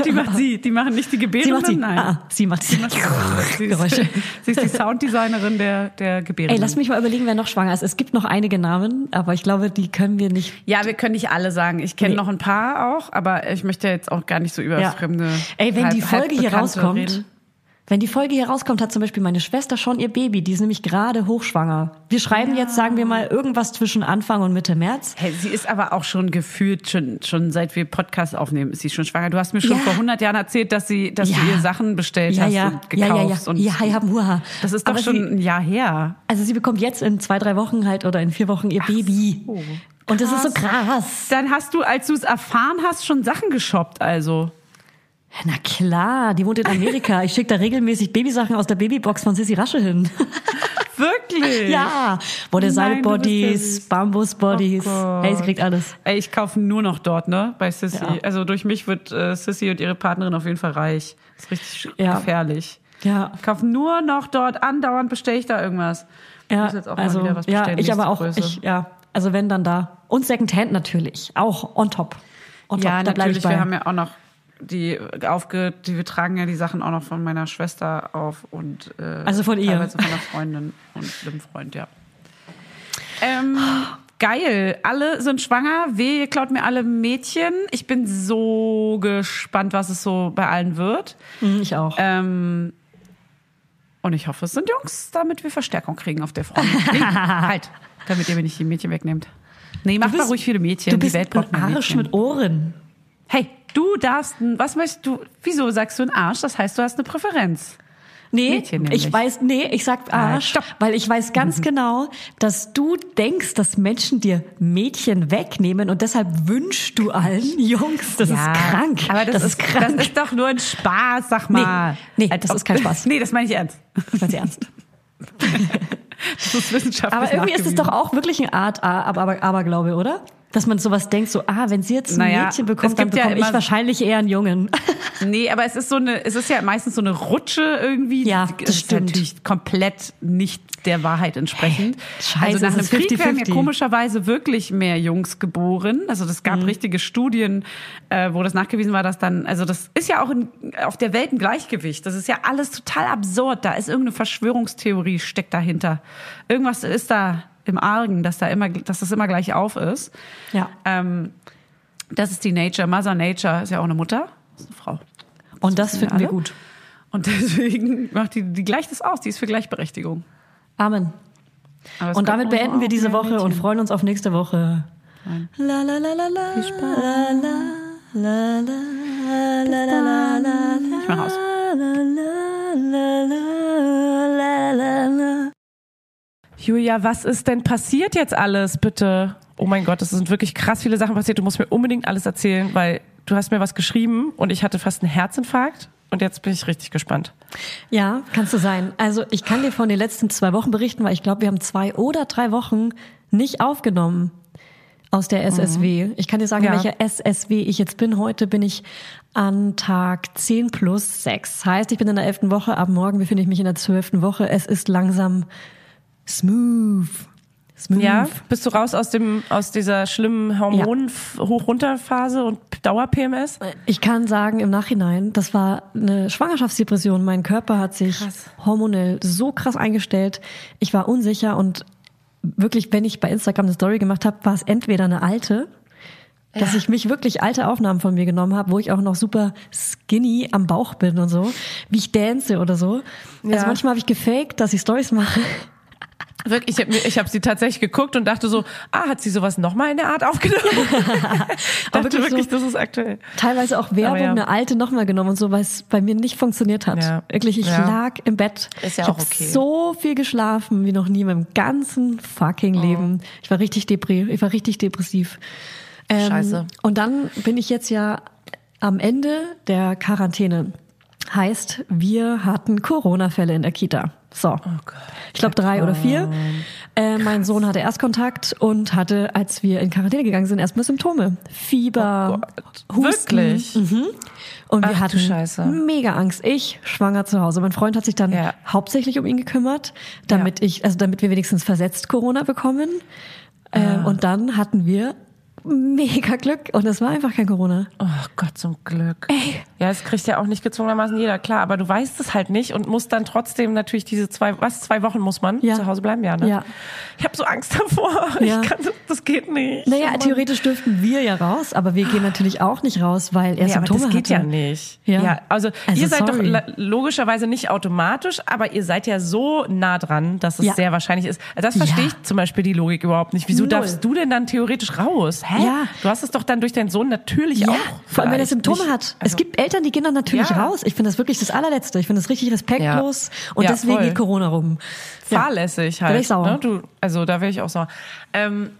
[SPEAKER 2] Die macht sie, die machen nicht die
[SPEAKER 3] Sie macht
[SPEAKER 2] Gebärenden,
[SPEAKER 3] sie.
[SPEAKER 2] nein.
[SPEAKER 3] Ah, ah, sie macht sie.
[SPEAKER 2] Sie ist,
[SPEAKER 3] Geräusche.
[SPEAKER 2] sie ist die Sounddesignerin der, der Gebärenden.
[SPEAKER 3] Ey, lass mich mal überlegen, wer noch schwanger ist. Es gibt noch einige Namen, aber ich glaube, die können wir nicht
[SPEAKER 2] ja, wir können nicht alle sagen. Ich kenne
[SPEAKER 3] Nee.
[SPEAKER 2] noch ein paar auch, aber ich möchte jetzt auch gar nicht so über fremde.
[SPEAKER 3] Ey, wenn
[SPEAKER 2] halb-
[SPEAKER 3] die Folge hier
[SPEAKER 2] halbbekannte
[SPEAKER 3] rauskommt,
[SPEAKER 2] reden.
[SPEAKER 3] wenn die Folge hier rauskommt, hat zum Beispiel meine Schwester schon ihr Baby. Die ist nämlich gerade hochschwanger. Wir schreiben jetzt, sagen wir mal, irgendwas zwischen Anfang und Mitte März.
[SPEAKER 2] Hey, sie ist aber auch schon gefühlt, schon, schon seit wir Podcast aufnehmen, ist sie schon schwanger. Du hast mir schon
[SPEAKER 3] Ja.
[SPEAKER 2] vor 100 Jahren erzählt, dass, sie, dass du
[SPEAKER 3] Ja.
[SPEAKER 2] ihr Sachen bestellt
[SPEAKER 3] Ja,
[SPEAKER 2] hast
[SPEAKER 3] ja,
[SPEAKER 2] und
[SPEAKER 3] ja,
[SPEAKER 2] gekauft.
[SPEAKER 3] ja, ja.
[SPEAKER 2] Und
[SPEAKER 3] ja, ja, Huha.
[SPEAKER 2] Das ist doch
[SPEAKER 3] Aber
[SPEAKER 2] schon
[SPEAKER 3] Sie,
[SPEAKER 2] ein Jahr her.
[SPEAKER 3] also sie bekommt jetzt in zwei, drei Wochen halt oder in vier Wochen ihr Baby. Und das ist so krass.
[SPEAKER 2] Dann hast du, als du es erfahren hast, schon Sachen geshoppt, also.
[SPEAKER 3] Na klar, die wohnt in Amerika. Ich schicke da regelmäßig Babysachen aus der Babybox von Sissy Rasche hin.
[SPEAKER 2] Wirklich?
[SPEAKER 3] ja, Model
[SPEAKER 2] Nein, du bist ja
[SPEAKER 3] Bodies,
[SPEAKER 2] süß.
[SPEAKER 3] Bambus Bodies.
[SPEAKER 2] Oh
[SPEAKER 3] hey, sie
[SPEAKER 2] Gott.
[SPEAKER 3] kriegt alles.
[SPEAKER 2] Ey, ich kaufe nur noch dort, ne? Bei Sissy.
[SPEAKER 3] Ja.
[SPEAKER 2] Also durch mich wird äh, Sissy und ihre Partnerin auf jeden Fall reich. Ist richtig
[SPEAKER 3] Ja.
[SPEAKER 2] gefährlich.
[SPEAKER 3] Ja.
[SPEAKER 2] Ich kaufe nur noch dort, andauernd bestelle ich da irgendwas.
[SPEAKER 3] Ja,
[SPEAKER 2] muss jetzt auch
[SPEAKER 3] also,
[SPEAKER 2] mal wieder was
[SPEAKER 3] ja,
[SPEAKER 2] bestellen,
[SPEAKER 3] ich aber
[SPEAKER 2] nächste
[SPEAKER 3] auch,
[SPEAKER 2] Größe.
[SPEAKER 3] ich, ja, also wenn dann da. Und Secondhand natürlich, auch on top. On
[SPEAKER 2] ja,
[SPEAKER 3] top, da bleibe
[SPEAKER 2] natürlich.
[SPEAKER 3] ich bei.
[SPEAKER 2] Wir haben ja auch noch die äh, aufge, die, wir tragen ja die Sachen auch noch von meiner Schwester auf und äh,
[SPEAKER 3] Also von ihr.
[SPEAKER 2] teilweise von einer Freundin und einem Freund, ja. Ähm, geil, alle sind schwanger. Wehe, ihr klaut mir alle Mädchen. Ich bin so gespannt, was es so bei allen wird.
[SPEAKER 3] Hm, ich auch.
[SPEAKER 2] Ähm, und ich hoffe, es sind Jungs, damit wir Verstärkung kriegen auf der Front. Nee, halt, damit ihr mir nicht die Mädchen wegnehmt. Nee, mach mal ruhig viele Mädchen.
[SPEAKER 3] Du bist
[SPEAKER 2] die Welt braucht mehr
[SPEAKER 3] ein Arsch
[SPEAKER 2] Mädchen.
[SPEAKER 3] mit Ohren.
[SPEAKER 2] Hey, du darfst, ein- was möchtest du, wieso sagst du ein Arsch? Das heißt, du hast eine Präferenz.
[SPEAKER 3] Nee,
[SPEAKER 2] Mädchen nämlich.
[SPEAKER 3] ich weiß, nee, ich sag Arsch,
[SPEAKER 2] stopp. Mhm.
[SPEAKER 3] weil ich weiß ganz genau, dass du denkst, dass Menschen dir Mädchen wegnehmen und deshalb wünschst du allen Jungs, das ist krank.
[SPEAKER 2] Aber das, ist,
[SPEAKER 3] krank.
[SPEAKER 2] Das ist doch nur ein Spaß, sag mal.
[SPEAKER 3] Nee, nee,
[SPEAKER 2] Als
[SPEAKER 3] das
[SPEAKER 2] ob-
[SPEAKER 3] ist kein Spaß.
[SPEAKER 2] Nee, das meine ich ernst.
[SPEAKER 3] Ich mein's ernst.
[SPEAKER 2] Das ist wissenschaftlich
[SPEAKER 3] Aber irgendwie ist es doch auch wirklich eine Art A- aber, aber, Aberglaube, oder? Dass man sowas denkt, so, ah, wenn sie jetzt ein
[SPEAKER 2] Naja,
[SPEAKER 3] Mädchen
[SPEAKER 2] es
[SPEAKER 3] bekommt, dann
[SPEAKER 2] gibt ja
[SPEAKER 3] bekomme ich
[SPEAKER 2] immer-
[SPEAKER 3] wahrscheinlich eher einen Jungen.
[SPEAKER 2] Nee, aber es ist so eine, es ist ja meistens so eine Rutsche irgendwie.
[SPEAKER 3] Ja,
[SPEAKER 2] Die-
[SPEAKER 3] das
[SPEAKER 2] ist
[SPEAKER 3] stimmt.
[SPEAKER 2] Natürlich komplett nicht der Wahrheit entsprechend.
[SPEAKER 3] scheiße,
[SPEAKER 2] also nach
[SPEAKER 3] es
[SPEAKER 2] einem
[SPEAKER 3] ist
[SPEAKER 2] Krieg werden ja
[SPEAKER 3] 50-50.
[SPEAKER 2] komischerweise wirklich mehr Jungs geboren. Also das
[SPEAKER 3] Mhm.
[SPEAKER 2] gab richtige Studien, äh, wo das nachgewiesen war, dass dann, also das ist ja auch in, auf der Welt ein Gleichgewicht. Das ist ja alles total absurd. Da ist irgendeine Verschwörungstheorie steckt dahinter. Irgendwas ist da im Argen, dass da immer, dass das immer gleich auf ist.
[SPEAKER 3] Ja.
[SPEAKER 2] Ähm, das ist die Nature. Mother Nature ist ja auch eine Mutter. Ist eine Frau.
[SPEAKER 3] Und das
[SPEAKER 2] wissen
[SPEAKER 3] finden wir
[SPEAKER 2] alle.
[SPEAKER 3] gut.
[SPEAKER 2] Und deswegen macht die, die gleicht das aus. Die ist für Gleichberechtigung.
[SPEAKER 3] Amen.
[SPEAKER 2] Aber es
[SPEAKER 3] Und
[SPEAKER 2] gab
[SPEAKER 3] damit
[SPEAKER 2] auch-
[SPEAKER 3] beenden wir
[SPEAKER 2] auch
[SPEAKER 3] diese
[SPEAKER 2] mehr
[SPEAKER 3] Woche und
[SPEAKER 2] Mädchen.
[SPEAKER 3] freuen uns auf nächste Woche. La, la, la, la, la, la, la, la, la, la, la, la, la, la,
[SPEAKER 2] Ich mach aus.
[SPEAKER 3] la, la, la, la, la.
[SPEAKER 7] Julia, was ist denn passiert jetzt alles, bitte? Oh mein Gott, es sind wirklich krass viele Sachen passiert. Du musst mir unbedingt alles erzählen, weil du hast mir was geschrieben und ich hatte fast einen Herzinfarkt. Und jetzt bin ich richtig gespannt.
[SPEAKER 3] Ja, kannst du sein. Also ich kann dir von den letzten zwei Wochen berichten, weil ich glaube, wir haben zwei oder drei Wochen nicht aufgenommen aus der SSW. Ich kann dir sagen,
[SPEAKER 7] Ja.
[SPEAKER 3] welcher SSW ich jetzt bin. Heute bin ich an Tag 10 plus 6. Heißt, ich bin in der 11. Woche, ab morgen befinde ich mich in der 12. Woche. Es ist langsam smooth. Smooth.
[SPEAKER 7] Ja, Hm. bist du raus aus dem aus dieser schlimmen Hormon hoch runter Phase und Dauer PMS?
[SPEAKER 3] Ich kann sagen, im Nachhinein, das war eine Schwangerschaftsdepression. Mein Körper hat sich hormonell so krass eingestellt. Ich war unsicher und wirklich, wenn ich bei Instagram eine Story gemacht habe, war es entweder eine alte, dass ich mich wirklich alte Aufnahmen von mir genommen habe, wo ich auch noch super skinny am Bauch bin und so, wie ich dance oder so. Also manchmal habe ich gefaked, dass ich Stories mache.
[SPEAKER 7] Wirklich, ich habe ich hab sie tatsächlich geguckt und dachte so, ah, hat sie sowas nochmal in der Art aufgenommen?
[SPEAKER 3] Aber
[SPEAKER 7] dachte
[SPEAKER 3] wirklich
[SPEAKER 7] wirklich,
[SPEAKER 3] so-
[SPEAKER 7] das ist aktuell.
[SPEAKER 3] Teilweise auch Werbung,
[SPEAKER 7] Aber ja.
[SPEAKER 3] eine alte nochmal genommen und so, weil es bei mir nicht funktioniert hat.
[SPEAKER 7] Ja.
[SPEAKER 3] Wirklich, ich
[SPEAKER 7] Ja.
[SPEAKER 3] lag im Bett.
[SPEAKER 7] Ist ja
[SPEAKER 3] ich
[SPEAKER 7] auch
[SPEAKER 3] hab
[SPEAKER 7] okay.
[SPEAKER 3] so viel geschlafen wie noch nie in meinem ganzen fucking
[SPEAKER 7] Oh.
[SPEAKER 3] Leben. Ich war richtig depri ich war richtig depressiv. Ähm,
[SPEAKER 7] Scheiße.
[SPEAKER 3] Und dann bin ich jetzt ja am Ende der Quarantäne. Heißt, wir hatten Corona-Fälle in der Kita. So.
[SPEAKER 7] Oh
[SPEAKER 3] Ich glaube drei oder vier. Äh, mein Sohn hatte Erstkontakt und hatte, als wir in Quarantäne gegangen sind, erstmal Symptome. Fieber, Husten. Mhm.
[SPEAKER 7] Wirklich?
[SPEAKER 3] Und wir
[SPEAKER 7] Ach du
[SPEAKER 3] hatten
[SPEAKER 7] Scheiße.
[SPEAKER 3] mega Angst. Ich schwanger zu Hause. Mein Freund hat sich dann
[SPEAKER 7] Ja.
[SPEAKER 3] hauptsächlich um ihn gekümmert, damit ich, also damit wir wenigstens versetzt Corona bekommen.
[SPEAKER 7] Ah.
[SPEAKER 3] Ähm, und dann hatten wir mega Glück und es war einfach kein Corona.
[SPEAKER 7] Oh Gott, zum Glück. Ey. Ja, das kriegt ja auch nicht gezwungenermaßen jeder, klar. Aber du weißt es halt nicht und musst dann trotzdem natürlich diese zwei, was, zwei Wochen muss man
[SPEAKER 3] Ja.
[SPEAKER 7] zu Hause bleiben? Ja, ne?
[SPEAKER 3] Ja.
[SPEAKER 7] Ich habe so Angst davor.
[SPEAKER 3] Ja.
[SPEAKER 7] Ich kann, das, das geht nicht.
[SPEAKER 3] Naja,
[SPEAKER 7] Mann.
[SPEAKER 3] theoretisch dürften wir ja raus, aber wir gehen natürlich auch nicht raus, weil er
[SPEAKER 7] Ja, aber
[SPEAKER 3] Symptome
[SPEAKER 7] das geht
[SPEAKER 3] hatte.
[SPEAKER 7] ja nicht.
[SPEAKER 3] Ja.
[SPEAKER 7] also,
[SPEAKER 3] Also,
[SPEAKER 7] ihr seid
[SPEAKER 3] sorry.
[SPEAKER 7] doch la- logischerweise nicht automatisch, aber ihr seid ja so nah dran, dass es
[SPEAKER 3] Ja.
[SPEAKER 7] sehr wahrscheinlich ist. Also Das verstehe
[SPEAKER 3] Ja.
[SPEAKER 7] ich zum Beispiel die Logik überhaupt nicht. Wieso
[SPEAKER 3] Null.
[SPEAKER 7] darfst du denn dann theoretisch raus? Hä?
[SPEAKER 3] Ja.
[SPEAKER 7] Du hast es doch dann durch deinen Sohn natürlich
[SPEAKER 3] Ja,
[SPEAKER 7] auch.
[SPEAKER 3] vor allem wenn er
[SPEAKER 7] vielleicht.
[SPEAKER 3] Symptome
[SPEAKER 7] Nicht-
[SPEAKER 3] hat. es
[SPEAKER 7] also-
[SPEAKER 3] gibt Eltern, die gehen dann natürlich
[SPEAKER 7] Ja.
[SPEAKER 3] raus. Ich finde das wirklich das allerletzte. Ich finde das richtig respektlos und
[SPEAKER 7] Ja,
[SPEAKER 3] deswegen
[SPEAKER 7] voll.
[SPEAKER 3] geht Corona rum. Ja.
[SPEAKER 7] fahrlässig halt.
[SPEAKER 3] wär ich sauer.
[SPEAKER 7] Ne? Du, also da wäre ich auch sauer. Ähm,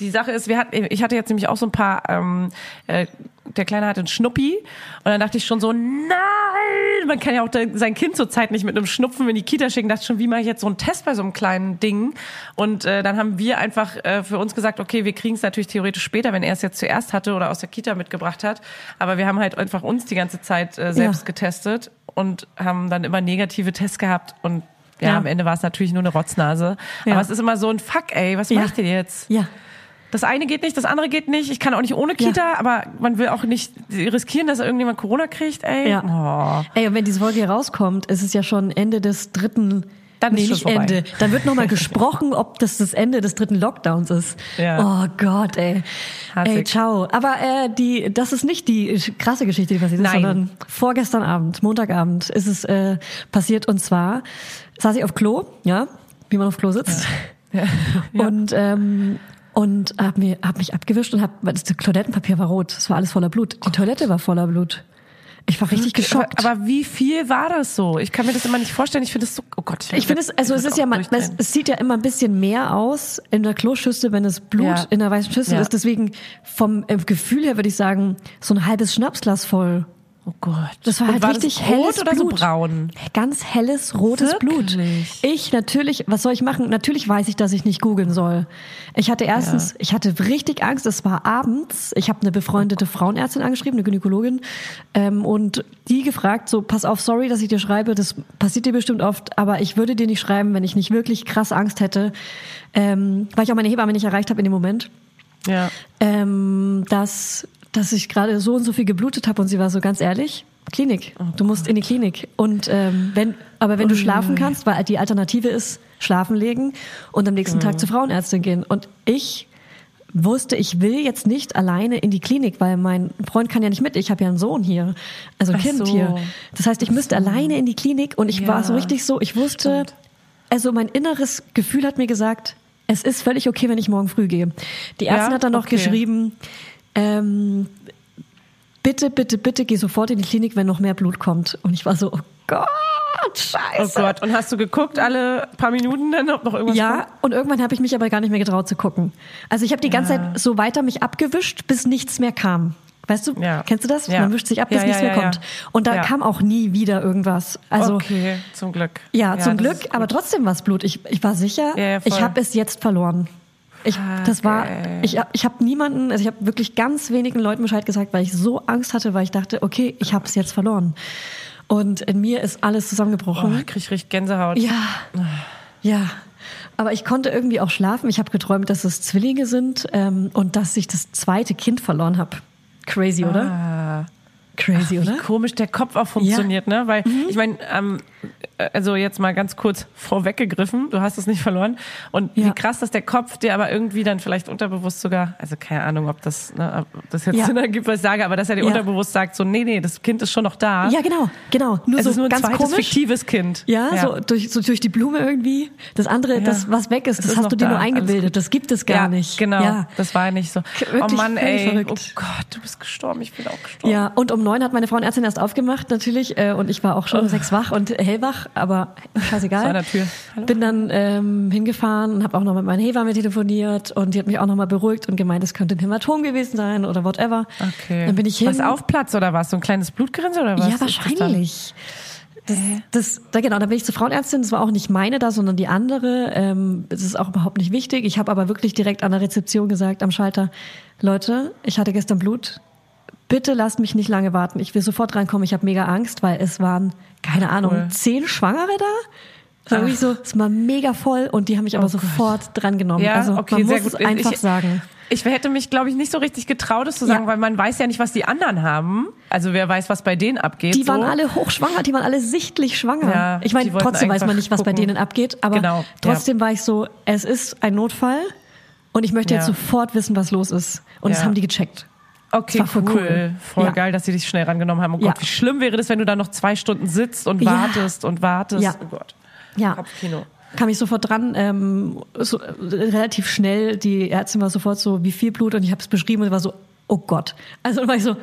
[SPEAKER 7] die Sache ist, wir hatten, ich hatte jetzt nämlich auch so ein paar, ähm, äh, der Kleine hatte einen Schnuppi und dann dachte ich schon so, nein, man kann ja auch da- sein Kind zurzeit nicht mit einem Schnupfen in die Kita schicken. Dachte schon, wie mache ich jetzt so einen Test bei so einem kleinen Ding? Und äh, dann haben wir einfach äh, für uns gesagt, okay, wir kriegen es natürlich theoretisch später, wenn er es jetzt zuerst hatte oder aus der Kita mitgebracht hat. Aber wir haben halt einfach uns die ganze Zeit äh, selbst
[SPEAKER 3] Ja.
[SPEAKER 7] getestet und haben dann immer negative Tests gehabt und ja,
[SPEAKER 3] Ja.
[SPEAKER 7] am Ende war es natürlich nur eine Rotznase.
[SPEAKER 3] Ja.
[SPEAKER 7] Aber es ist immer so ein Fuck, ey, was
[SPEAKER 3] Ja.
[SPEAKER 7] macht ihr jetzt?
[SPEAKER 3] Ja,
[SPEAKER 7] Das eine geht nicht, das andere geht nicht. Ich kann auch nicht ohne Kita, aber man will auch nicht riskieren, dass irgendjemand Corona kriegt, ey.
[SPEAKER 3] Ja.
[SPEAKER 7] Oh.
[SPEAKER 3] Ey, und wenn diese Folge hier rauskommt, ist es ja schon Ende des dritten.
[SPEAKER 7] Dann ist schon
[SPEAKER 3] nicht
[SPEAKER 7] vorbei.
[SPEAKER 3] Ende. Dann wird nochmal gesprochen, ob das das Ende des dritten Lockdowns ist.
[SPEAKER 7] Ja.
[SPEAKER 3] Oh Gott, ey.
[SPEAKER 7] Hassig.
[SPEAKER 3] Ey, ciao. Aber äh, die, das ist nicht die krasse Geschichte, die passiert ist,
[SPEAKER 7] Nein.
[SPEAKER 3] sondern vorgestern Abend, Montagabend, ist es äh, passiert. Und zwar saß ich auf Klo, ja, wie man auf Klo sitzt. Und ähm, und hab mir hab mich abgewischt und hab das Toilettenpapier war rot. Es war alles voller Blut. Die Toilette war voller Blut. Ich war richtig geschockt.
[SPEAKER 7] Oh Aber, aber wie viel war das so? Ich kann mir das immer nicht vorstellen. Ich finde das so, oh Gott.
[SPEAKER 3] Ich finde es, also es ist ja man, es, es sieht ja immer ein bisschen mehr aus in der Kloschüssel, wenn es Blut
[SPEAKER 7] Ja.
[SPEAKER 3] in der weißen Schüssel
[SPEAKER 7] Ja.
[SPEAKER 3] ist. Deswegen vom äh, Gefühl her würde ich sagen, so ein halbes Schnapsglas voll
[SPEAKER 2] Oh Gott.
[SPEAKER 3] Das war halt
[SPEAKER 6] Und war
[SPEAKER 3] richtig
[SPEAKER 6] das rot
[SPEAKER 3] helles
[SPEAKER 6] oder so
[SPEAKER 3] Blut.
[SPEAKER 6] braun?
[SPEAKER 3] Ganz helles rotes Blut.
[SPEAKER 6] Wirklich?
[SPEAKER 3] Ich natürlich, was soll ich machen? Natürlich weiß ich, dass ich nicht googeln soll. Ich hatte erstens, ich hatte richtig Angst, es war abends. Ich habe eine befreundete Frauenärztin angeschrieben, eine Gynäkologin, ähm, und die gefragt, so, pass auf, sorry, dass ich dir schreibe, das passiert dir bestimmt oft, aber ich würde dir nicht schreiben, wenn ich nicht wirklich krass Angst hätte, ähm, weil ich auch meine Hebamme nicht erreicht habe in dem Moment
[SPEAKER 6] Ja.
[SPEAKER 3] ähm, dass, dass ich gerade so und so viel geblutet habe und sie war so ganz ehrlich. Klinik. Du musst in die Klinik. Und ähm, wenn, aber
[SPEAKER 6] Oh
[SPEAKER 3] wenn du schlafen kannst, weil die Alternative ist, schlafen legen und am nächsten Tag zur Frauenärztin gehen. Und ich wusste, ich will jetzt nicht alleine in die Klinik, weil mein Freund kann ja nicht mit. Ich habe ja einen Sohn hier, also ein
[SPEAKER 6] Ach
[SPEAKER 3] Kind
[SPEAKER 6] so.
[SPEAKER 3] hier. Das heißt, ich müsste alleine in die Klinik und ich
[SPEAKER 6] Ja,
[SPEAKER 3] war so richtig so, ich wusste, also mein inneres Gefühl hat mir gesagt, es ist völlig okay, wenn ich morgen früh gehe. Die Ärztin
[SPEAKER 6] Ja?
[SPEAKER 3] hat dann noch
[SPEAKER 6] Okay.
[SPEAKER 3] geschrieben, ähm, bitte, bitte, bitte geh sofort in die Klinik, wenn noch mehr Blut kommt. Und ich war so, oh Gott,
[SPEAKER 7] Oh
[SPEAKER 3] scheiße.
[SPEAKER 7] Gott, und hast du geguckt alle paar Minuten dann, ob noch irgendwas
[SPEAKER 3] ja, und irgendwann habe ich mich aber gar nicht mehr getraut zu gucken. Also ich habe die ganze Zeit so weiter mich abgewischt, bis nichts mehr kam. Weißt du,
[SPEAKER 7] Ja.
[SPEAKER 3] kennst du das?
[SPEAKER 7] Ja.
[SPEAKER 3] Man wischt sich ab, bis
[SPEAKER 7] Ja, ja,
[SPEAKER 3] nichts mehr
[SPEAKER 7] ja, ja.
[SPEAKER 3] kommt. Und da
[SPEAKER 7] Ja.
[SPEAKER 3] kam auch nie wieder irgendwas. Also
[SPEAKER 7] Okay, zum Glück.
[SPEAKER 3] Ja, zum
[SPEAKER 7] das ist
[SPEAKER 3] Glück, aber trotzdem war es Blut. Ich, ich war sicher,
[SPEAKER 7] Ja, ja, voll.
[SPEAKER 3] ich habe es jetzt verloren. Ich, das war, ich, hab- ich habe niemanden, also ich habe wirklich ganz wenigen Leuten Bescheid gesagt, weil ich so Angst hatte, weil ich dachte, okay, ich habe es jetzt verloren. Und in mir ist alles
[SPEAKER 7] Oh,
[SPEAKER 3] zusammengebrochen.
[SPEAKER 7] krieg ich richtig Gänsehaut.
[SPEAKER 3] Ja, ja. Aber ich konnte irgendwie auch schlafen. Ich habe geträumt, dass es Zwillinge sind ähm, und dass ich das zweite Kind verloren habe. Crazy, oder?
[SPEAKER 7] Ah.
[SPEAKER 3] Crazy, oder? Mhm.
[SPEAKER 7] Komisch, der Kopf auch funktioniert, ne? Weil ich meine, ähm, also jetzt mal ganz kurz vorweggegriffen, du hast es nicht verloren. Und
[SPEAKER 3] Ja.
[SPEAKER 7] wie krass, dass der Kopf dir aber irgendwie dann vielleicht unterbewusst sogar, also keine Ahnung, ob das, ne, ob das jetzt
[SPEAKER 3] Ja.
[SPEAKER 7] Sinn ergibt, was ich sage, aber dass er dir
[SPEAKER 3] Ja.
[SPEAKER 7] unterbewusst sagt, so, nee, nee, das Kind ist schon noch da.
[SPEAKER 3] Ja, genau, genau. Nur
[SPEAKER 7] es
[SPEAKER 3] so
[SPEAKER 7] ist nur ein
[SPEAKER 3] ganz
[SPEAKER 7] zweites
[SPEAKER 3] komisch.
[SPEAKER 7] fiktives Kind.
[SPEAKER 3] Ja, So, durch, so durch die Blume irgendwie. Das andere, das was weg ist,
[SPEAKER 7] Es
[SPEAKER 3] das
[SPEAKER 7] ist
[SPEAKER 3] hast
[SPEAKER 7] noch
[SPEAKER 3] du dir
[SPEAKER 7] da,
[SPEAKER 3] nur
[SPEAKER 7] alles
[SPEAKER 3] eingebildet.
[SPEAKER 7] gut.
[SPEAKER 3] Das gibt es gar
[SPEAKER 7] ja,
[SPEAKER 3] nicht.
[SPEAKER 7] Genau,
[SPEAKER 3] Ja.
[SPEAKER 7] das war nicht so.
[SPEAKER 3] wirklich
[SPEAKER 7] oh Mann,
[SPEAKER 3] völlig
[SPEAKER 7] ey,
[SPEAKER 3] verrückt.
[SPEAKER 7] oh Gott, du bist gestorben, ich bin auch gestorben.
[SPEAKER 3] ja, und um neun hat meine Frauenärztin erst aufgemacht, natürlich. Äh, und ich war auch schon um sechs wach und hellwach, aber scheißegal.
[SPEAKER 7] Oh. Vor einer Tür. Hallo?
[SPEAKER 3] Bin dann ähm, hingefahren und habe auch noch mit meinen Hebammen telefoniert und die hat mich auch noch mal beruhigt und gemeint, es könnte ein Hämatom gewesen sein oder whatever.
[SPEAKER 7] Okay.
[SPEAKER 3] Dann bin ich hin.
[SPEAKER 7] Was auf Platz oder was? So ein kleines Blutgerinnsel oder was?
[SPEAKER 3] Ja,
[SPEAKER 7] ist das dann? Äh.
[SPEAKER 3] wahrscheinlich. Das, das, da genau, da bin ich zur Frauenärztin. Das war auch nicht meine da, sondern die andere. Ähm, das ist auch überhaupt nicht wichtig. Ich habe aber wirklich direkt an der Rezeption gesagt, am Schalter, Leute, ich hatte gestern Blut. Bitte lasst mich nicht lange warten. Ich will sofort reinkommen. Ich habe mega Angst, weil es waren, keine Ahnung, zehn Schwangere da. Das war irgendwie so, es war mega voll und die haben mich aber sofort dran genommen.
[SPEAKER 7] Oh Ja,
[SPEAKER 3] also
[SPEAKER 7] okay,
[SPEAKER 3] man
[SPEAKER 7] sehr
[SPEAKER 3] muss
[SPEAKER 7] gut.
[SPEAKER 3] es einfach
[SPEAKER 7] ich,
[SPEAKER 3] sagen.
[SPEAKER 7] Ich hätte mich, glaube ich, nicht so richtig getraut, es zu sagen,
[SPEAKER 3] Ja.
[SPEAKER 7] weil man weiß ja nicht, was die anderen haben. Also wer weiß, was bei denen abgeht.
[SPEAKER 3] Die
[SPEAKER 7] so.
[SPEAKER 3] waren alle hochschwanger, die waren alle sichtlich schwanger.
[SPEAKER 7] Ja,
[SPEAKER 3] ich meine,
[SPEAKER 7] die wollten
[SPEAKER 3] trotzdem weiß man
[SPEAKER 7] einfach
[SPEAKER 3] nicht, was bei
[SPEAKER 7] gucken.
[SPEAKER 3] denen abgeht, aber
[SPEAKER 7] Genau,
[SPEAKER 3] trotzdem war ich so, es ist ein Notfall und ich möchte jetzt
[SPEAKER 7] Ja.
[SPEAKER 3] sofort wissen, was los ist. Und das
[SPEAKER 7] Ja.
[SPEAKER 3] haben die gecheckt.
[SPEAKER 7] Okay,
[SPEAKER 3] Das war
[SPEAKER 7] cool.
[SPEAKER 3] voll cool.
[SPEAKER 7] Voll
[SPEAKER 3] Ja.
[SPEAKER 7] geil, dass sie dich schnell rangenommen haben. Oh
[SPEAKER 3] Ja.
[SPEAKER 7] Gott, wie schlimm wäre das, wenn du da noch zwei Stunden sitzt und
[SPEAKER 3] Ja.
[SPEAKER 7] wartest und wartest.
[SPEAKER 3] Ja.
[SPEAKER 7] Oh Gott.
[SPEAKER 3] Ja.
[SPEAKER 7] Kopfkino.
[SPEAKER 3] Kam ich sofort dran, ähm, so, äh, relativ schnell. Die Ärztin war sofort so, wie viel Blut und ich habe es beschrieben und war so, oh Gott. Also dann war ich so,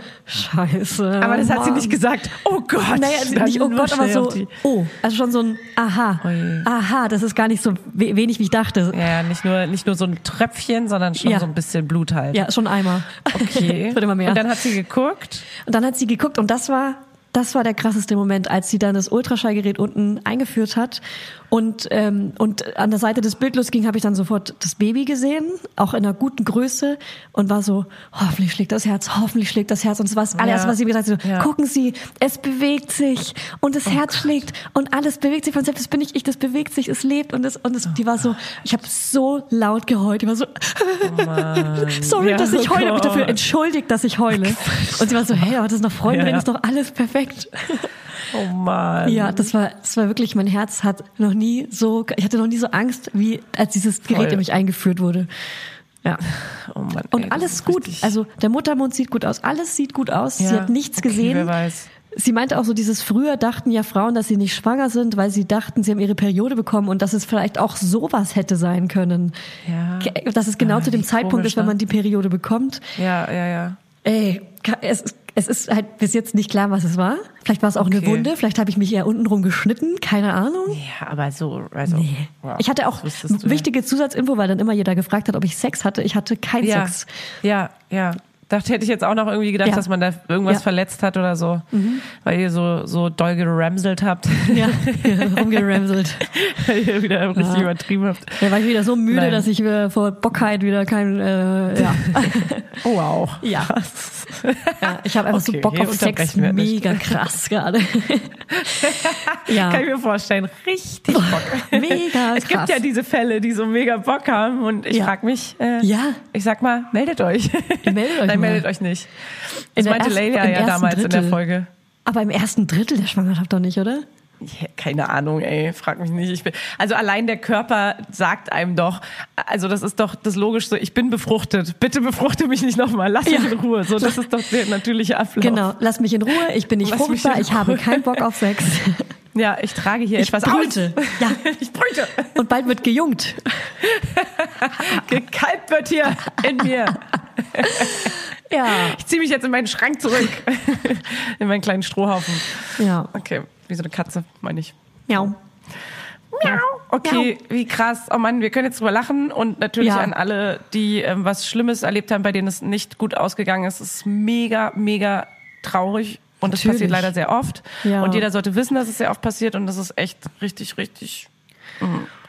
[SPEAKER 3] scheiße.
[SPEAKER 7] Aber das hat sie
[SPEAKER 3] Mann.
[SPEAKER 7] nicht gesagt. Oh Gott.
[SPEAKER 3] Naja,
[SPEAKER 7] Dann
[SPEAKER 3] nicht oh
[SPEAKER 7] nur
[SPEAKER 3] Gott, aber
[SPEAKER 7] schnell
[SPEAKER 3] so,
[SPEAKER 7] auf die-
[SPEAKER 3] oh, also schon so ein Aha,
[SPEAKER 7] Ui.
[SPEAKER 3] aha, das ist gar nicht so we- wenig, wie ich dachte.
[SPEAKER 7] Ja, ja, nicht nur, nicht nur so ein Tröpfchen, sondern schon
[SPEAKER 3] Ja.
[SPEAKER 7] so ein bisschen Blut halt.
[SPEAKER 3] Ja, schon einmal.
[SPEAKER 7] Okay.
[SPEAKER 3] Es wird immer mehr.
[SPEAKER 7] Und dann hat sie geguckt.
[SPEAKER 3] Und dann hat sie geguckt und das war, das war der krasseste Moment, als sie dann das Ultraschallgerät unten eingeführt hat und, ähm, und an der Seite des Bildlos ging, habe ich dann sofort das Baby gesehen, auch in einer guten Größe und war so, hoffentlich schlägt das Herz, hoffentlich schlägt das Herz und das war das allererste, was sie mir gesagt hat, so,
[SPEAKER 7] Ja. Oh
[SPEAKER 3] gucken Sie, es bewegt sich und das Herz schlägt und alles bewegt sich von selbst, das bin ich, ich, das bewegt sich, es lebt und es, und
[SPEAKER 7] Oh
[SPEAKER 3] es, die war so, ich habe so laut geheult, die war so, sorry,
[SPEAKER 7] Oh Ja,
[SPEAKER 3] dass ich
[SPEAKER 7] oh
[SPEAKER 3] heule, mich dafür
[SPEAKER 7] Gott.
[SPEAKER 3] entschuldigt, dass ich heule. Und sie war so, hey, aber das ist noch Freundin,
[SPEAKER 7] Ja, ja.
[SPEAKER 3] ist doch alles perfekt.
[SPEAKER 7] Oh Mann.
[SPEAKER 3] Ja, das war, das war wirklich, mein Herz hat noch nie so, ich hatte noch nie so Angst, wie als dieses Gerät
[SPEAKER 7] Voll.
[SPEAKER 3] in mich eingeführt wurde. Ja.
[SPEAKER 7] Oh Mann,
[SPEAKER 3] Und
[SPEAKER 7] ey, das
[SPEAKER 3] alles
[SPEAKER 7] ist
[SPEAKER 3] gut.
[SPEAKER 7] richtig-
[SPEAKER 3] Also der Muttermund sieht gut aus, alles sieht gut aus. Sie
[SPEAKER 7] Ja,
[SPEAKER 3] hat nichts
[SPEAKER 7] okay,
[SPEAKER 3] gesehen.
[SPEAKER 7] wer weiß.
[SPEAKER 3] Sie meinte auch so dieses früher dachten ja Frauen, dass sie nicht schwanger sind, weil sie dachten, sie haben ihre Periode bekommen und dass es vielleicht auch sowas hätte sein können.
[SPEAKER 7] Ja.
[SPEAKER 3] Ke- Dass es genau
[SPEAKER 7] Ja,
[SPEAKER 3] zu dem
[SPEAKER 7] wie
[SPEAKER 3] Zeitpunkt
[SPEAKER 7] komisch,
[SPEAKER 3] ist, wenn
[SPEAKER 7] ne?
[SPEAKER 3] man die Periode bekommt.
[SPEAKER 7] Ja, ja, ja.
[SPEAKER 3] Ey, ka- es, ist- es ist halt bis jetzt nicht klar, was es war. Vielleicht war es auch eine
[SPEAKER 7] Okay.
[SPEAKER 3] Wunde, vielleicht habe ich mich eher untenrum geschnitten, keine Ahnung.
[SPEAKER 7] Ja, aber so, also. wow.
[SPEAKER 3] Ich hatte auch
[SPEAKER 7] Das wüsstest du ja.
[SPEAKER 3] wichtige Zusatzinfo, weil dann immer jeder gefragt hat, ob ich Sex hatte. Ich hatte keinen
[SPEAKER 7] ja.
[SPEAKER 3] Sex.
[SPEAKER 7] Ja, ja. Dachte, hätte ich jetzt auch noch irgendwie gedacht,
[SPEAKER 3] Ja.
[SPEAKER 7] dass man da irgendwas
[SPEAKER 3] Ja.
[SPEAKER 7] verletzt hat oder so, weil ihr so, so doll geramselt habt,
[SPEAKER 3] Ja, rumgeramselt.
[SPEAKER 7] weil ihr wieder richtig
[SPEAKER 3] Ja.
[SPEAKER 7] übertrieben habt.
[SPEAKER 3] Da war ich wieder so müde,
[SPEAKER 7] Nein.
[SPEAKER 3] dass ich äh, vor Bockheit wieder kein, äh, ja.
[SPEAKER 7] Oh, Wow.
[SPEAKER 3] Ja. ja ich habe einfach
[SPEAKER 7] Okay,
[SPEAKER 3] so Bock
[SPEAKER 7] hier
[SPEAKER 3] auf Sex.
[SPEAKER 7] unterbrechen wir nicht.
[SPEAKER 3] Mega krass gerade. ja.
[SPEAKER 7] Kann ich mir vorstellen. Richtig Bock.
[SPEAKER 3] Mega
[SPEAKER 7] Es gibt
[SPEAKER 3] krass.
[SPEAKER 7] ja diese Fälle, die so mega Bock haben und ich
[SPEAKER 3] Ja.
[SPEAKER 7] frag mich, äh,
[SPEAKER 3] Ja.
[SPEAKER 7] ich sag mal, meldet euch.
[SPEAKER 3] Ihr meldet euch
[SPEAKER 7] Nein,
[SPEAKER 3] mal.
[SPEAKER 7] meldet euch nicht. Das
[SPEAKER 3] der
[SPEAKER 7] meinte
[SPEAKER 3] ersten-
[SPEAKER 7] Leila
[SPEAKER 3] im
[SPEAKER 7] ja
[SPEAKER 3] ersten
[SPEAKER 7] damals in der
[SPEAKER 3] Drittel.
[SPEAKER 7] Folge.
[SPEAKER 3] Aber im ersten Drittel der Schwangerschaft doch nicht, oder?
[SPEAKER 7] Ja, Keine Ahnung, ey, frag mich nicht. Ich bin, also allein der Körper sagt einem doch, also das ist doch das Logischste, ich bin befruchtet. Bitte befruchte mich nicht nochmal, lass mich in Ruhe. So, das ist doch der natürliche Ablauf.
[SPEAKER 3] Genau. Lass mich in Ruhe. Ich bin nicht
[SPEAKER 7] Lass mich
[SPEAKER 3] fruchtbar.
[SPEAKER 7] in
[SPEAKER 3] Ich habe
[SPEAKER 7] Ruhe.
[SPEAKER 3] keinen Bock auf Sex.
[SPEAKER 7] Ja, ich trage hier etwas
[SPEAKER 3] brüte.
[SPEAKER 7] aus.
[SPEAKER 3] Ja.
[SPEAKER 7] Ich brüte.
[SPEAKER 3] Und bald wird gejungt.
[SPEAKER 7] Gekalbt wird hier in mir.
[SPEAKER 3] Ja.
[SPEAKER 7] Ich ziehe mich jetzt in meinen Schrank zurück. in meinen kleinen Strohhaufen.
[SPEAKER 3] Ja.
[SPEAKER 7] Okay, wie so eine Katze, meine ich.
[SPEAKER 3] Ja.
[SPEAKER 7] Miau. Okay, wie krass. Oh Mann, wir können jetzt drüber lachen und natürlich
[SPEAKER 3] Ja.
[SPEAKER 7] an alle, die ähm, was Schlimmes erlebt haben, bei denen es nicht gut ausgegangen ist. Es ist mega, mega traurig und das
[SPEAKER 3] Natürlich.
[SPEAKER 7] passiert leider sehr oft.
[SPEAKER 3] Ja.
[SPEAKER 7] Und jeder sollte wissen, dass es sehr oft passiert und das ist echt richtig, richtig.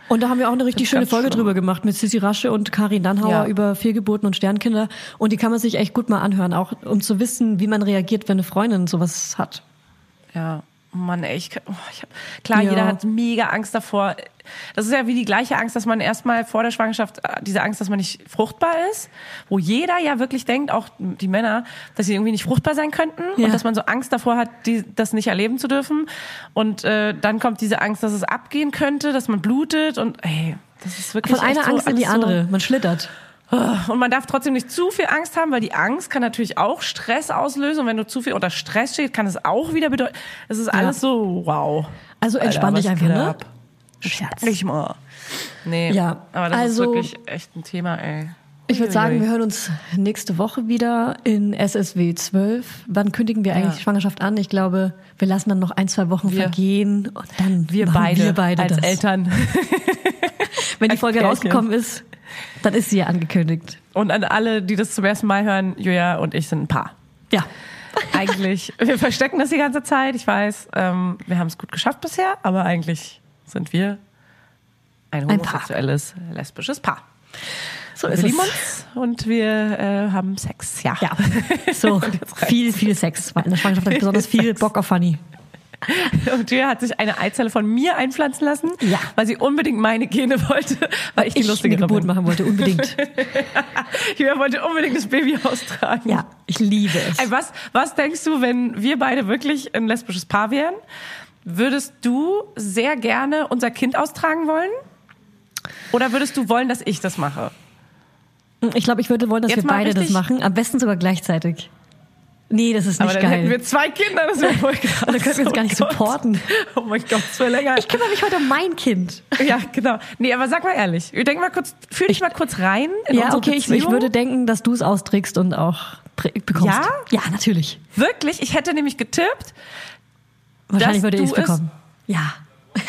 [SPEAKER 3] Und da haben wir auch eine richtig
[SPEAKER 7] ist
[SPEAKER 3] schöne
[SPEAKER 7] ganz
[SPEAKER 3] Folge
[SPEAKER 7] schlimm.
[SPEAKER 3] drüber gemacht mit Sissi Rasche und Karin Dannhauer
[SPEAKER 7] Ja.
[SPEAKER 3] über Fehlgeburten und Sternkinder. Und die kann man sich echt gut mal anhören, auch um zu wissen, wie man reagiert, wenn eine Freundin sowas hat.
[SPEAKER 7] Ja, Mann, ey, ich, kann- oh, ich hab, klar,
[SPEAKER 3] Ja.
[SPEAKER 7] jeder hat mega Angst davor. Das ist ja wie die gleiche Angst, dass man erstmal vor der Schwangerschaft äh, diese Angst, dass man nicht fruchtbar ist, wo jeder ja wirklich denkt, auch die Männer, dass sie irgendwie nicht fruchtbar sein könnten
[SPEAKER 3] Ja.
[SPEAKER 7] und dass man so Angst davor hat, die, das nicht erleben zu dürfen. Und äh, dann kommt diese Angst, dass es abgehen könnte, dass man blutet und ey, das ist wirklich
[SPEAKER 3] Von einer
[SPEAKER 7] echt so,
[SPEAKER 3] Angst in die
[SPEAKER 7] alles so-
[SPEAKER 3] andere. Man schlittert.
[SPEAKER 7] und man darf trotzdem nicht zu viel Angst haben, weil die Angst kann natürlich auch Stress auslösen. Und wenn du zu viel unter Stress steht, kann es auch wieder bedeuten. Es ist alles so, wow.
[SPEAKER 3] Also entspann
[SPEAKER 7] Alter,
[SPEAKER 3] dich
[SPEAKER 7] was
[SPEAKER 3] einfach,
[SPEAKER 7] geht
[SPEAKER 3] ne?
[SPEAKER 7] ab? Scherz nicht mal. Nee,
[SPEAKER 3] Ja,
[SPEAKER 7] aber das
[SPEAKER 3] also-
[SPEAKER 7] ist wirklich echt ein Thema, ey.
[SPEAKER 3] Ich würde sagen,
[SPEAKER 7] Uiuiui.
[SPEAKER 3] wir hören uns nächste Woche wieder in SSW 12. Wann kündigen wir eigentlich
[SPEAKER 7] Ja.
[SPEAKER 3] die Schwangerschaft an? Ich glaube, wir lassen dann noch ein, zwei Wochen
[SPEAKER 7] Wir-
[SPEAKER 3] vergehen und dann
[SPEAKER 7] wir
[SPEAKER 3] machen
[SPEAKER 7] beide,
[SPEAKER 3] wir beide
[SPEAKER 7] als
[SPEAKER 3] das.
[SPEAKER 7] Eltern
[SPEAKER 3] Wenn die Folge
[SPEAKER 7] Pärchen.
[SPEAKER 3] rausgekommen ist, dann ist sie ja angekündigt.
[SPEAKER 7] und an alle, die das zum ersten Mal hören, Julia und ich sind ein Paar.
[SPEAKER 3] Ja.
[SPEAKER 7] Eigentlich, wir verstecken das die ganze Zeit. Ich weiß, ähm, wir haben es gut geschafft bisher, aber eigentlich sind wir ein
[SPEAKER 3] Ein Paar.
[SPEAKER 7] homosexuelles, lesbisches Paar.
[SPEAKER 3] So
[SPEAKER 7] Wir
[SPEAKER 3] ist
[SPEAKER 7] lieben
[SPEAKER 3] es.
[SPEAKER 7] uns und wir äh, haben Sex, ja.
[SPEAKER 3] Ja, so viel, viel Sex. Weil in der Schwangerschaft habe ich besonders viel Bock auf Funny.
[SPEAKER 7] Und Julia hat sich eine Eizelle von mir einpflanzen lassen,
[SPEAKER 3] Ja.
[SPEAKER 7] weil sie unbedingt meine Gene wollte, weil ich die
[SPEAKER 3] ich eine
[SPEAKER 7] lustigere
[SPEAKER 3] Geburt
[SPEAKER 7] bin.
[SPEAKER 3] machen wollte, unbedingt.
[SPEAKER 7] Julia wollte unbedingt das Baby austragen.
[SPEAKER 3] Ja, ich liebe es.
[SPEAKER 7] Ey, was, was denkst du, wenn wir beide wirklich ein lesbisches Paar wären? Würdest du sehr gerne unser Kind austragen wollen? Oder würdest du wollen, dass ich das mache?
[SPEAKER 3] Ich glaube, ich würde wollen, dass
[SPEAKER 7] Jetzt
[SPEAKER 3] wir
[SPEAKER 7] mal
[SPEAKER 3] beide das
[SPEAKER 7] richtig-
[SPEAKER 3] machen. Am besten sogar gleichzeitig. Nee, das ist
[SPEAKER 7] Aber
[SPEAKER 3] nicht
[SPEAKER 7] dann
[SPEAKER 3] geil.
[SPEAKER 7] hätten wir zwei Kinder, das wäre voll krass.
[SPEAKER 3] Und dann könnten wir uns
[SPEAKER 7] Oh
[SPEAKER 3] gar nicht
[SPEAKER 7] Gott.
[SPEAKER 3] supporten.
[SPEAKER 7] Oh mein Gott, das wäre länger.
[SPEAKER 3] Ich kümmere mich heute um mein Kind.
[SPEAKER 7] Ja, genau. Nee, aber sag mal ehrlich. Denk mal kurz, fühl dich mal kurz rein in
[SPEAKER 3] ja,
[SPEAKER 7] unsere
[SPEAKER 3] okay, ich,
[SPEAKER 7] Beziehung.
[SPEAKER 3] ich würde denken, dass du es austrägst und auch prä- bekommst.
[SPEAKER 7] Ja?
[SPEAKER 3] Ja, natürlich.
[SPEAKER 7] Wirklich, ich hätte nämlich getippt,
[SPEAKER 3] Wahrscheinlich
[SPEAKER 7] Dass
[SPEAKER 3] würde ich es
[SPEAKER 7] du es-
[SPEAKER 3] bekommen. Ja.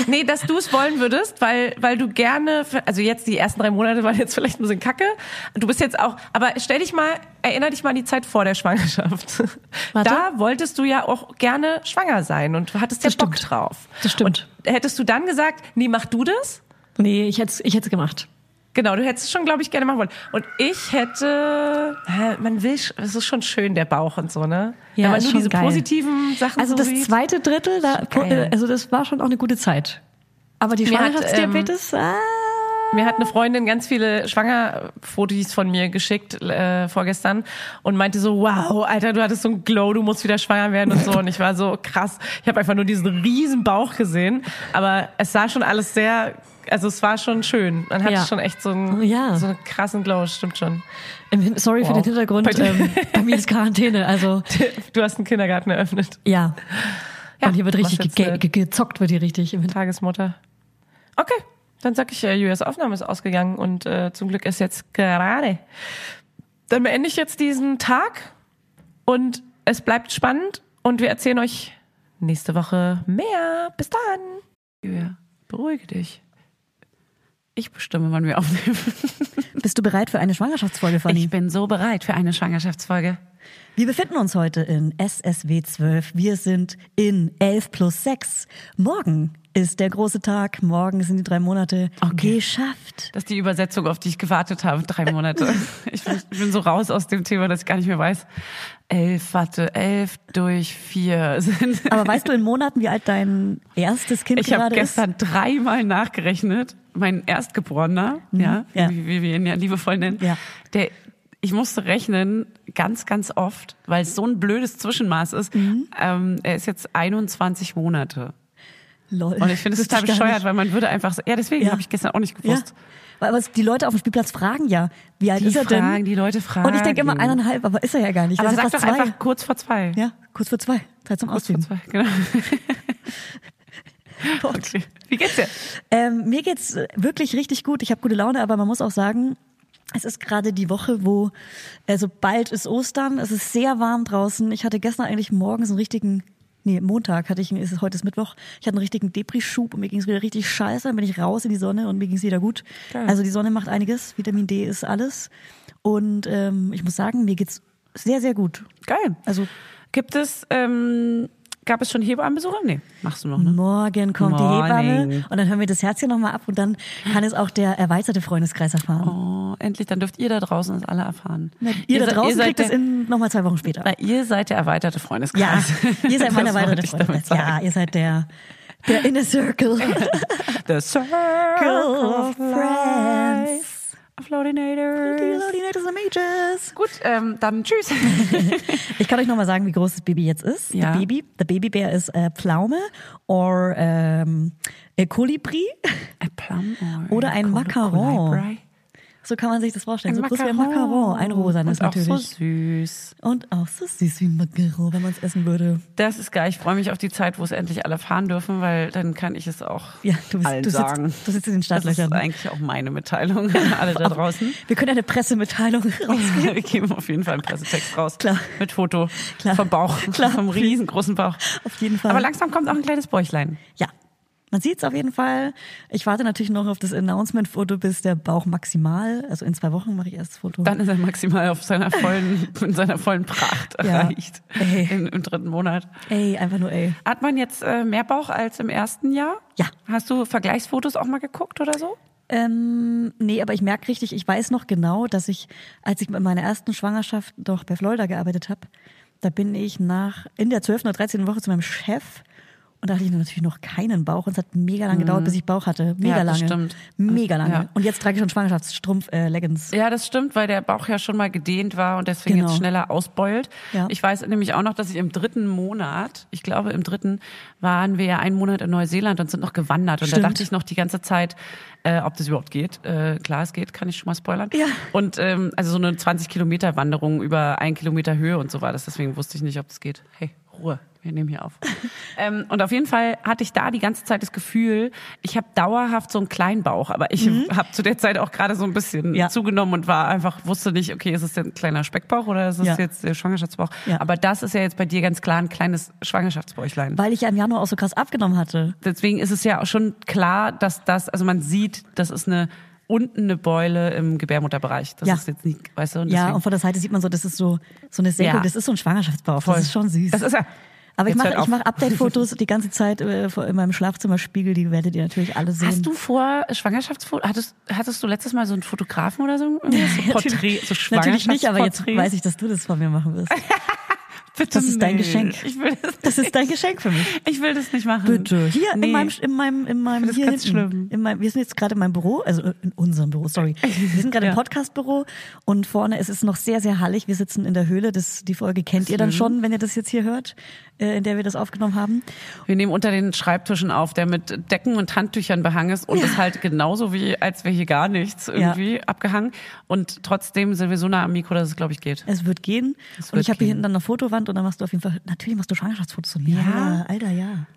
[SPEAKER 7] nee, dass du es wollen würdest, weil, weil du gerne, also jetzt die ersten drei Monate waren jetzt vielleicht ein bisschen kacke. Du bist jetzt auch, aber stell dich mal, erinnere dich mal an die Zeit vor der Schwangerschaft.
[SPEAKER 3] Warte.
[SPEAKER 7] Da wolltest du ja auch gerne schwanger sein und hattest ja
[SPEAKER 3] Das
[SPEAKER 7] Bock
[SPEAKER 3] stimmt.
[SPEAKER 7] drauf.
[SPEAKER 3] Das stimmt.
[SPEAKER 7] Und hättest du dann gesagt, nee, mach du das?
[SPEAKER 3] Nee, ich hätte es ich hätt's gemacht.
[SPEAKER 7] Genau, du hättest es schon, glaube ich, gerne machen wollen. Und ich hätte, hä, man will, sch- es ist schon schön, der Bauch und so, ne?
[SPEAKER 3] Ja,
[SPEAKER 7] Wenn man
[SPEAKER 3] ist
[SPEAKER 7] nur
[SPEAKER 3] schon
[SPEAKER 7] diese
[SPEAKER 3] geil.
[SPEAKER 7] positiven Sachen
[SPEAKER 3] Also
[SPEAKER 7] so
[SPEAKER 3] das
[SPEAKER 7] sieht.
[SPEAKER 3] zweite Drittel, da,
[SPEAKER 7] geil.
[SPEAKER 3] also das war schon auch eine gute Zeit. Aber die ähm,
[SPEAKER 7] Mir hat,
[SPEAKER 3] Schwangerschaftsdiabetes, ah.
[SPEAKER 7] Mir hat eine Freundin ganz viele Schwangerfotos von mir geschickt äh, vorgestern und meinte so, wow, Alter, du hattest so ein Glow, du musst wieder schwanger werden und so. Und ich war so krass. Ich habe einfach nur diesen riesen Bauch gesehen, aber es sah schon alles sehr, also es war schon schön. Man hatte
[SPEAKER 3] Ja. Oh,
[SPEAKER 7] schon echt so einen,
[SPEAKER 3] Ja.
[SPEAKER 7] so einen krassen Glow, stimmt schon.
[SPEAKER 3] Im Hin- Sorry für
[SPEAKER 7] Wow.
[SPEAKER 3] den Hintergrund,
[SPEAKER 7] Bei dir-
[SPEAKER 3] ähm, bei mir ist Quarantäne, also
[SPEAKER 7] Du hast einen Kindergarten eröffnet.
[SPEAKER 3] ja. Und hier wird
[SPEAKER 7] machst
[SPEAKER 3] richtig
[SPEAKER 7] jetzt
[SPEAKER 3] ge
[SPEAKER 7] eine-
[SPEAKER 3] ge gezockt, wird hier richtig im Hintergrund.
[SPEAKER 7] Tagesmutter. Okay, dann sag ich, äh, Julias Aufnahme ist ausgegangen und äh, zum Glück ist jetzt gerade. Dann beende ich jetzt diesen Tag und es bleibt spannend und wir erzählen euch nächste Woche mehr. Bis dann. Julia, beruhige dich.
[SPEAKER 2] Ich bestimme, wann wir aufnehmen.
[SPEAKER 3] Bist du bereit für eine Schwangerschaftsfolge, Fanny?
[SPEAKER 2] Ich bin so bereit für eine Schwangerschaftsfolge.
[SPEAKER 3] Wir befinden uns heute in SSW 12. Wir sind in 11 plus 6. Morgen ist der große Tag. Morgen sind die drei Monate
[SPEAKER 2] Okay.
[SPEAKER 3] geschafft.
[SPEAKER 2] Das ist die Übersetzung, auf die ich gewartet habe, drei Monate. Ich bin, ich bin so raus aus dem Thema, dass ich gar nicht mehr weiß. Elf, warte, elf durch vier sind.
[SPEAKER 3] Aber weißt du in Monaten, wie alt dein erstes Kind
[SPEAKER 2] Ich habe
[SPEAKER 3] gerade
[SPEAKER 2] gestern dreimal nachgerechnet. Mein Erstgeborener, ja,
[SPEAKER 3] Mhm. ja.
[SPEAKER 2] Wie, wie wir ihn ja liebevoll nennen,
[SPEAKER 3] Ja.
[SPEAKER 2] der ich musste rechnen ganz, ganz oft, weil es so ein blödes Zwischenmaß ist.
[SPEAKER 3] Mhm.
[SPEAKER 2] Ähm, er ist jetzt 21 Monate.
[SPEAKER 3] ist? Lol.
[SPEAKER 2] Und ich finde es
[SPEAKER 3] Wusste
[SPEAKER 2] total
[SPEAKER 3] gar
[SPEAKER 2] bescheuert,
[SPEAKER 3] nicht.
[SPEAKER 2] weil man würde einfach so, ja, deswegen
[SPEAKER 3] Ja.
[SPEAKER 2] habe ich gestern auch nicht
[SPEAKER 3] Ja.
[SPEAKER 2] gewusst.
[SPEAKER 3] Weil- Aber die Leute auf dem Spielplatz fragen ja, wie alt
[SPEAKER 2] Die
[SPEAKER 3] ist er denn?
[SPEAKER 2] fragen, die Leute
[SPEAKER 3] Und ich denke immer
[SPEAKER 2] fragen.
[SPEAKER 3] eineinhalb, aber ist er ja gar nicht.
[SPEAKER 2] Aber
[SPEAKER 3] ist ja
[SPEAKER 2] sag
[SPEAKER 3] fast
[SPEAKER 2] doch
[SPEAKER 3] zwei.
[SPEAKER 2] einfach kurz vor zwei.
[SPEAKER 3] Ja, kurz vor zwei. Zeit zum
[SPEAKER 2] kurz vor
[SPEAKER 3] Ausziehen.
[SPEAKER 2] zwei, genau.
[SPEAKER 3] Gott.
[SPEAKER 2] Okay. Wie geht's dir?
[SPEAKER 3] Ähm, mir geht's äh, wirklich richtig gut. Ich habe gute Laune, aber man muss auch sagen, es ist gerade die Woche, wo also bald ist Ostern. Es ist sehr warm draußen. Ich hatte gestern eigentlich morgens einen richtigen Nee, Montag hatte ich, einen- ist es heute ist Mittwoch. Ich hatte einen richtigen Depri-Schub und mir ging's wieder richtig scheiße. Dann bin ich raus in die Sonne und mir ging's wieder gut. Also die Sonne macht einiges. Vitamin D ist alles. Und ähm, ich muss sagen, mir geht's sehr, sehr gut.
[SPEAKER 2] Geil.
[SPEAKER 3] Also
[SPEAKER 2] Gibt es, ähm, gab es schon Hebammenbesuche? Nee, machst du noch, ne?
[SPEAKER 3] Morgen kommt die
[SPEAKER 2] Morning.
[SPEAKER 3] Hebamme und dann hören wir das Herzchen nochmal ab und dann kann es auch der erweiterte Freundeskreis erfahren.
[SPEAKER 2] Oh, endlich, dann dürft ihr da draußen es alle erfahren.
[SPEAKER 3] Ihr, da
[SPEAKER 2] se-
[SPEAKER 3] draußen
[SPEAKER 2] seid
[SPEAKER 3] kriegt
[SPEAKER 2] der,
[SPEAKER 3] es in nochmal zwei Wochen später.
[SPEAKER 2] Na, ihr seid der erweiterte
[SPEAKER 3] Ja,
[SPEAKER 2] Freundeskreis.
[SPEAKER 3] ihr seid mein
[SPEAKER 2] Das wollte
[SPEAKER 3] erweiterter
[SPEAKER 2] ich damit
[SPEAKER 3] Freundeskreis.
[SPEAKER 2] sagen.
[SPEAKER 3] Ja, ihr seid der, der Inner Circle.
[SPEAKER 2] The Circle
[SPEAKER 3] of
[SPEAKER 2] of Friends. Floatinator. Gut, ähm, dann tschüss.
[SPEAKER 3] Ich kann euch nochmal sagen, wie groß das Baby jetzt ist.
[SPEAKER 2] Ja.
[SPEAKER 3] The Baby, the Baby Bear ist äh, Pflaume or ähm, äh, Kolibri.
[SPEAKER 2] A plum or
[SPEAKER 3] Oder ein
[SPEAKER 2] a
[SPEAKER 3] Macaron.
[SPEAKER 2] Colibri.
[SPEAKER 3] So kann man sich das vorstellen. so
[SPEAKER 2] Also Ein
[SPEAKER 3] groß wie ein Macaron, ein rosanes
[SPEAKER 2] Und auch
[SPEAKER 3] natürlich.
[SPEAKER 2] so süß.
[SPEAKER 3] Und auch so süß wie ein Macaron, wenn man es essen würde.
[SPEAKER 2] Das ist geil. Ich freue mich auf die Zeit, wo es endlich alle fahren dürfen, weil dann kann ich es auch
[SPEAKER 3] Ja, du, bist,
[SPEAKER 2] allen
[SPEAKER 3] du, sitzt,
[SPEAKER 2] sagen.
[SPEAKER 3] du sitzt in
[SPEAKER 2] das
[SPEAKER 3] den
[SPEAKER 2] ist
[SPEAKER 3] Startlöchern.
[SPEAKER 2] eigentlich auch meine Mitteilung an alle da draußen.
[SPEAKER 3] Wir können eine Pressemitteilung rausgeben.
[SPEAKER 2] Wir geben auf jeden Fall einen Pressetext raus.
[SPEAKER 3] Klar.
[SPEAKER 2] Mit Foto
[SPEAKER 3] Klar.
[SPEAKER 2] vom Bauch,
[SPEAKER 3] Klar.
[SPEAKER 2] vom riesengroßen Bauch.
[SPEAKER 3] Auf jeden Fall.
[SPEAKER 2] Aber langsam kommt auch ein kleines Bäuchlein.
[SPEAKER 3] Ja. Man sieht es auf jeden Fall. Ich warte natürlich noch auf das Announcement-Foto, bis der Bauch maximal, also in zwei Wochen mache ich erst das Foto.
[SPEAKER 2] Dann ist er maximal auf seiner vollen, in seiner vollen Pracht
[SPEAKER 3] Ja.
[SPEAKER 2] erreicht.
[SPEAKER 3] Ey.
[SPEAKER 2] Im, Im dritten Monat.
[SPEAKER 3] ey, einfach nur ey.
[SPEAKER 2] Hat man jetzt äh, mehr Bauch als im ersten Jahr?
[SPEAKER 3] Ja.
[SPEAKER 2] Hast du Vergleichsfotos auch mal geguckt oder so?
[SPEAKER 3] Ähm, nee, aber ich merke richtig, ich weiß noch genau, dass ich, als ich mit meiner ersten Schwangerschaft doch bei Florida gearbeitet habe, da bin ich nach, in der 12. oder 13. Woche zu meinem Chef und da hatte ich natürlich noch keinen Bauch und es hat mega lange gedauert, bis ich Bauch hatte. Mega
[SPEAKER 2] Mhm. Ja, das
[SPEAKER 3] lange.
[SPEAKER 2] stimmt.
[SPEAKER 3] Mega lange.
[SPEAKER 2] Ja.
[SPEAKER 3] Und jetzt trage ich schon äh, Schwangerschaftsstrumpf-Leggings.
[SPEAKER 2] Ja, das stimmt, weil der Bauch ja schon mal gedehnt war und deswegen
[SPEAKER 3] Genau.
[SPEAKER 2] jetzt schneller ausbeult.
[SPEAKER 3] Ja.
[SPEAKER 2] Ich weiß nämlich auch noch, dass ich im dritten Monat, ich glaube im dritten, waren wir ja einen Monat in Neuseeland und sind noch gewandert. Und
[SPEAKER 3] Stimmt.
[SPEAKER 2] da dachte ich noch die ganze Zeit, äh, ob das überhaupt geht. Äh, klar, es geht, kann ich schon mal spoilern.
[SPEAKER 3] Ja.
[SPEAKER 2] Und ähm, also so eine 20 Kilometer Wanderung über einen Kilometer Höhe und so war das. Deswegen wusste ich nicht, ob das geht. Hey, Ruhe. Wir nehmen hier auf. ähm, und auf jeden Fall hatte ich da die ganze Zeit das Gefühl, ich habe dauerhaft so einen Kleinbauch, aber ich habe zu der Zeit auch gerade so ein bisschen
[SPEAKER 3] Mhm. Ja.
[SPEAKER 2] zugenommen und war einfach, wusste nicht, okay, ist es denn ein kleiner Speckbauch oder ist es
[SPEAKER 3] Ja.
[SPEAKER 2] jetzt der Schwangerschaftsbauch?
[SPEAKER 3] Ja.
[SPEAKER 2] Aber das ist ja jetzt bei dir ganz klar ein kleines Schwangerschaftsbäuchlein.
[SPEAKER 3] Weil ich ja im Januar auch so krass abgenommen hatte.
[SPEAKER 2] Deswegen ist es ja auch schon klar, dass das, also man sieht, das ist eine unten eine Beule im Gebärmutterbereich. Das
[SPEAKER 3] Ja.
[SPEAKER 2] ist jetzt nicht, weißt du, und
[SPEAKER 3] Ja,
[SPEAKER 2] deswegen-
[SPEAKER 3] und von der Seite sieht man so, das ist so, so eine Säge,
[SPEAKER 2] Ja.
[SPEAKER 3] das ist so ein Schwangerschaftsbauch.
[SPEAKER 2] Voll.
[SPEAKER 3] Das ist schon süß.
[SPEAKER 2] Das ist halt ja.
[SPEAKER 3] Aber ich
[SPEAKER 2] Jetzt
[SPEAKER 3] mache
[SPEAKER 2] hört
[SPEAKER 3] ich
[SPEAKER 2] auf.
[SPEAKER 3] mache Update-Fotos die ganze Zeit äh, vor- in meinem Schlafzimmerspiegel, die werdet ihr natürlich alle sehen.
[SPEAKER 2] Hast du vor Schwangerschaftsfoto, hattest, hattest du letztes Mal so einen Fotografen oder so? Irgendwas? So Porträt, so
[SPEAKER 3] Natürlich nicht, aber jetzt
[SPEAKER 2] Schwangerschaftsporträts?
[SPEAKER 3] weiß ich, dass du das von mir machen wirst.
[SPEAKER 2] Bitte
[SPEAKER 3] das ist dein
[SPEAKER 2] nicht.
[SPEAKER 3] Geschenk.
[SPEAKER 2] Ich will das,
[SPEAKER 3] Das ist dein Geschenk für mich.
[SPEAKER 2] ich will das nicht machen.
[SPEAKER 3] Bitte. Hier
[SPEAKER 2] Nee.
[SPEAKER 3] in meinem, in meinem, in meinem,
[SPEAKER 2] das
[SPEAKER 3] hier
[SPEAKER 2] ganz
[SPEAKER 3] hinten.
[SPEAKER 2] schlimm.
[SPEAKER 3] In meinem, wir sind jetzt gerade in meinem Büro, also in unserem Büro, sorry. Wir sind gerade im Podcast-Büro und vorne es ist noch sehr, sehr hallig. Wir sitzen in der Höhle. Das, die Folge kennt ihr
[SPEAKER 2] Mhm.
[SPEAKER 3] dann schon, wenn ihr das jetzt hier hört, äh, in der wir das aufgenommen haben.
[SPEAKER 2] Wir nehmen unter den Schreibtischen auf, der mit Decken und Handtüchern behangen ist und ist halt genauso wie, als wäre hier gar nichts irgendwie abgehangen. Und trotzdem sind wir so nah am Mikro, dass es, glaube ich, geht.
[SPEAKER 3] Es wird gehen.
[SPEAKER 2] Es
[SPEAKER 3] und
[SPEAKER 2] wird
[SPEAKER 3] ich habe hier
[SPEAKER 2] gehen.
[SPEAKER 3] hinten dann eine Fotowand und dann machst du auf jeden Fall, natürlich machst du Schwangerschaftsfotos von mir.
[SPEAKER 2] Ja.
[SPEAKER 3] Alter, ja.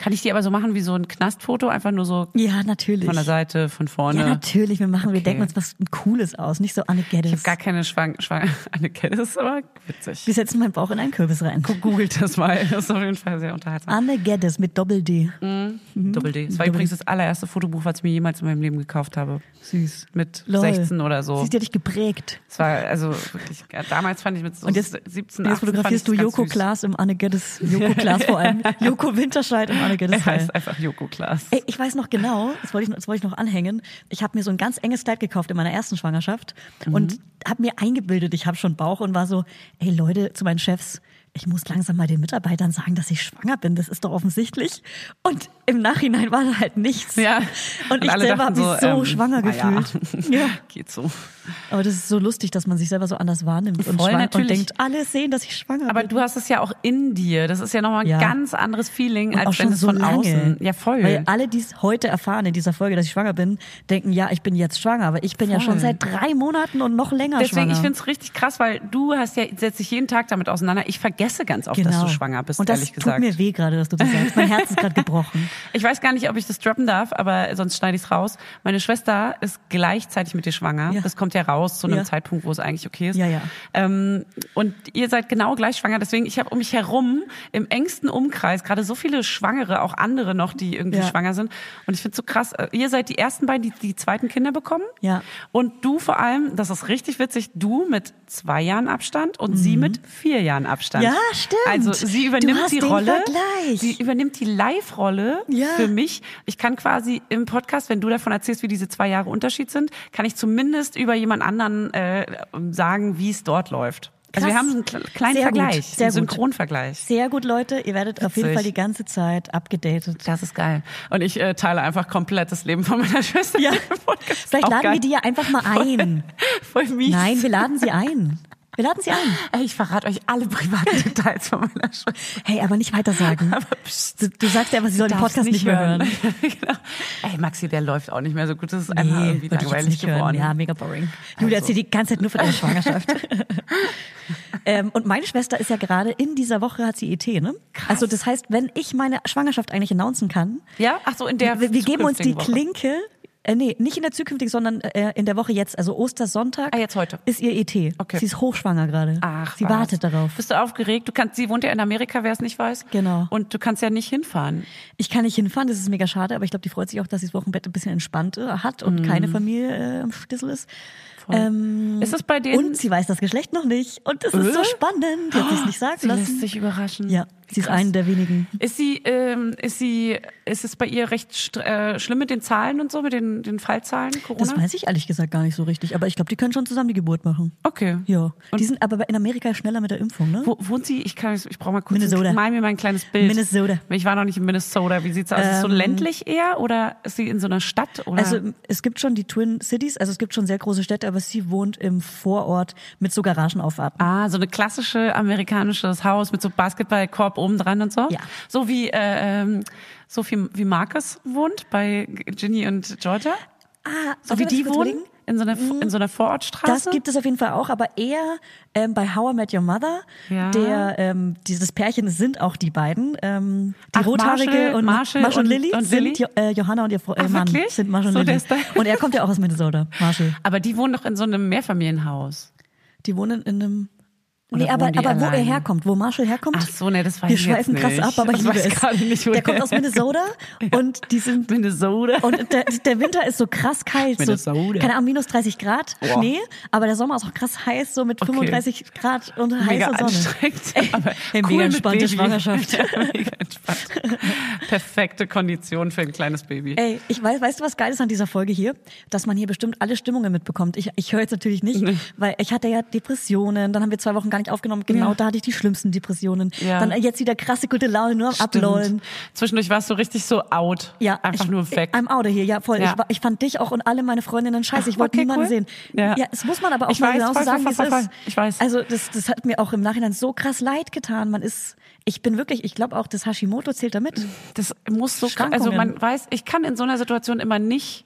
[SPEAKER 2] Kann ich die aber so machen wie so ein Knastfoto, einfach nur so
[SPEAKER 3] Ja, natürlich.
[SPEAKER 2] von der Seite, von vorne?
[SPEAKER 3] Ja, natürlich. Wir machen, wir denken uns was Cooles aus, nicht so Anne
[SPEAKER 2] Ich
[SPEAKER 3] Geddes.
[SPEAKER 2] habe gar keine Schwank, Schwank, eine Kette, das ist aber witzig.
[SPEAKER 3] Wir setzen meinen Bauch in einen Kürbis rein.
[SPEAKER 2] Googelt das mal, das ist auf jeden Fall sehr unterhaltsam.
[SPEAKER 3] Anne Geddes mit Doppel D.
[SPEAKER 2] Mhm.
[SPEAKER 3] mhm.
[SPEAKER 2] Doppel D. Das war übrigens das allererste Fotobuch, was ich mir jemals in meinem Leben gekauft habe. Süß. Mit
[SPEAKER 3] Lol.
[SPEAKER 2] 16 oder so.
[SPEAKER 3] Sie hat dich geprägt.
[SPEAKER 2] Es war also wirklich, ja, damals fand ich mit so
[SPEAKER 3] Und jetzt-
[SPEAKER 2] 17, 18
[SPEAKER 3] Jetzt fotografierst du
[SPEAKER 2] fand ich's ganz
[SPEAKER 3] Joko
[SPEAKER 2] süß.
[SPEAKER 3] Klaas im Anne Geddes, Joko Klaas vor allem. Joko Winterscheid im Anne Geddes.
[SPEAKER 2] Er
[SPEAKER 3] Teil.
[SPEAKER 2] heißt einfach Joko Klaas.
[SPEAKER 3] Ey, ich weiß noch genau, das wollte ich, noch- das wollte ich noch anhängen. Ich habe mir so ein ganz enges Kleid gekauft in meiner ersten Schwangerschaft und
[SPEAKER 2] Mhm.
[SPEAKER 3] habe mir eingebildet, ich habe schon Bauch und war so, ey Leute, zu meinen Chefs, ich muss langsam mal den Mitarbeitern sagen, dass ich schwanger bin. Das ist doch offensichtlich. Und im Nachhinein war da halt nichts.
[SPEAKER 2] Ja.
[SPEAKER 3] Und, ich
[SPEAKER 2] alle
[SPEAKER 3] selber habe
[SPEAKER 2] dachten
[SPEAKER 3] mich so,
[SPEAKER 2] ähm,
[SPEAKER 3] schwanger
[SPEAKER 2] na ja,
[SPEAKER 3] gefühlt.
[SPEAKER 2] Ja.
[SPEAKER 3] Ja.
[SPEAKER 2] Geht so.
[SPEAKER 3] Aber das ist so lustig, dass man sich selber so anders wahrnimmt und,
[SPEAKER 2] Voll,
[SPEAKER 3] schwang- und
[SPEAKER 2] natürlich.
[SPEAKER 3] denkt, alle sehen, dass ich schwanger
[SPEAKER 2] Aber
[SPEAKER 3] bin.
[SPEAKER 2] du hast es ja auch in dir. Das ist ja nochmal ein
[SPEAKER 3] Ja.
[SPEAKER 2] ganz anderes Feeling,
[SPEAKER 3] Und auch
[SPEAKER 2] als wenn
[SPEAKER 3] schon
[SPEAKER 2] es
[SPEAKER 3] so
[SPEAKER 2] von
[SPEAKER 3] lange.
[SPEAKER 2] außen. Ja, voll.
[SPEAKER 3] Weil alle, die es heute erfahren in dieser Folge, dass ich schwanger bin, denken, ja, ich bin jetzt schwanger. Aber ich bin ja
[SPEAKER 2] Voll.
[SPEAKER 3] schon seit drei Monaten und noch länger
[SPEAKER 2] Deswegen,
[SPEAKER 3] schwanger.
[SPEAKER 2] ich finde es richtig krass, weil du hast ja, setzt dich jeden Tag damit auseinander. Ich vergesse ganz oft, dass du schwanger bist,
[SPEAKER 3] Genau. Und das
[SPEAKER 2] ehrlich
[SPEAKER 3] tut
[SPEAKER 2] gesagt.
[SPEAKER 3] mir weh gerade, dass du das sagst. Mein Herz ist gerade gebrochen.
[SPEAKER 2] Ich weiß gar nicht, ob ich das droppen darf, aber sonst schneide ich es raus. Meine Schwester ist gleichzeitig mit dir schwanger.
[SPEAKER 3] Ja.
[SPEAKER 2] Das kommt ja raus zu einem
[SPEAKER 3] Ja.
[SPEAKER 2] Zeitpunkt, wo es eigentlich okay ist.
[SPEAKER 3] Ja, ja.
[SPEAKER 2] Ähm, und ihr seid genau gleich schwanger. Deswegen, ich habe um mich herum im engsten Umkreis gerade so viele Schwangere, auch andere noch, die irgendwie
[SPEAKER 3] Ja.
[SPEAKER 2] schwanger sind. Und ich finde es so krass. äh, Ihr seid die ersten beiden, die die zweiten Kinder bekommen.
[SPEAKER 3] Ja.
[SPEAKER 2] Und du vor allem, das ist richtig witzig, du mit zwei Jahren Abstand und sie mit vier Jahren Abstand.
[SPEAKER 3] Mhm. Ja, stimmt.
[SPEAKER 2] Also sie
[SPEAKER 3] Du
[SPEAKER 2] übernimmt
[SPEAKER 3] hast
[SPEAKER 2] die
[SPEAKER 3] den
[SPEAKER 2] Rolle.
[SPEAKER 3] Vergleich.
[SPEAKER 2] Sie übernimmt die Live-Rolle
[SPEAKER 3] Ja.
[SPEAKER 2] für mich. Ich kann quasi im Podcast, wenn du davon erzählst, wie diese zwei Jahre Unterschied sind, kann ich zumindest über jemand anderen äh, sagen, wie es dort läuft. Also
[SPEAKER 3] Krass.
[SPEAKER 2] wir haben einen kle- kleinen
[SPEAKER 3] Sehr gut,
[SPEAKER 2] Vergleich,
[SPEAKER 3] sehr
[SPEAKER 2] einen
[SPEAKER 3] gut.
[SPEAKER 2] Synchronvergleich.
[SPEAKER 3] Sehr gut, Leute. Ihr werdet auf jeden
[SPEAKER 2] Witzig.
[SPEAKER 3] Fall die ganze Zeit abgedatet.
[SPEAKER 2] Das ist geil. Und ich äh, teile einfach komplett das Leben von meiner Schwester.
[SPEAKER 3] Ja.
[SPEAKER 2] in dem Podcast.
[SPEAKER 3] Vielleicht
[SPEAKER 2] Auch
[SPEAKER 3] laden
[SPEAKER 2] geil.
[SPEAKER 3] wir die ja einfach mal ein.
[SPEAKER 2] Voll mies.
[SPEAKER 3] Nein, wir laden sie ein. Wir laden sie ein.
[SPEAKER 2] Ey, ich verrate euch alle privaten Details von meiner Schwester.
[SPEAKER 3] Hey, aber nicht weitersagen.
[SPEAKER 2] Aber psst.
[SPEAKER 3] Du, du sagst ja, aber sie soll den
[SPEAKER 2] darf's
[SPEAKER 3] Podcast nicht mehr hören.
[SPEAKER 2] genau. Ey, Maxi, der läuft auch nicht mehr so gut. Das ist einfach irgendwie
[SPEAKER 3] würd ich jetzt
[SPEAKER 2] langweilig
[SPEAKER 3] nicht hören.
[SPEAKER 2] geworden. Also.
[SPEAKER 3] Ja, mega boring. Du, der erzählt die ganze Zeit nur von deiner Schwangerschaft. ähm, und meine Schwester ist ja gerade in dieser Woche hat sie ET, ne? Also das heißt, wenn ich meine Schwangerschaft eigentlich announcen kann,
[SPEAKER 2] Ja? Ach so, in der
[SPEAKER 3] wir, wir geben uns die
[SPEAKER 2] zukünftigen Woche.
[SPEAKER 3] Klinke. Äh, nee, nicht in der zukünftigen, sondern äh, in der Woche jetzt, also Ostersonntag.
[SPEAKER 2] Ah, jetzt heute.
[SPEAKER 3] Ist ihr ET.
[SPEAKER 2] Okay.
[SPEAKER 3] Sie ist hochschwanger gerade.
[SPEAKER 2] Ach,
[SPEAKER 3] Sie
[SPEAKER 2] was.
[SPEAKER 3] wartet darauf.
[SPEAKER 2] Bist du aufgeregt? Du kannst, sie wohnt ja in Amerika, wer es nicht weiß.
[SPEAKER 3] Genau.
[SPEAKER 2] Und du kannst ja nicht hinfahren.
[SPEAKER 3] Ich kann nicht hinfahren, das ist mega schade, aber ich glaube, die freut sich auch, dass sie das Wochenbett ein bisschen entspannt äh, hat
[SPEAKER 2] Mhm.
[SPEAKER 3] und keine Familie äh, am Stissel ist. Ähm,
[SPEAKER 2] Ist es bei denen-
[SPEAKER 3] Und sie weiß das Geschlecht noch nicht. Und das ist so spannend. Die hat sich's nicht sagen
[SPEAKER 2] Sie
[SPEAKER 3] lassen.
[SPEAKER 2] lässt sich überraschen.
[SPEAKER 3] ja,
[SPEAKER 2] Wie
[SPEAKER 3] sie ist
[SPEAKER 2] krass.
[SPEAKER 3] eine der wenigen.
[SPEAKER 2] Ist sie, ähm, ist sie, ist es bei ihr recht str- äh, schlimm mit den Zahlen und so, mit den, den Fallzahlen, Corona?
[SPEAKER 3] Das weiß ich ehrlich gesagt gar nicht so richtig, aber ich glaube, die können schon zusammen die Geburt machen.
[SPEAKER 2] Okay.
[SPEAKER 3] Ja.
[SPEAKER 2] Und
[SPEAKER 3] die sind aber in Amerika schneller mit der Impfung, ne?
[SPEAKER 2] Wo wohnt sie? Ich kann, ich brauche mal kurz.
[SPEAKER 3] Minnesota.
[SPEAKER 2] Mal mir mal ein kleines Bild.
[SPEAKER 3] Minnesota.
[SPEAKER 2] Ich war noch nicht in Minnesota. Wie sieht's aus? ist es so
[SPEAKER 3] Ähm.
[SPEAKER 2] ländlich eher oder ist sie in so einer Stadt oder?
[SPEAKER 3] Also es gibt schon die Twin Cities, also es gibt schon sehr große Städte, aber sie wohnt im Vorort mit so Garagenauffahrten.
[SPEAKER 2] Ah, so eine klassische amerikanisches Haus mit so Basketballkorb oben dran und so.
[SPEAKER 3] Ja.
[SPEAKER 2] So wie äh, ähm, so viel wie Marcus wohnt bei Ginny und Georgia.
[SPEAKER 3] Ah,
[SPEAKER 2] So wie die wohnen in so einer in so einer Vorortstraße.
[SPEAKER 3] Mhm. Das gibt es auf jeden Fall auch, aber eher ähm, bei How I Met Your Mother.
[SPEAKER 2] Ja.
[SPEAKER 3] Der, ähm, dieses Pärchen das sind auch die beiden. Ähm, die
[SPEAKER 2] Ach,
[SPEAKER 3] rothaarige
[SPEAKER 2] Marshall-
[SPEAKER 3] und
[SPEAKER 2] Marshall
[SPEAKER 3] Marshall
[SPEAKER 2] und-
[SPEAKER 3] Lilly
[SPEAKER 2] und
[SPEAKER 3] sind
[SPEAKER 2] Lilly?
[SPEAKER 3] jo äh, Johanna und ihr Fre äh,
[SPEAKER 2] Ach,
[SPEAKER 3] Mann
[SPEAKER 2] wirklich?
[SPEAKER 3] sind Marshall
[SPEAKER 2] So
[SPEAKER 3] und Lilly.
[SPEAKER 2] der Style.
[SPEAKER 3] Und er kommt ja auch aus Minnesota, Marshall.
[SPEAKER 2] aber die wohnen doch in so einem Mehrfamilienhaus.
[SPEAKER 3] Die wohnen in einem
[SPEAKER 2] Oder
[SPEAKER 3] Nee, aber,
[SPEAKER 2] wohnen die
[SPEAKER 3] aber wo er
[SPEAKER 2] alleine?
[SPEAKER 3] herkommt, wo Marshall herkommt.
[SPEAKER 2] Ach so, nee, das weiß
[SPEAKER 3] Wir
[SPEAKER 2] ich jetzt
[SPEAKER 3] schweifen krass
[SPEAKER 2] nicht.
[SPEAKER 3] ab, aber ich
[SPEAKER 2] Ich
[SPEAKER 3] liebe
[SPEAKER 2] weiß
[SPEAKER 3] es.
[SPEAKER 2] gerade nicht, wo der
[SPEAKER 3] der kommt aus Minnesota und die sind
[SPEAKER 2] Minnesota.
[SPEAKER 3] und der, der Winter ist so krass kalt. So,
[SPEAKER 2] Minnesota.
[SPEAKER 3] keine Ahnung, minus 30 Grad Schnee, aber der Sommer ist auch krass heiß, so mit
[SPEAKER 2] Okay.
[SPEAKER 3] 35 Grad und
[SPEAKER 2] Mega
[SPEAKER 3] heißer Sonne.
[SPEAKER 2] anstrengend.
[SPEAKER 3] Ey,
[SPEAKER 2] aber
[SPEAKER 3] ey, mega
[SPEAKER 2] cool mit
[SPEAKER 3] entspannte
[SPEAKER 2] Baby.
[SPEAKER 3] Schwangerschaft.
[SPEAKER 2] Ja, mega entspannt. Perfekte Kondition für ein kleines Baby.
[SPEAKER 3] Ey, ich weiß, weißt du, was geil ist an dieser Folge hier? Dass man hier bestimmt alle Stimmungen mitbekommt. Ich, ich höre jetzt natürlich nicht, weil ich hatte ja Depressionen, dann haben wir zwei Wochen gar nicht aufgenommen. Genau,
[SPEAKER 2] Ja.
[SPEAKER 3] da hatte ich die schlimmsten Depressionen.
[SPEAKER 2] Ja.
[SPEAKER 3] Dann jetzt wieder krasse gute Laune, nur am Ablollen.
[SPEAKER 2] Zwischendurch warst du richtig so out.
[SPEAKER 3] Ja,
[SPEAKER 2] Einfach
[SPEAKER 3] ich,
[SPEAKER 2] nur weg.
[SPEAKER 3] I'm out of here. Ja, voll.
[SPEAKER 2] Ja.
[SPEAKER 3] Ich, war- ich fand dich auch und alle meine Freundinnen scheiße. Ich wollte
[SPEAKER 2] okay,
[SPEAKER 3] niemanden
[SPEAKER 2] cool.
[SPEAKER 3] sehen.
[SPEAKER 2] Ja.
[SPEAKER 3] es muss man aber auch
[SPEAKER 2] Ich
[SPEAKER 3] mal
[SPEAKER 2] weiß,
[SPEAKER 3] genauso
[SPEAKER 2] voll,
[SPEAKER 3] sagen,
[SPEAKER 2] voll,
[SPEAKER 3] wie
[SPEAKER 2] voll,
[SPEAKER 3] es
[SPEAKER 2] voll,
[SPEAKER 3] ist.
[SPEAKER 2] voll. Ich weiß.
[SPEAKER 3] Also das, das hat mir auch im Nachhinein so krass leid getan. Man ist, ich bin wirklich, ich glaube auch, das Hashimoto zählt damit.
[SPEAKER 2] das muss so,
[SPEAKER 3] Schwankungen.
[SPEAKER 2] also man weiß, ich kann in so einer Situation immer nicht,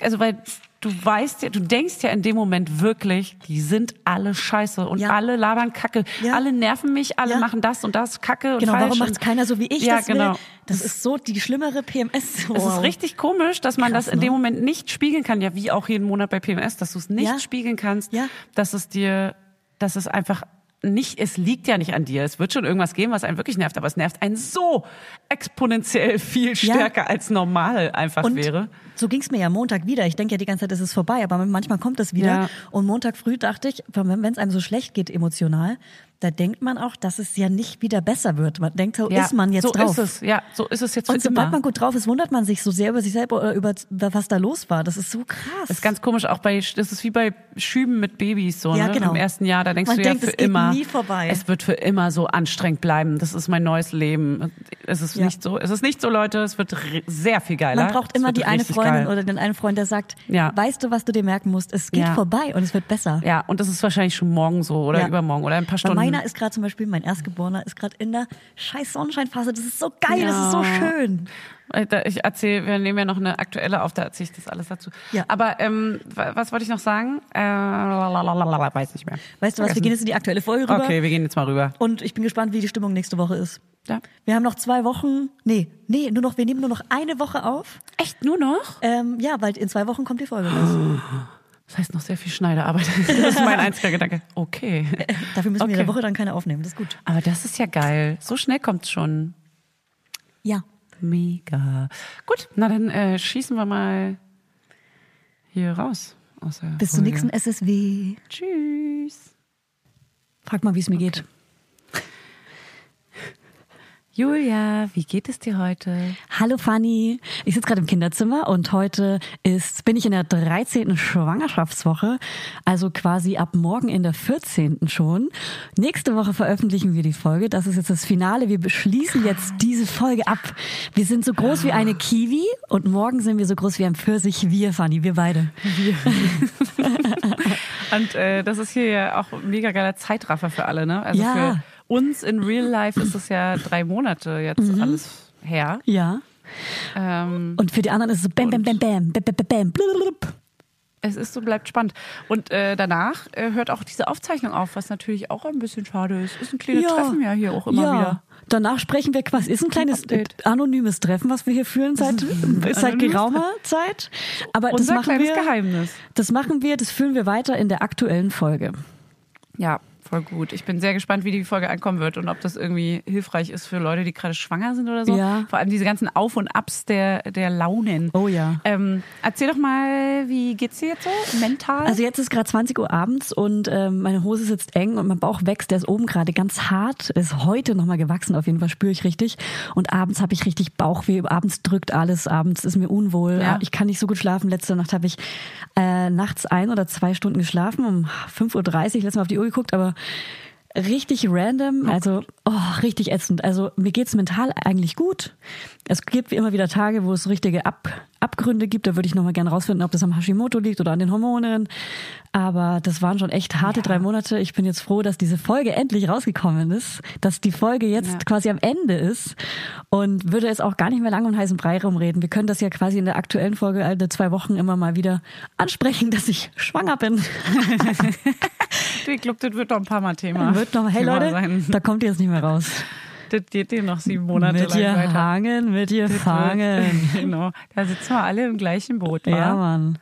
[SPEAKER 2] also weil du weißt ja, du denkst ja in dem Moment wirklich, die sind alle scheiße und
[SPEAKER 3] Ja.
[SPEAKER 2] alle labern Kacke.
[SPEAKER 3] Ja.
[SPEAKER 2] Alle nerven mich, alle
[SPEAKER 3] Ja.
[SPEAKER 2] machen das und das Kacke und
[SPEAKER 3] Genau,
[SPEAKER 2] falsch.
[SPEAKER 3] warum
[SPEAKER 2] und-
[SPEAKER 3] macht keiner so wie ich
[SPEAKER 2] Ja,
[SPEAKER 3] das
[SPEAKER 2] genau.
[SPEAKER 3] will? Das ist so die schlimmere PMS.
[SPEAKER 2] Es
[SPEAKER 3] Wow. ne?
[SPEAKER 2] ist richtig komisch, dass man das in dem Moment nicht spiegeln kann. Ja, wie auch jeden Monat bei PMS, dass du es nicht
[SPEAKER 3] Ja.
[SPEAKER 2] spiegeln kannst,
[SPEAKER 3] Ja.
[SPEAKER 2] dass es dir, dass es einfach nicht, es liegt ja nicht an dir. Es wird schon irgendwas geben, was einen wirklich nervt, aber es nervt einen so exponentiell viel stärker als normal einfach
[SPEAKER 3] Und
[SPEAKER 2] wäre.
[SPEAKER 3] so ging's mir ja Montag wieder. Ich denke ja die ganze Zeit, es ist vorbei, aber manchmal kommt es wieder.
[SPEAKER 2] Ja.
[SPEAKER 3] Und Montag früh dachte ich, wenn es einem so schlecht geht emotional, da denkt man auch, dass es ja nicht wieder besser wird. Man denkt, so
[SPEAKER 2] Ja,
[SPEAKER 3] ist man jetzt
[SPEAKER 2] so
[SPEAKER 3] drauf.
[SPEAKER 2] ist es, ja, so ist es jetzt für
[SPEAKER 3] Und sobald
[SPEAKER 2] immer.
[SPEAKER 3] man gut drauf ist, wundert man sich so sehr über sich selber oder über was da los war. Das ist so krass.
[SPEAKER 2] Das ist ganz komisch, auch bei, das ist wie bei Schüben mit Babys, so,
[SPEAKER 3] Ja,
[SPEAKER 2] ne?
[SPEAKER 3] genau.
[SPEAKER 2] Im ersten Jahr, da denkst
[SPEAKER 3] Man
[SPEAKER 2] du
[SPEAKER 3] denkt,
[SPEAKER 2] ja für
[SPEAKER 3] es geht
[SPEAKER 2] immer.
[SPEAKER 3] nie vorbei.
[SPEAKER 2] Es wird für immer so anstrengend bleiben. Das ist mein neues Leben. Es ist
[SPEAKER 3] Ja.
[SPEAKER 2] nicht so, es ist nicht so, Leute. Es wird r- sehr viel geiler.
[SPEAKER 3] man braucht
[SPEAKER 2] Es
[SPEAKER 3] immer
[SPEAKER 2] wird
[SPEAKER 3] die eine
[SPEAKER 2] richtig
[SPEAKER 3] Freundin
[SPEAKER 2] geil.
[SPEAKER 3] oder den einen Freund, der sagt,
[SPEAKER 2] Ja.
[SPEAKER 3] weißt du, was du dir merken musst? Es geht
[SPEAKER 2] Ja.
[SPEAKER 3] vorbei und es wird besser.
[SPEAKER 2] Ja, und das ist wahrscheinlich schon morgen so oder
[SPEAKER 3] Ja.
[SPEAKER 2] übermorgen oder in ein paar
[SPEAKER 3] Weil
[SPEAKER 2] Stunden.
[SPEAKER 3] meiner ist gerade zum Beispiel, mein Erstgeborener ist gerade in der scheiß Sonnenscheinphase. Das ist so geil, das ist so
[SPEAKER 2] Ja.
[SPEAKER 3] schön.
[SPEAKER 2] Äh, da- Ich erzähle, wir nehmen ja noch eine aktuelle auf, da erzähle ich das alles dazu.
[SPEAKER 3] Ja.
[SPEAKER 2] Aber ähm, wa- was wollte ich noch sagen? Äh, lalalala, weiß nicht mehr.
[SPEAKER 3] Weißt du was, wir gehen jetzt in die aktuelle Folge rüber.
[SPEAKER 2] Okay, wir gehen jetzt mal rüber.
[SPEAKER 3] Und ich bin gespannt, wie die Stimmung nächste Woche ist.
[SPEAKER 2] Ja.
[SPEAKER 3] Wir haben noch zwei Wochen. Nee, nee, nur noch, wir nehmen nur noch eine Woche auf.
[SPEAKER 2] Echt nur noch?
[SPEAKER 3] Ähm, ja, weil in zwei Wochen kommt die Folge raus.
[SPEAKER 2] Das heißt noch sehr viel Schneiderarbeit. Das ist mein einziger Gedanke. Okay.
[SPEAKER 3] Dafür müssen
[SPEAKER 2] Okay.
[SPEAKER 3] wir in der Woche dann keine aufnehmen. Das ist gut.
[SPEAKER 2] Aber das ist ja geil. So schnell kommt's schon.
[SPEAKER 3] Ja.
[SPEAKER 2] Mega. Gut, na dann äh, schießen wir mal hier raus. Aus der
[SPEAKER 3] Bis zum
[SPEAKER 2] Folge.
[SPEAKER 3] nächsten SSW.
[SPEAKER 2] Tschüss.
[SPEAKER 3] Frag mal, wie es mir geht.
[SPEAKER 2] Julia, wie geht es dir heute?
[SPEAKER 3] Hallo Fanny, ich sitze gerade im Kinderzimmer und heute ist, bin ich in der 13. Schwangerschaftswoche, also quasi ab morgen in der 14. schon. Nächste Woche veröffentlichen wir die Folge, das ist jetzt das Finale, wir beschließen jetzt diese Folge ab. Wir sind so groß wie eine Kiwi und morgen sind wir so groß wie ein Pfirsich, wir Fanny, wir beide.
[SPEAKER 2] Und äh, das ist hier ja auch ein mega geiler Zeitraffer für alle, ne? Also
[SPEAKER 3] Ja.
[SPEAKER 2] für uns in real life ist es ja drei Monate jetzt alles her.
[SPEAKER 3] Ja.
[SPEAKER 2] Ähm,
[SPEAKER 3] Und für die anderen ist es so bam, bam, bam, bam, bam, bam, bam, bam, blub.
[SPEAKER 2] Es ist so, bleibt spannend. Und äh, danach äh, hört auch diese Aufzeichnung auf, was natürlich auch ein bisschen schade ist. Ist ein kleines Treffen ja hier auch immer
[SPEAKER 3] ja.
[SPEAKER 2] wieder.
[SPEAKER 3] Danach sprechen wir quasi, ist ein kleines
[SPEAKER 2] Update.
[SPEAKER 3] anonymes Treffen, was wir hier führen seit, seit
[SPEAKER 2] anonymes
[SPEAKER 3] geraumer Zeit. Aber
[SPEAKER 2] Unser
[SPEAKER 3] das machen
[SPEAKER 2] kleines
[SPEAKER 3] wir,
[SPEAKER 2] Geheimnis.
[SPEAKER 3] Das machen wir, das führen wir weiter in der aktuellen Folge.
[SPEAKER 2] Ja, voll gut. Ich bin sehr gespannt, wie die Folge ankommen wird und ob das irgendwie hilfreich ist für Leute, die gerade schwanger sind oder so.
[SPEAKER 3] Ja.
[SPEAKER 2] Vor allem diese ganzen Auf und Abs der, der Launen.
[SPEAKER 3] Oh ja.
[SPEAKER 2] Ähm, erzähl doch mal, wie geht's dir jetzt so mental?
[SPEAKER 3] Also jetzt ist gerade 20 Uhr abends und ähm, meine Hose sitzt eng und mein Bauch wächst, der ist oben gerade ganz hart, ist heute nochmal gewachsen, auf jeden Fall spüre ich richtig. Und abends habe ich richtig Bauchweh, abends drückt alles, abends ist mir unwohl,
[SPEAKER 2] Ja.
[SPEAKER 3] ich kann nicht so gut schlafen. Letzte Nacht habe ich äh, nachts ein oder zwei Stunden geschlafen, um 5.30 Uhr letztes Mal auf die Uhr geguckt, aber richtig random, also oh, richtig ätzend. Also mir geht's mental eigentlich gut. Es gibt wie immer wieder Tage, wo es richtige Ab Abgründe gibt. Da würde ich nochmal gerne rausfinden, ob das am Hashimoto liegt oder an den Hormonen. Aber das waren schon echt harte drei Monate. Ich bin jetzt froh, dass diese Folge endlich rausgekommen ist, dass die Folge jetzt
[SPEAKER 2] Ja.
[SPEAKER 3] quasi am Ende ist und würde jetzt auch gar nicht mehr lange um heißen Brei rumreden. Wir können das ja quasi in der aktuellen Folge alle zwei Wochen immer mal wieder ansprechen, dass ich schwanger bin.
[SPEAKER 2] ich glaube, das wird doch ein paar Mal Thema.
[SPEAKER 3] Dann wird noch, hey
[SPEAKER 2] Thema
[SPEAKER 3] Leute,
[SPEAKER 2] sein.
[SPEAKER 3] da kommt ihr jetzt nicht mehr raus.
[SPEAKER 2] Das geht dir noch sieben Monate
[SPEAKER 3] mit
[SPEAKER 2] lang
[SPEAKER 3] ihr
[SPEAKER 2] weiter.
[SPEAKER 3] hangen, mit ihr fangen.
[SPEAKER 2] genau. Da sitzen wir alle im gleichen Boot. wa?
[SPEAKER 3] Ja, Mann.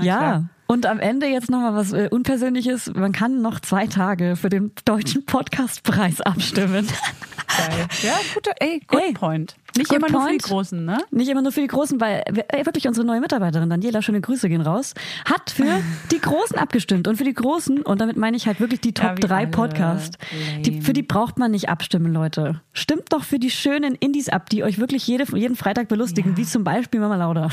[SPEAKER 3] Ja.
[SPEAKER 2] klar.
[SPEAKER 3] Und am Ende jetzt nochmal was äh, Unpersönliches. Man kann noch zwei Tage für den deutschen Podcastpreis abstimmen.
[SPEAKER 2] Geil. Ja, guter, ey, good
[SPEAKER 3] Ey,
[SPEAKER 2] point. Nicht
[SPEAKER 3] good
[SPEAKER 2] immer nur für die
[SPEAKER 3] point.
[SPEAKER 2] Großen, ne?
[SPEAKER 3] Nicht immer nur für die Großen, weil ey, wirklich unsere neue Mitarbeiterin, Daniela, schöne Grüße gehen raus, hat für die Großen abgestimmt. Und für die Großen, und damit meine ich halt wirklich die
[SPEAKER 2] Ja,
[SPEAKER 3] Top
[SPEAKER 2] wie
[SPEAKER 3] drei 3
[SPEAKER 2] alle.
[SPEAKER 3] Podcast. Die,
[SPEAKER 2] Lame.
[SPEAKER 3] für die braucht man nicht abstimmen, Leute. Stimmt doch für die schönen Indies ab, die euch wirklich jede, jeden Freitag belustigen, wie zum Beispiel Mama Lauda.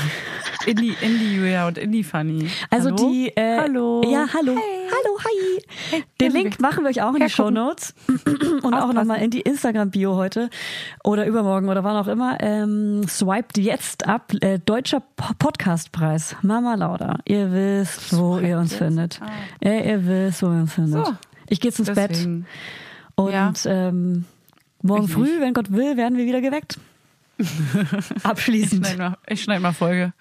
[SPEAKER 2] Indie, Indie Julia und Indie Funny.
[SPEAKER 3] Also
[SPEAKER 2] hallo?
[SPEAKER 3] die äh,
[SPEAKER 2] Hallo.
[SPEAKER 3] Ja, hallo. Hallo, hi.
[SPEAKER 2] hier
[SPEAKER 3] Den Link
[SPEAKER 2] sind wir.
[SPEAKER 3] machen wir euch auch in die Show
[SPEAKER 2] Hergucken.
[SPEAKER 3] Notes und auch nochmal in die Instagram Bio heute oder übermorgen oder wann auch immer. Ähm, swiped jetzt ab äh, deutscher Po- Podcastpreis Mama Lauda. Ihr wisst, wo ihr uns findet. Ja, ihr wisst, wo ihr uns findet.
[SPEAKER 2] So.
[SPEAKER 3] Ich gehe jetzt ins Bett
[SPEAKER 2] Deswegen.
[SPEAKER 3] und
[SPEAKER 2] Ja.
[SPEAKER 3] ähm, morgen
[SPEAKER 2] Ich
[SPEAKER 3] früh, wenn Gott will, werden wir wieder geweckt. Abschließend.
[SPEAKER 2] Nein, mal- Ich schneide mal Folge.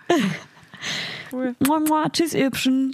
[SPEAKER 7] cool.
[SPEAKER 3] Mua, mua. Tschüss, ihr Hübschen.